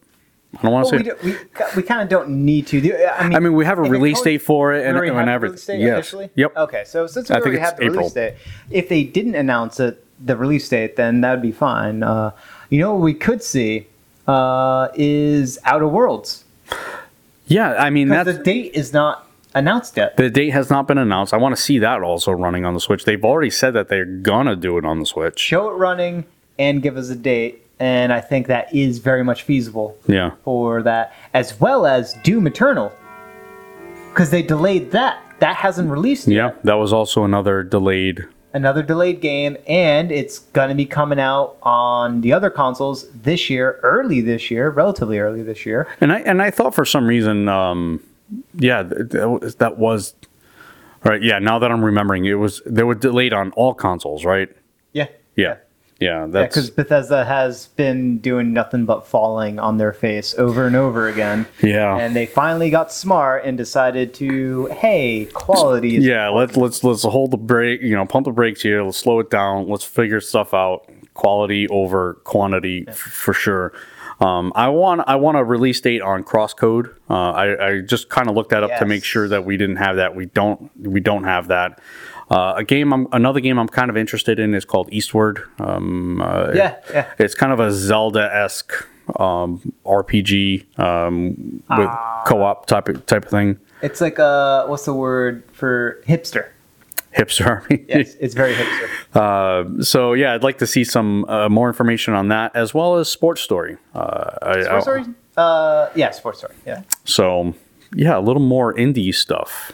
I don't want to
Well, we,
see it.
don't- we, we kind of don't need to. The- uh, I mean,
I mean, we have a
if it
release
goes-
date for it and,
We already
and
have the
everything.
release date
yes.
officially? Oh.
Yep.
Okay, so since we
I think
already
it's
have the
April.
release date, if they didn't announce it, the release date, then that would be fine. Uh, you know what we could see uh, is Outer Worlds.
Yeah. I mean,
'Cause
that's
the date is not announced yet.
The date has not been announced. I want to see that also running on the Switch. They've already said that they're gonna do it on the Switch.
Show it running and give us a date, and I think that is very much feasible
Yeah.
for that, as well as Doom Eternal, because they delayed that. That hasn't released yet.
Yeah, that was also another delayed.
another delayed game, and it's gonna be coming out on the other consoles this year, early this year, relatively early this year.
And I and I thought for some reason, um, yeah, th- that was- that was right. Yeah, now that I'm remembering, it was they were delayed on all consoles, right?
Yeah,
Yeah, yeah, that's
because Bethesda has been doing nothing but falling on their face over and over again.
Yeah.
and they finally got smart and decided to, hey, quality. Is
yeah. Let's let's let's hold the brake. You know, pump the brakes here. Let's slow it down. Let's figure stuff out. Quality over quantity f- for sure. Um, I want I want a release date on Crosscode. Uh, I, I just kind of looked that up to make
Yes.
sure that we didn't have that. We don't we don't have that. Uh, a game, I'm, another game I'm kind of interested in is called Eastward. Um, uh,
Yeah, yeah.
it's kind of a Zelda esque um, RPG um, with
Ah.
co op type of, type of thing.
It's like uh, what's the word for hipster?
Hipster Army.
Yes, it's very hipster.
Uh, so yeah, I'd like to see some uh, more information on that as well as sports story. Uh, I- I-
Sports story? Uh, yeah, sports story. Yeah.
So yeah, a little more indie stuff,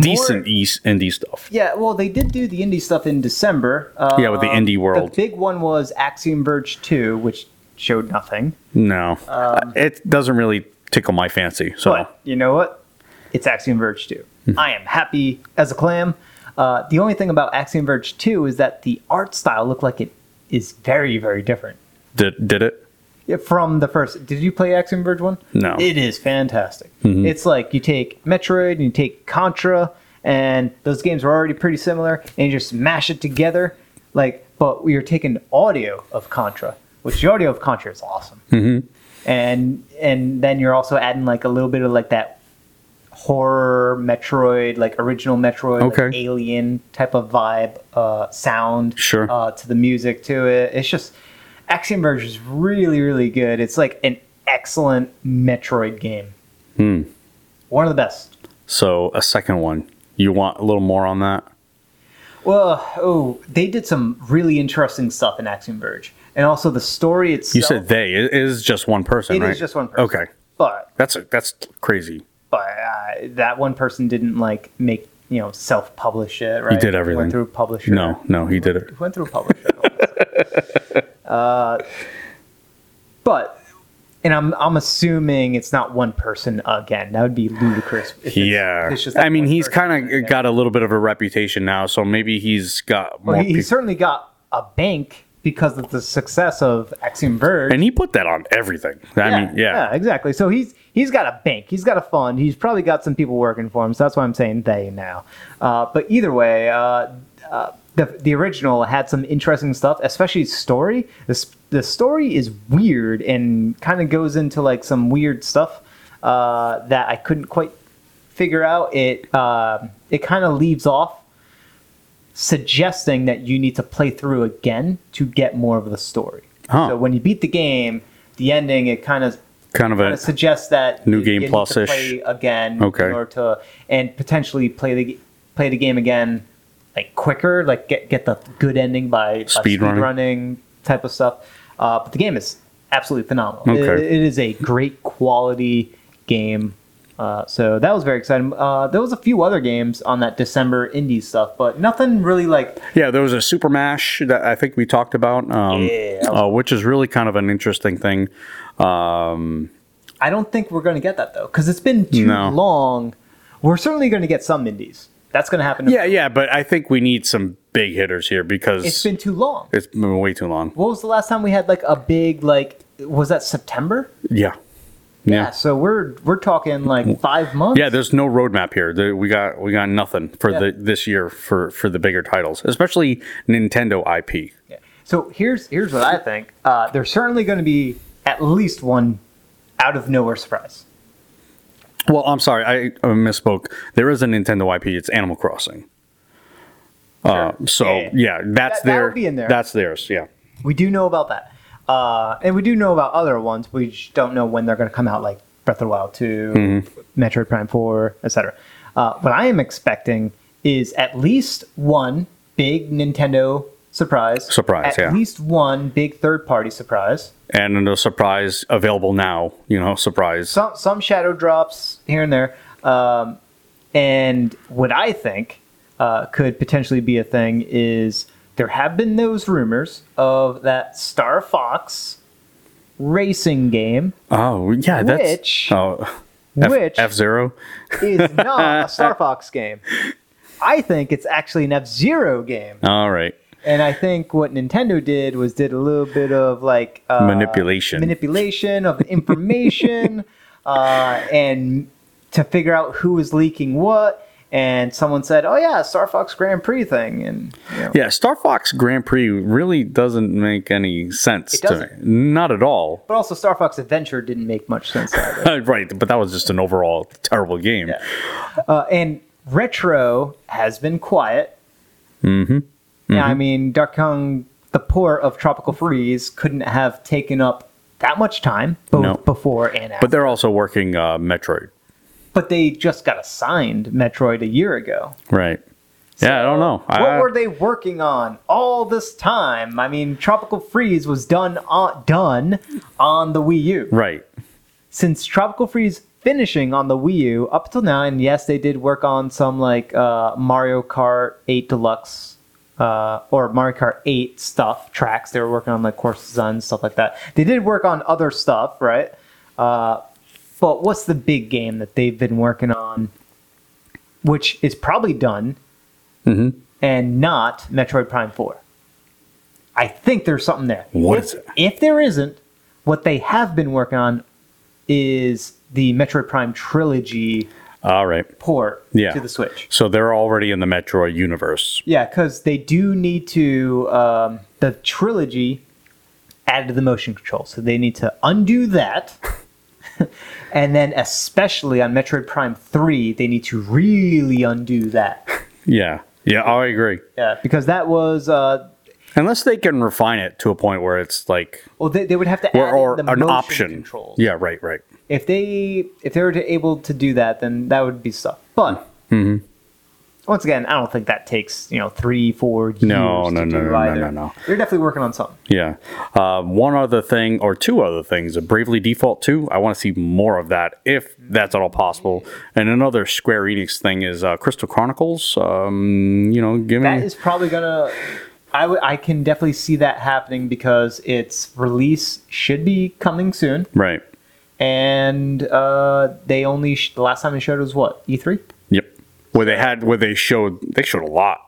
decent east indie stuff.
Yeah, well, they did do the indie stuff in December. Uh,
Yeah, with the indie world.
The big one was Axiom Verge 2, which showed nothing.
No,
Um,
it doesn't really tickle my fancy. So
But you know what? It's Axiom Verge 2.
Hmm.
I am happy as a clam. Uh, the only thing about Axiom Verge 2 is that the art style looked like it is very, very different
did did it?
Yeah, from the first. Did you play Axiom Verge 1?
No. Mm-hmm.
It is fantastic. It's like you take Metroid and you take Contra, and those games were already pretty similar, and you just mash it together. Like, but we are taking audio of Contra, which the audio of Contra is awesome. Mm-hmm. And and then you're also adding like a little bit of like that horror Metroid, like original Metroid, like,
Okay.
alien type of vibe, uh, sound
Sure.
uh, to the music to it. It's just Axiom Verge is really, really good. It's like an excellent Metroid game.
Hmm.
One of the best.
So a second one. You want a little more on that?
Well, oh, they did some really interesting stuff in Axiom Verge, and also the story itself.
You said they. It is just one person,
It is
right?
just one person.
Okay,
but
that's a, that's crazy.
but uh, that one person didn't like make you know self publish it. Right?
did everything.
Went through a publisher.
No, no, he did it.
went through a publisher. uh, but and I'm I'm assuming it's not one person again. That would be ludicrous. if it's-
Yeah,
if it's just that
I mean,
one
he's
person
kind
again.
of got a little bit of a reputation now, so maybe he's got more.
Well, he, he
peop-
certainly got a bank because of the success of Axiom Verge.
and he put that on everything. I mean, yeah,
exactly. So he's he's got a bank, he's got a fund, he's probably got some people working for him. So that's why I'm saying they now. Uh, but either way, uh, uh, the the original had some interesting stuff, especially story. This the story is weird and kind of goes into like some weird stuff uh, that I couldn't quite figure out. It um it kind of leaves off suggesting that you need to play through again to get more of the story.
Huh.
So when you beat the game, the ending it kind of
kind of a
suggests that
New
you-
Game
you need to
Plus-ish.
play again,
Okay.
in order to and potentially play the g- play the game again like quicker, like get get the good ending by, by
Speed running.
running type of stuff. Uh, but the game is absolutely phenomenal. It-
Okay.
it is a great quality game. Uh, so that was very exciting. Uh, there was a few other games on that December indie stuff, but nothing really like
yeah. There was a Super Mash that I think we talked about, um,
Yeah.
uh, which is really kind of an interesting thing. Um,
I don't think we're going to get that though, because it's been too
No.
long. We're certainly going to get some indies. That's going to happen.
yeah, yeah, but I think we need some big hitters here because
it's been too long.
it's been way too long.
What was the last time we had like a big like was that September?
Yeah.
Yeah. So we're we're talking like five months.
Yeah, there's no roadmap here. There- we got we got nothing for
Yeah.
the this year for for the bigger titles, especially Nintendo IP.
Yeah. So here's here's what I think. Uh, there's certainly going to be at least one out of nowhere surprise.
Well, I'm sorry, I, I misspoke. There is a Nintendo IP. It's Animal Crossing. Uh, so
Yeah,
yeah, that's
That- that
their-
would be in there.
That's theirs. Yeah.
We do know about that, uh, and we do know about other ones. We just don't know when they're going to come out, like Breath of the Wild 2,
Mm-hmm.
Metroid Prime 4, etc. Uh, what I am expecting is at least one big Nintendo surprise.
Surprise,
At
yeah.
least one big third-party surprise.
And a surprise available now. You know, surprise.
some some shadow drops here and there. Um, and what I think uh, could potentially be a thing is there have been those rumors of that Star Fox racing game
oh yeah, that's
Which-
oh, F,
which-
F Zero.
is not a Star Fox game. I think it's actually an F Zero game,
All right,
and I think what Nintendo did was did a little bit of like uh,
manipulation.
manipulation of information uh, and to figure out who was leaking what and someone said oh yeah star fox grand prix thing and you know,
yeah, Star Fox Grand Prix really doesn't make any sense
It
to
doesn't.
me. Not at all.
but also star fox adventure didn't make much sense either.
right, but that was just an overall terrible game.
uh, and retro has been quiet mm-hmm. i mean dark kong the poor of tropical freeze couldn't have taken up that much time both
No.
before and after
But they're also working uh, Metroid.
but they just got assigned metroid a year ago
Right. yeah, I don't know.
What
I,
were they working on all this time? I mean, Tropical Freeze was done on, done on the Wii U.
Right.
Since Tropical Freeze finishing on the Wii U up till now, and yes, they did work on some like uh, Mario Kart 8 Deluxe uh, or Mario Kart 8 stuff tracks. They were working on like course design stuff like that. They did work on other stuff, right? Uh, but what's the big game that they've been working on, which is probably done
Mm-hmm.
and not Metroid Prime 4. I think there's something there.
What
if,
is it?
If there isn't, what they have been working on is the Metroid Prime trilogy
All right.
port
Yeah.
to the Switch.
So they're already in the Metroid universe.
Yeah, because they do need to, um, the trilogy added to the motion control. So they need to undo that. and then, especially on Metroid Prime 3, they need to really undo that.
Yeah. Yeah, I agree.
Yeah, because that was. Uh,
Unless they can refine it to a point where it's like
Well, they, they would have to
or,
add
or
in the
an
motion
option.
controls.
Yeah, right, right.
If they if they were to able to do that, then that would be stuff. But
Mm-hmm.
once again, I don't think that takes you know three four years.
No,
to
no, no,
do
no, no,
either.
no, no.
They're definitely working on something.
Yeah. Uh, one other thing or two other things. A Bravely Default 2. I want to see more of that if that's at all possible. And another Square Enix thing is uh, Crystal Chronicles. Um, you know, give me
That is probably gonna. I would- I can definitely see that happening because its release should be coming soon,
Right.
and uh, they only sh- the last time they showed was what E three.
Yep. Where they had where they showed they showed a lot.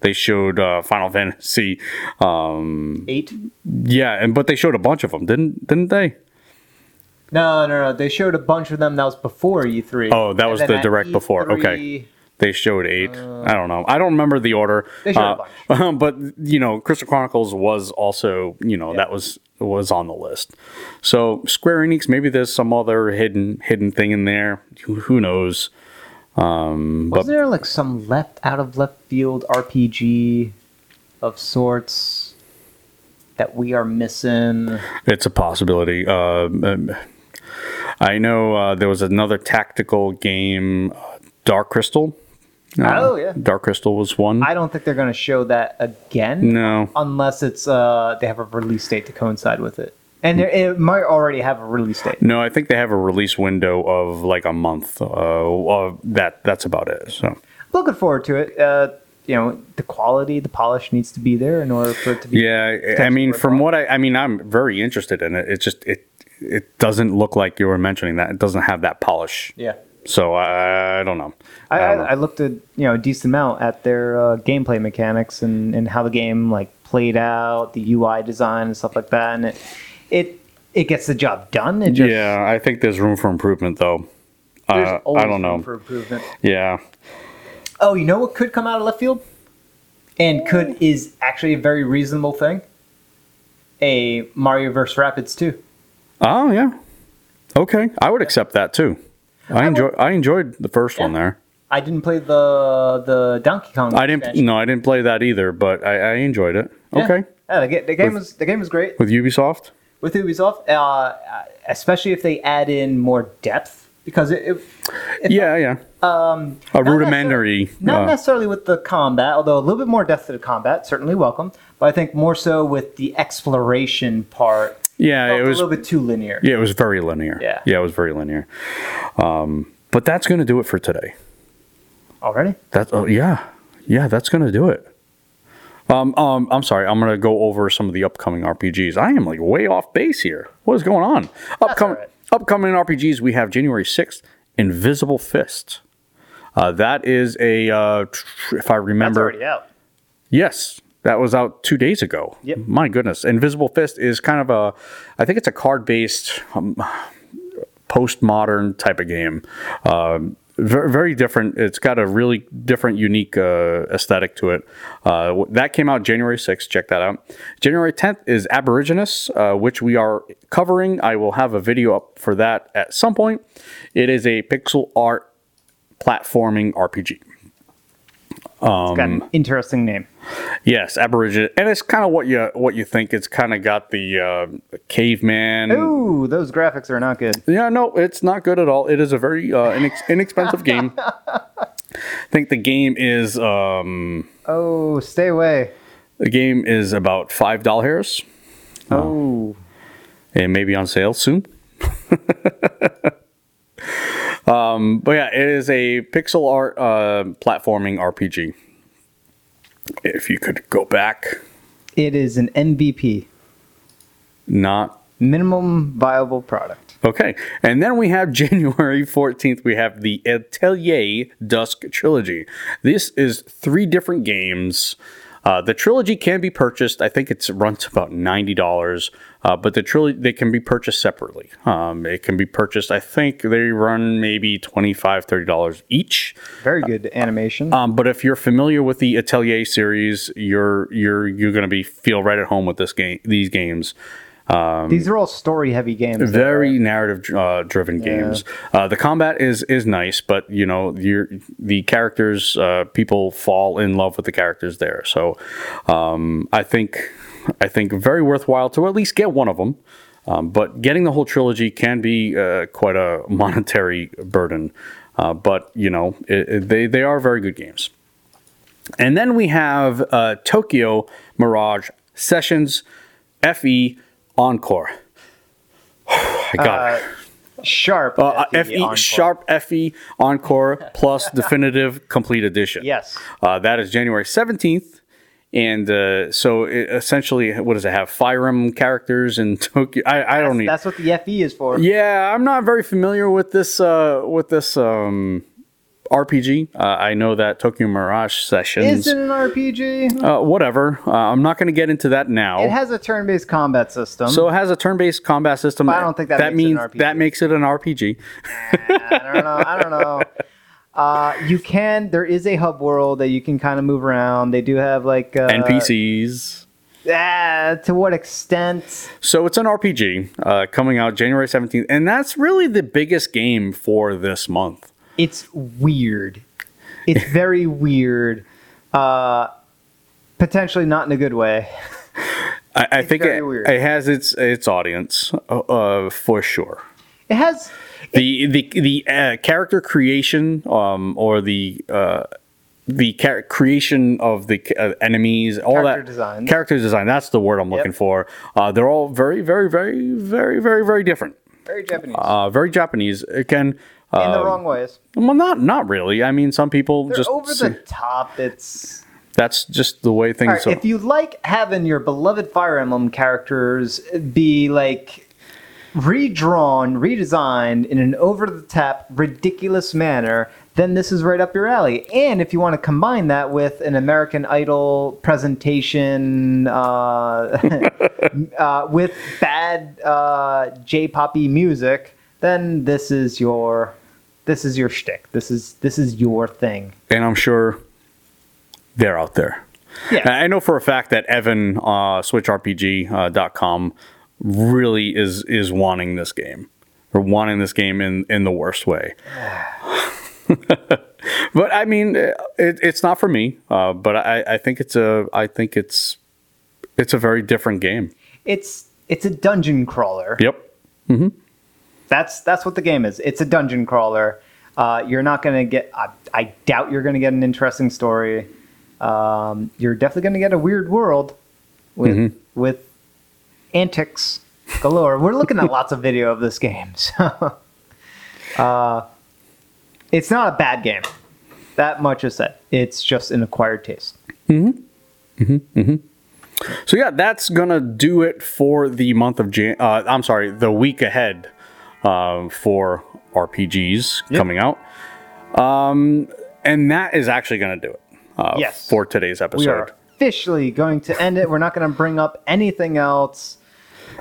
They showed uh, Final Fantasy. Um,
Eight?
yeah, and but they showed a bunch of them, didn't didn't they?
No, no, no. They showed a bunch of them. That was before E three.
Oh, that was the direct before. Okay. They showed eight. I don't know. I don't remember the order.
They showed a
bunch. but you know, Crystal Chronicles was also you know that was was on the list. So Square Enix, maybe there's some other hidden hidden thing in there. Who, who knows?
Was there like some left out of left field RPG of sorts that we are missing?
It's a possibility. Uh, um, I know uh, there was another tactical game, uh, Dark Crystal. Uh,
Oh, yeah.
Dark Crystal was one.
I don't think they're going to show that again
no,
unless it's uh they have a release date to coincide with it. And there, it might already have a release date.
no. I think they have a release window of like a month. Uh, of that that's about it. So
Looking forward to it. Uh you know, the quality, the polish needs to be there in order for it to be
yeah, I- I mean, from what I, I mean, I'm very interested in it. It just it it doesn't look like you were mentioning that. It doesn't have that polish.
Yeah.
So I, I don't know.
I, I,
don't know.
I looked at you know a decent amount at their uh, gameplay mechanics and, and how the game like played out, the UI design and stuff like that, and it it it gets the job done. It just,
yeah, I think there's room for improvement, though.
there's
Uh,
always
I don't
room
know.
for improvement.
yeah,
Oh, you know what could come out of left field, and could is actually a very reasonable thing. A Mario vs. Rapids too.
Oh yeah. Okay, I would accept that too. I enjoy. I enjoyed the first one
Yeah.
there.
I didn't play the the Donkey Kong.
I didn't.
expansion.
No, I didn't play that either, but I, I enjoyed it.
Yeah.
Okay,
Yeah, Oh, the, ga- the game
With-
was the game was great
with Ubisoft.
with Ubisoft, uh, especially if they add in more depth because it, it it-
yeah, yeah.
um
A
not necessarily-
rudimentary.
Not
uh,
necessarily with the combat, although a little bit more depth to the combat, certainly welcome. But I think more so with the exploration part.
yeah,
felt
it
a
was.
little bit too linear.
Yeah, it was very linear.
Yeah.
yeah, it was very linear. Um, but that's gonna do it for today.
Already?
That oh, yeah, yeah, that's gonna do it. Um, um, I'm sorry. I'm gonna go over some of the upcoming RPGs. I am like way off base here. What is going on? Upcoming
all right.
upcoming RPGs. We have January 6th, Invisible Fist. Uh, that is a uh, tr- if I
That's
remember.
already out.
Yes, that was out two days ago.
Yep.
My goodness, Invisible Fist is kind of a, I think it's a card based, um, postmodern type of game. Um, very, very different. It's got a really different, unique uh, aesthetic to it. Uh, wh- that came out January 6th. Check that out. January 10th is Aboriginus, uh, which we are covering. I will have a video up for that at some point. It is a pixel art platforming RPG.
It's got
um,
an interesting name.
Yes, Aboriginal, and it's kind of what you what you think. It's kind of got the uh, caveman.
Ooh, those graphics are not good.
Yeah, no, it's not good at all. It is a very uh, inex- inexpensive game. I think the game is um,
Oh, stay away.
the game is about five dollars,
Oh.
and maybe on sale soon. um, but yeah, it is a pixel art uh, platforming RPG. If you could go back,
It is an MVP,
not
minimum viable product.
Okay. And then we have January 14th, we have the Atelier Dusk Trilogy. This is three different games. Uh, the trilogy can be purchased. I think it's runs about ninety dollars, uh, but the trilogy they can be purchased separately. Um, it can be purchased. I think they run maybe $25, 30 dollars each.
Very good animation.
Um, but if you're familiar with the Atelier series, you're you're you're going to be feel right at home with this game. These games.
These are all story heavy games. though,
very
right?
narrative uh, driven games. Uh, the combat is is nice, but you know your the characters uh, people fall in love with the characters there. So um, I think I think very worthwhile to at least get one of them. Um, but getting the whole trilogy can be uh, quite a monetary burden. Uh, but you know it, it- they they are very good games. And then we have uh, Tokyo Mirage Sessions FE Encore. I got it.
Sharp.
Uh,
FE
FE
E, Encore.
Sharp FE Encore Plus Definitive Complete Edition.
Yes.
Uh, that is January 17th. And uh, so it essentially, what does it have? Fyrem characters in Tokyo. I, I don't need.
That's what the FE is for.
Yeah, I'm not very familiar with this uh, with this um, RPG. Uh, I know that Tokyo Mirage Sessions.
Is it an RPG?
uh, whatever. Uh, I'm not going to get into that now.
It has a turn based combat system.
Oh. so it has a turn-based combat system.
But I don't think that
that
makes it an
means
RPG.
that makes it an RPG.
I don't know. I don't know. Uh, you can. There is a hub world that you can kind of move around. They do have like uh,
NPCs.
Ah, to what extent?
So it's an RPG uh, coming out January 17th, and that's really the biggest game for this month.
It's weird. It's very weird. Uh, potentially not in a good way.
I, I think
very
it,
weird.
it has its its audience uh, uh, for sure.
It has.
The the the uh, character creation um, or the uh, the char- creation of the uh, enemies, all
Character
that
design.
character design. That's the word I'm looking for. Uh, they're all very very very very very very different.
Very Japanese.
Uh, very Japanese again. Uh,
in the wrong ways.
well, not not really. I mean, some people
They're
just
over
see-
the top. It's.
that's just the way things
All right,
are.
if you like having your beloved Fire Emblem characters be like redrawn, redesigned in an over the top, ridiculous manner, then this is right up your alley. And if you want to combine that with an American Idol presentation uh, uh, with bad uh, J poppy music, then this is your this is your shtick. This is this is your thing.
and I'm sure they're out there.
Yeah.
I I know for a fact that Evan uh, SwitchRPG.com really is is wanting this game or wanting this game in in the worst way. but I mean, uh, it, it's not for me. Uh, but I, I think it's a I think it's it's a very different game.
It's it's a dungeon crawler.
Yep.
That's that's what the game is. It's a dungeon crawler. Uh, you're not gonna get. I, I doubt you're gonna get an interesting story. Um, you're definitely gonna get a weird world with
Mm-hmm.
with antics galore. We're looking at lots of video of this game, so uh, it's not a bad game. That much is said. It's just an acquired taste.
So yeah, that's gonna do it for the month of Jan. Uh, I'm sorry, the week ahead uh, for RPGs coming out, um, and that is actually gonna do it. Uh,
Yes.
for today's episode.
We are officially going to end it. We're not going to bring up anything else.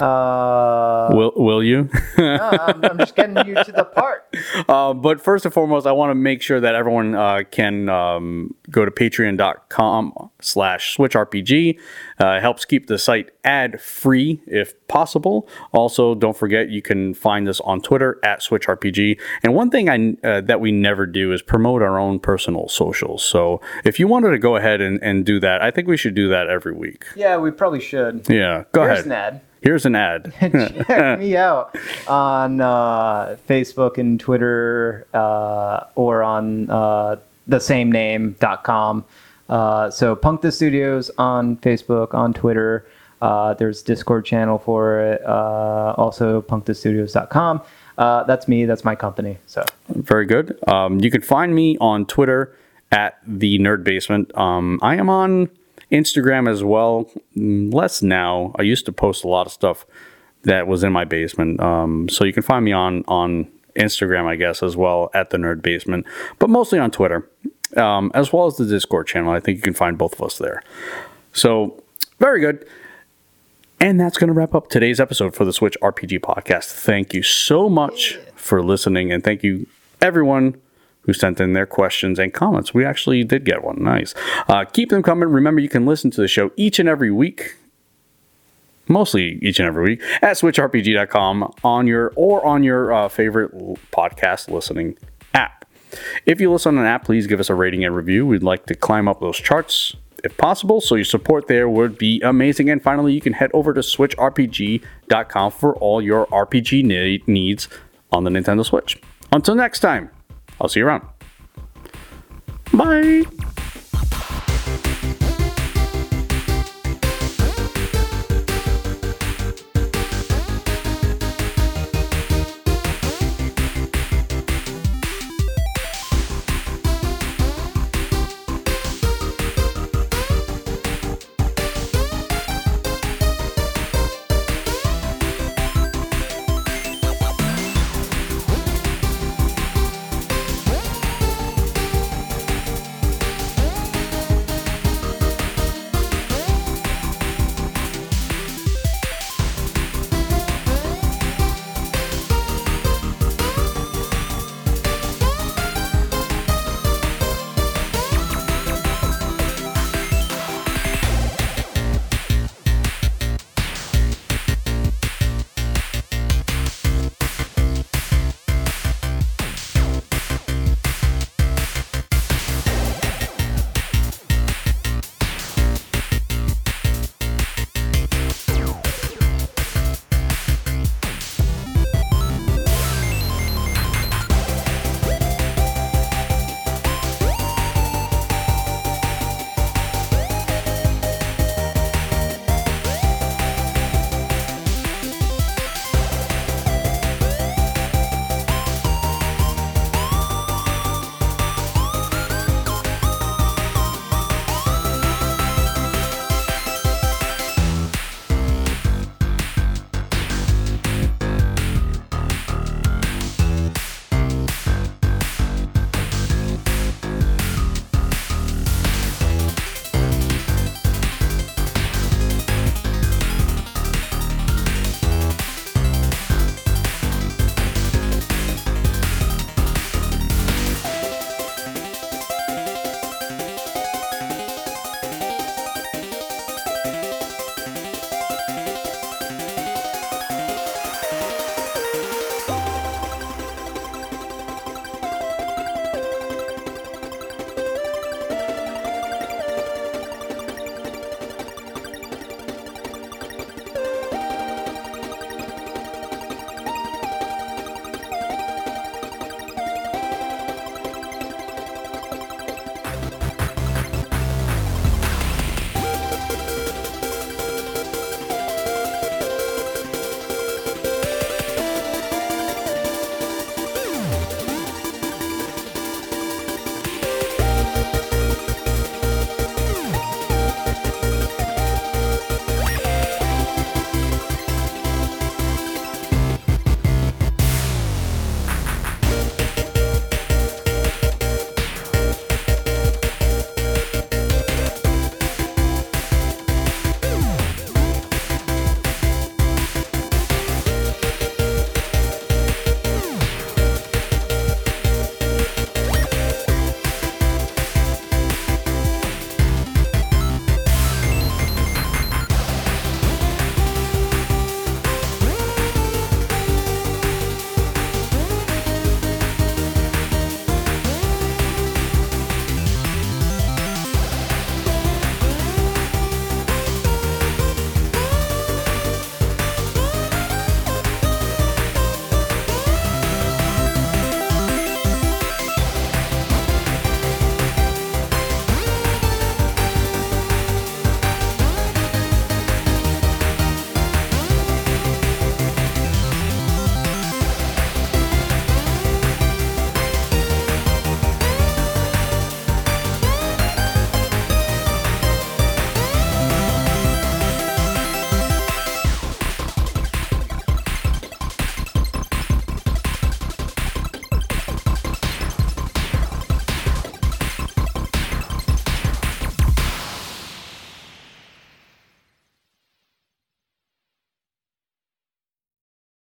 Uh,
Will Will you?
I'm, I'm just getting you to the part.
Uh, but first and foremost, I want to make sure that everyone uh, can um, go to patreon.com slash switchrpg. Uh, helps keep the site ad-free if possible. Also, don't forget you can find us on Twitter at switchrpg. And one thing I uh, that we never do is promote our own personal socials. So if you wanted to go ahead and, and do that, I think we should do that every week.
Yeah, we probably should.
Yeah, go
Here's
ahead.
Ned.
Here's an ad.
Check me out on uh, Facebook and Twitter uh, or on uh, the same name.com. Uh, so Punk the Studios on Facebook, on Twitter. Uh, there's Discord channel for it. Uh, also punkthestudios.com. Uh, that's me. That's my company. So
Very good. Um, you can find me on Twitter at the Nerd Basement. Um, I am on Instagram as well, mm, less now. I used to post a lot of stuff that was in my basement. Um, so you can find me on on Instagram, I guess, as well at the Nerd Basement, but mostly on Twitter, um, as well as the Discord channel. I think you can find both of us there. So very good. And that's going to wrap up today's episode for the Switch RPG podcast. Thank you so much for listening, and thank you everyone who sent in their questions and comments. We actually did get one. Nice. Uh, keep them coming. Remember, you can listen to the show each and every week. Mostly each and every week at switchrpg.com on your or on your uh, favorite l- podcast listening app. If you listen on an app, please give us a rating and review. We'd like to climb up those charts if possible, so your support there would be amazing. And finally, you can head over to switchrpg.com for all your RPG ne- needs on the Nintendo Switch. Until next time, I'll see you around. Bye.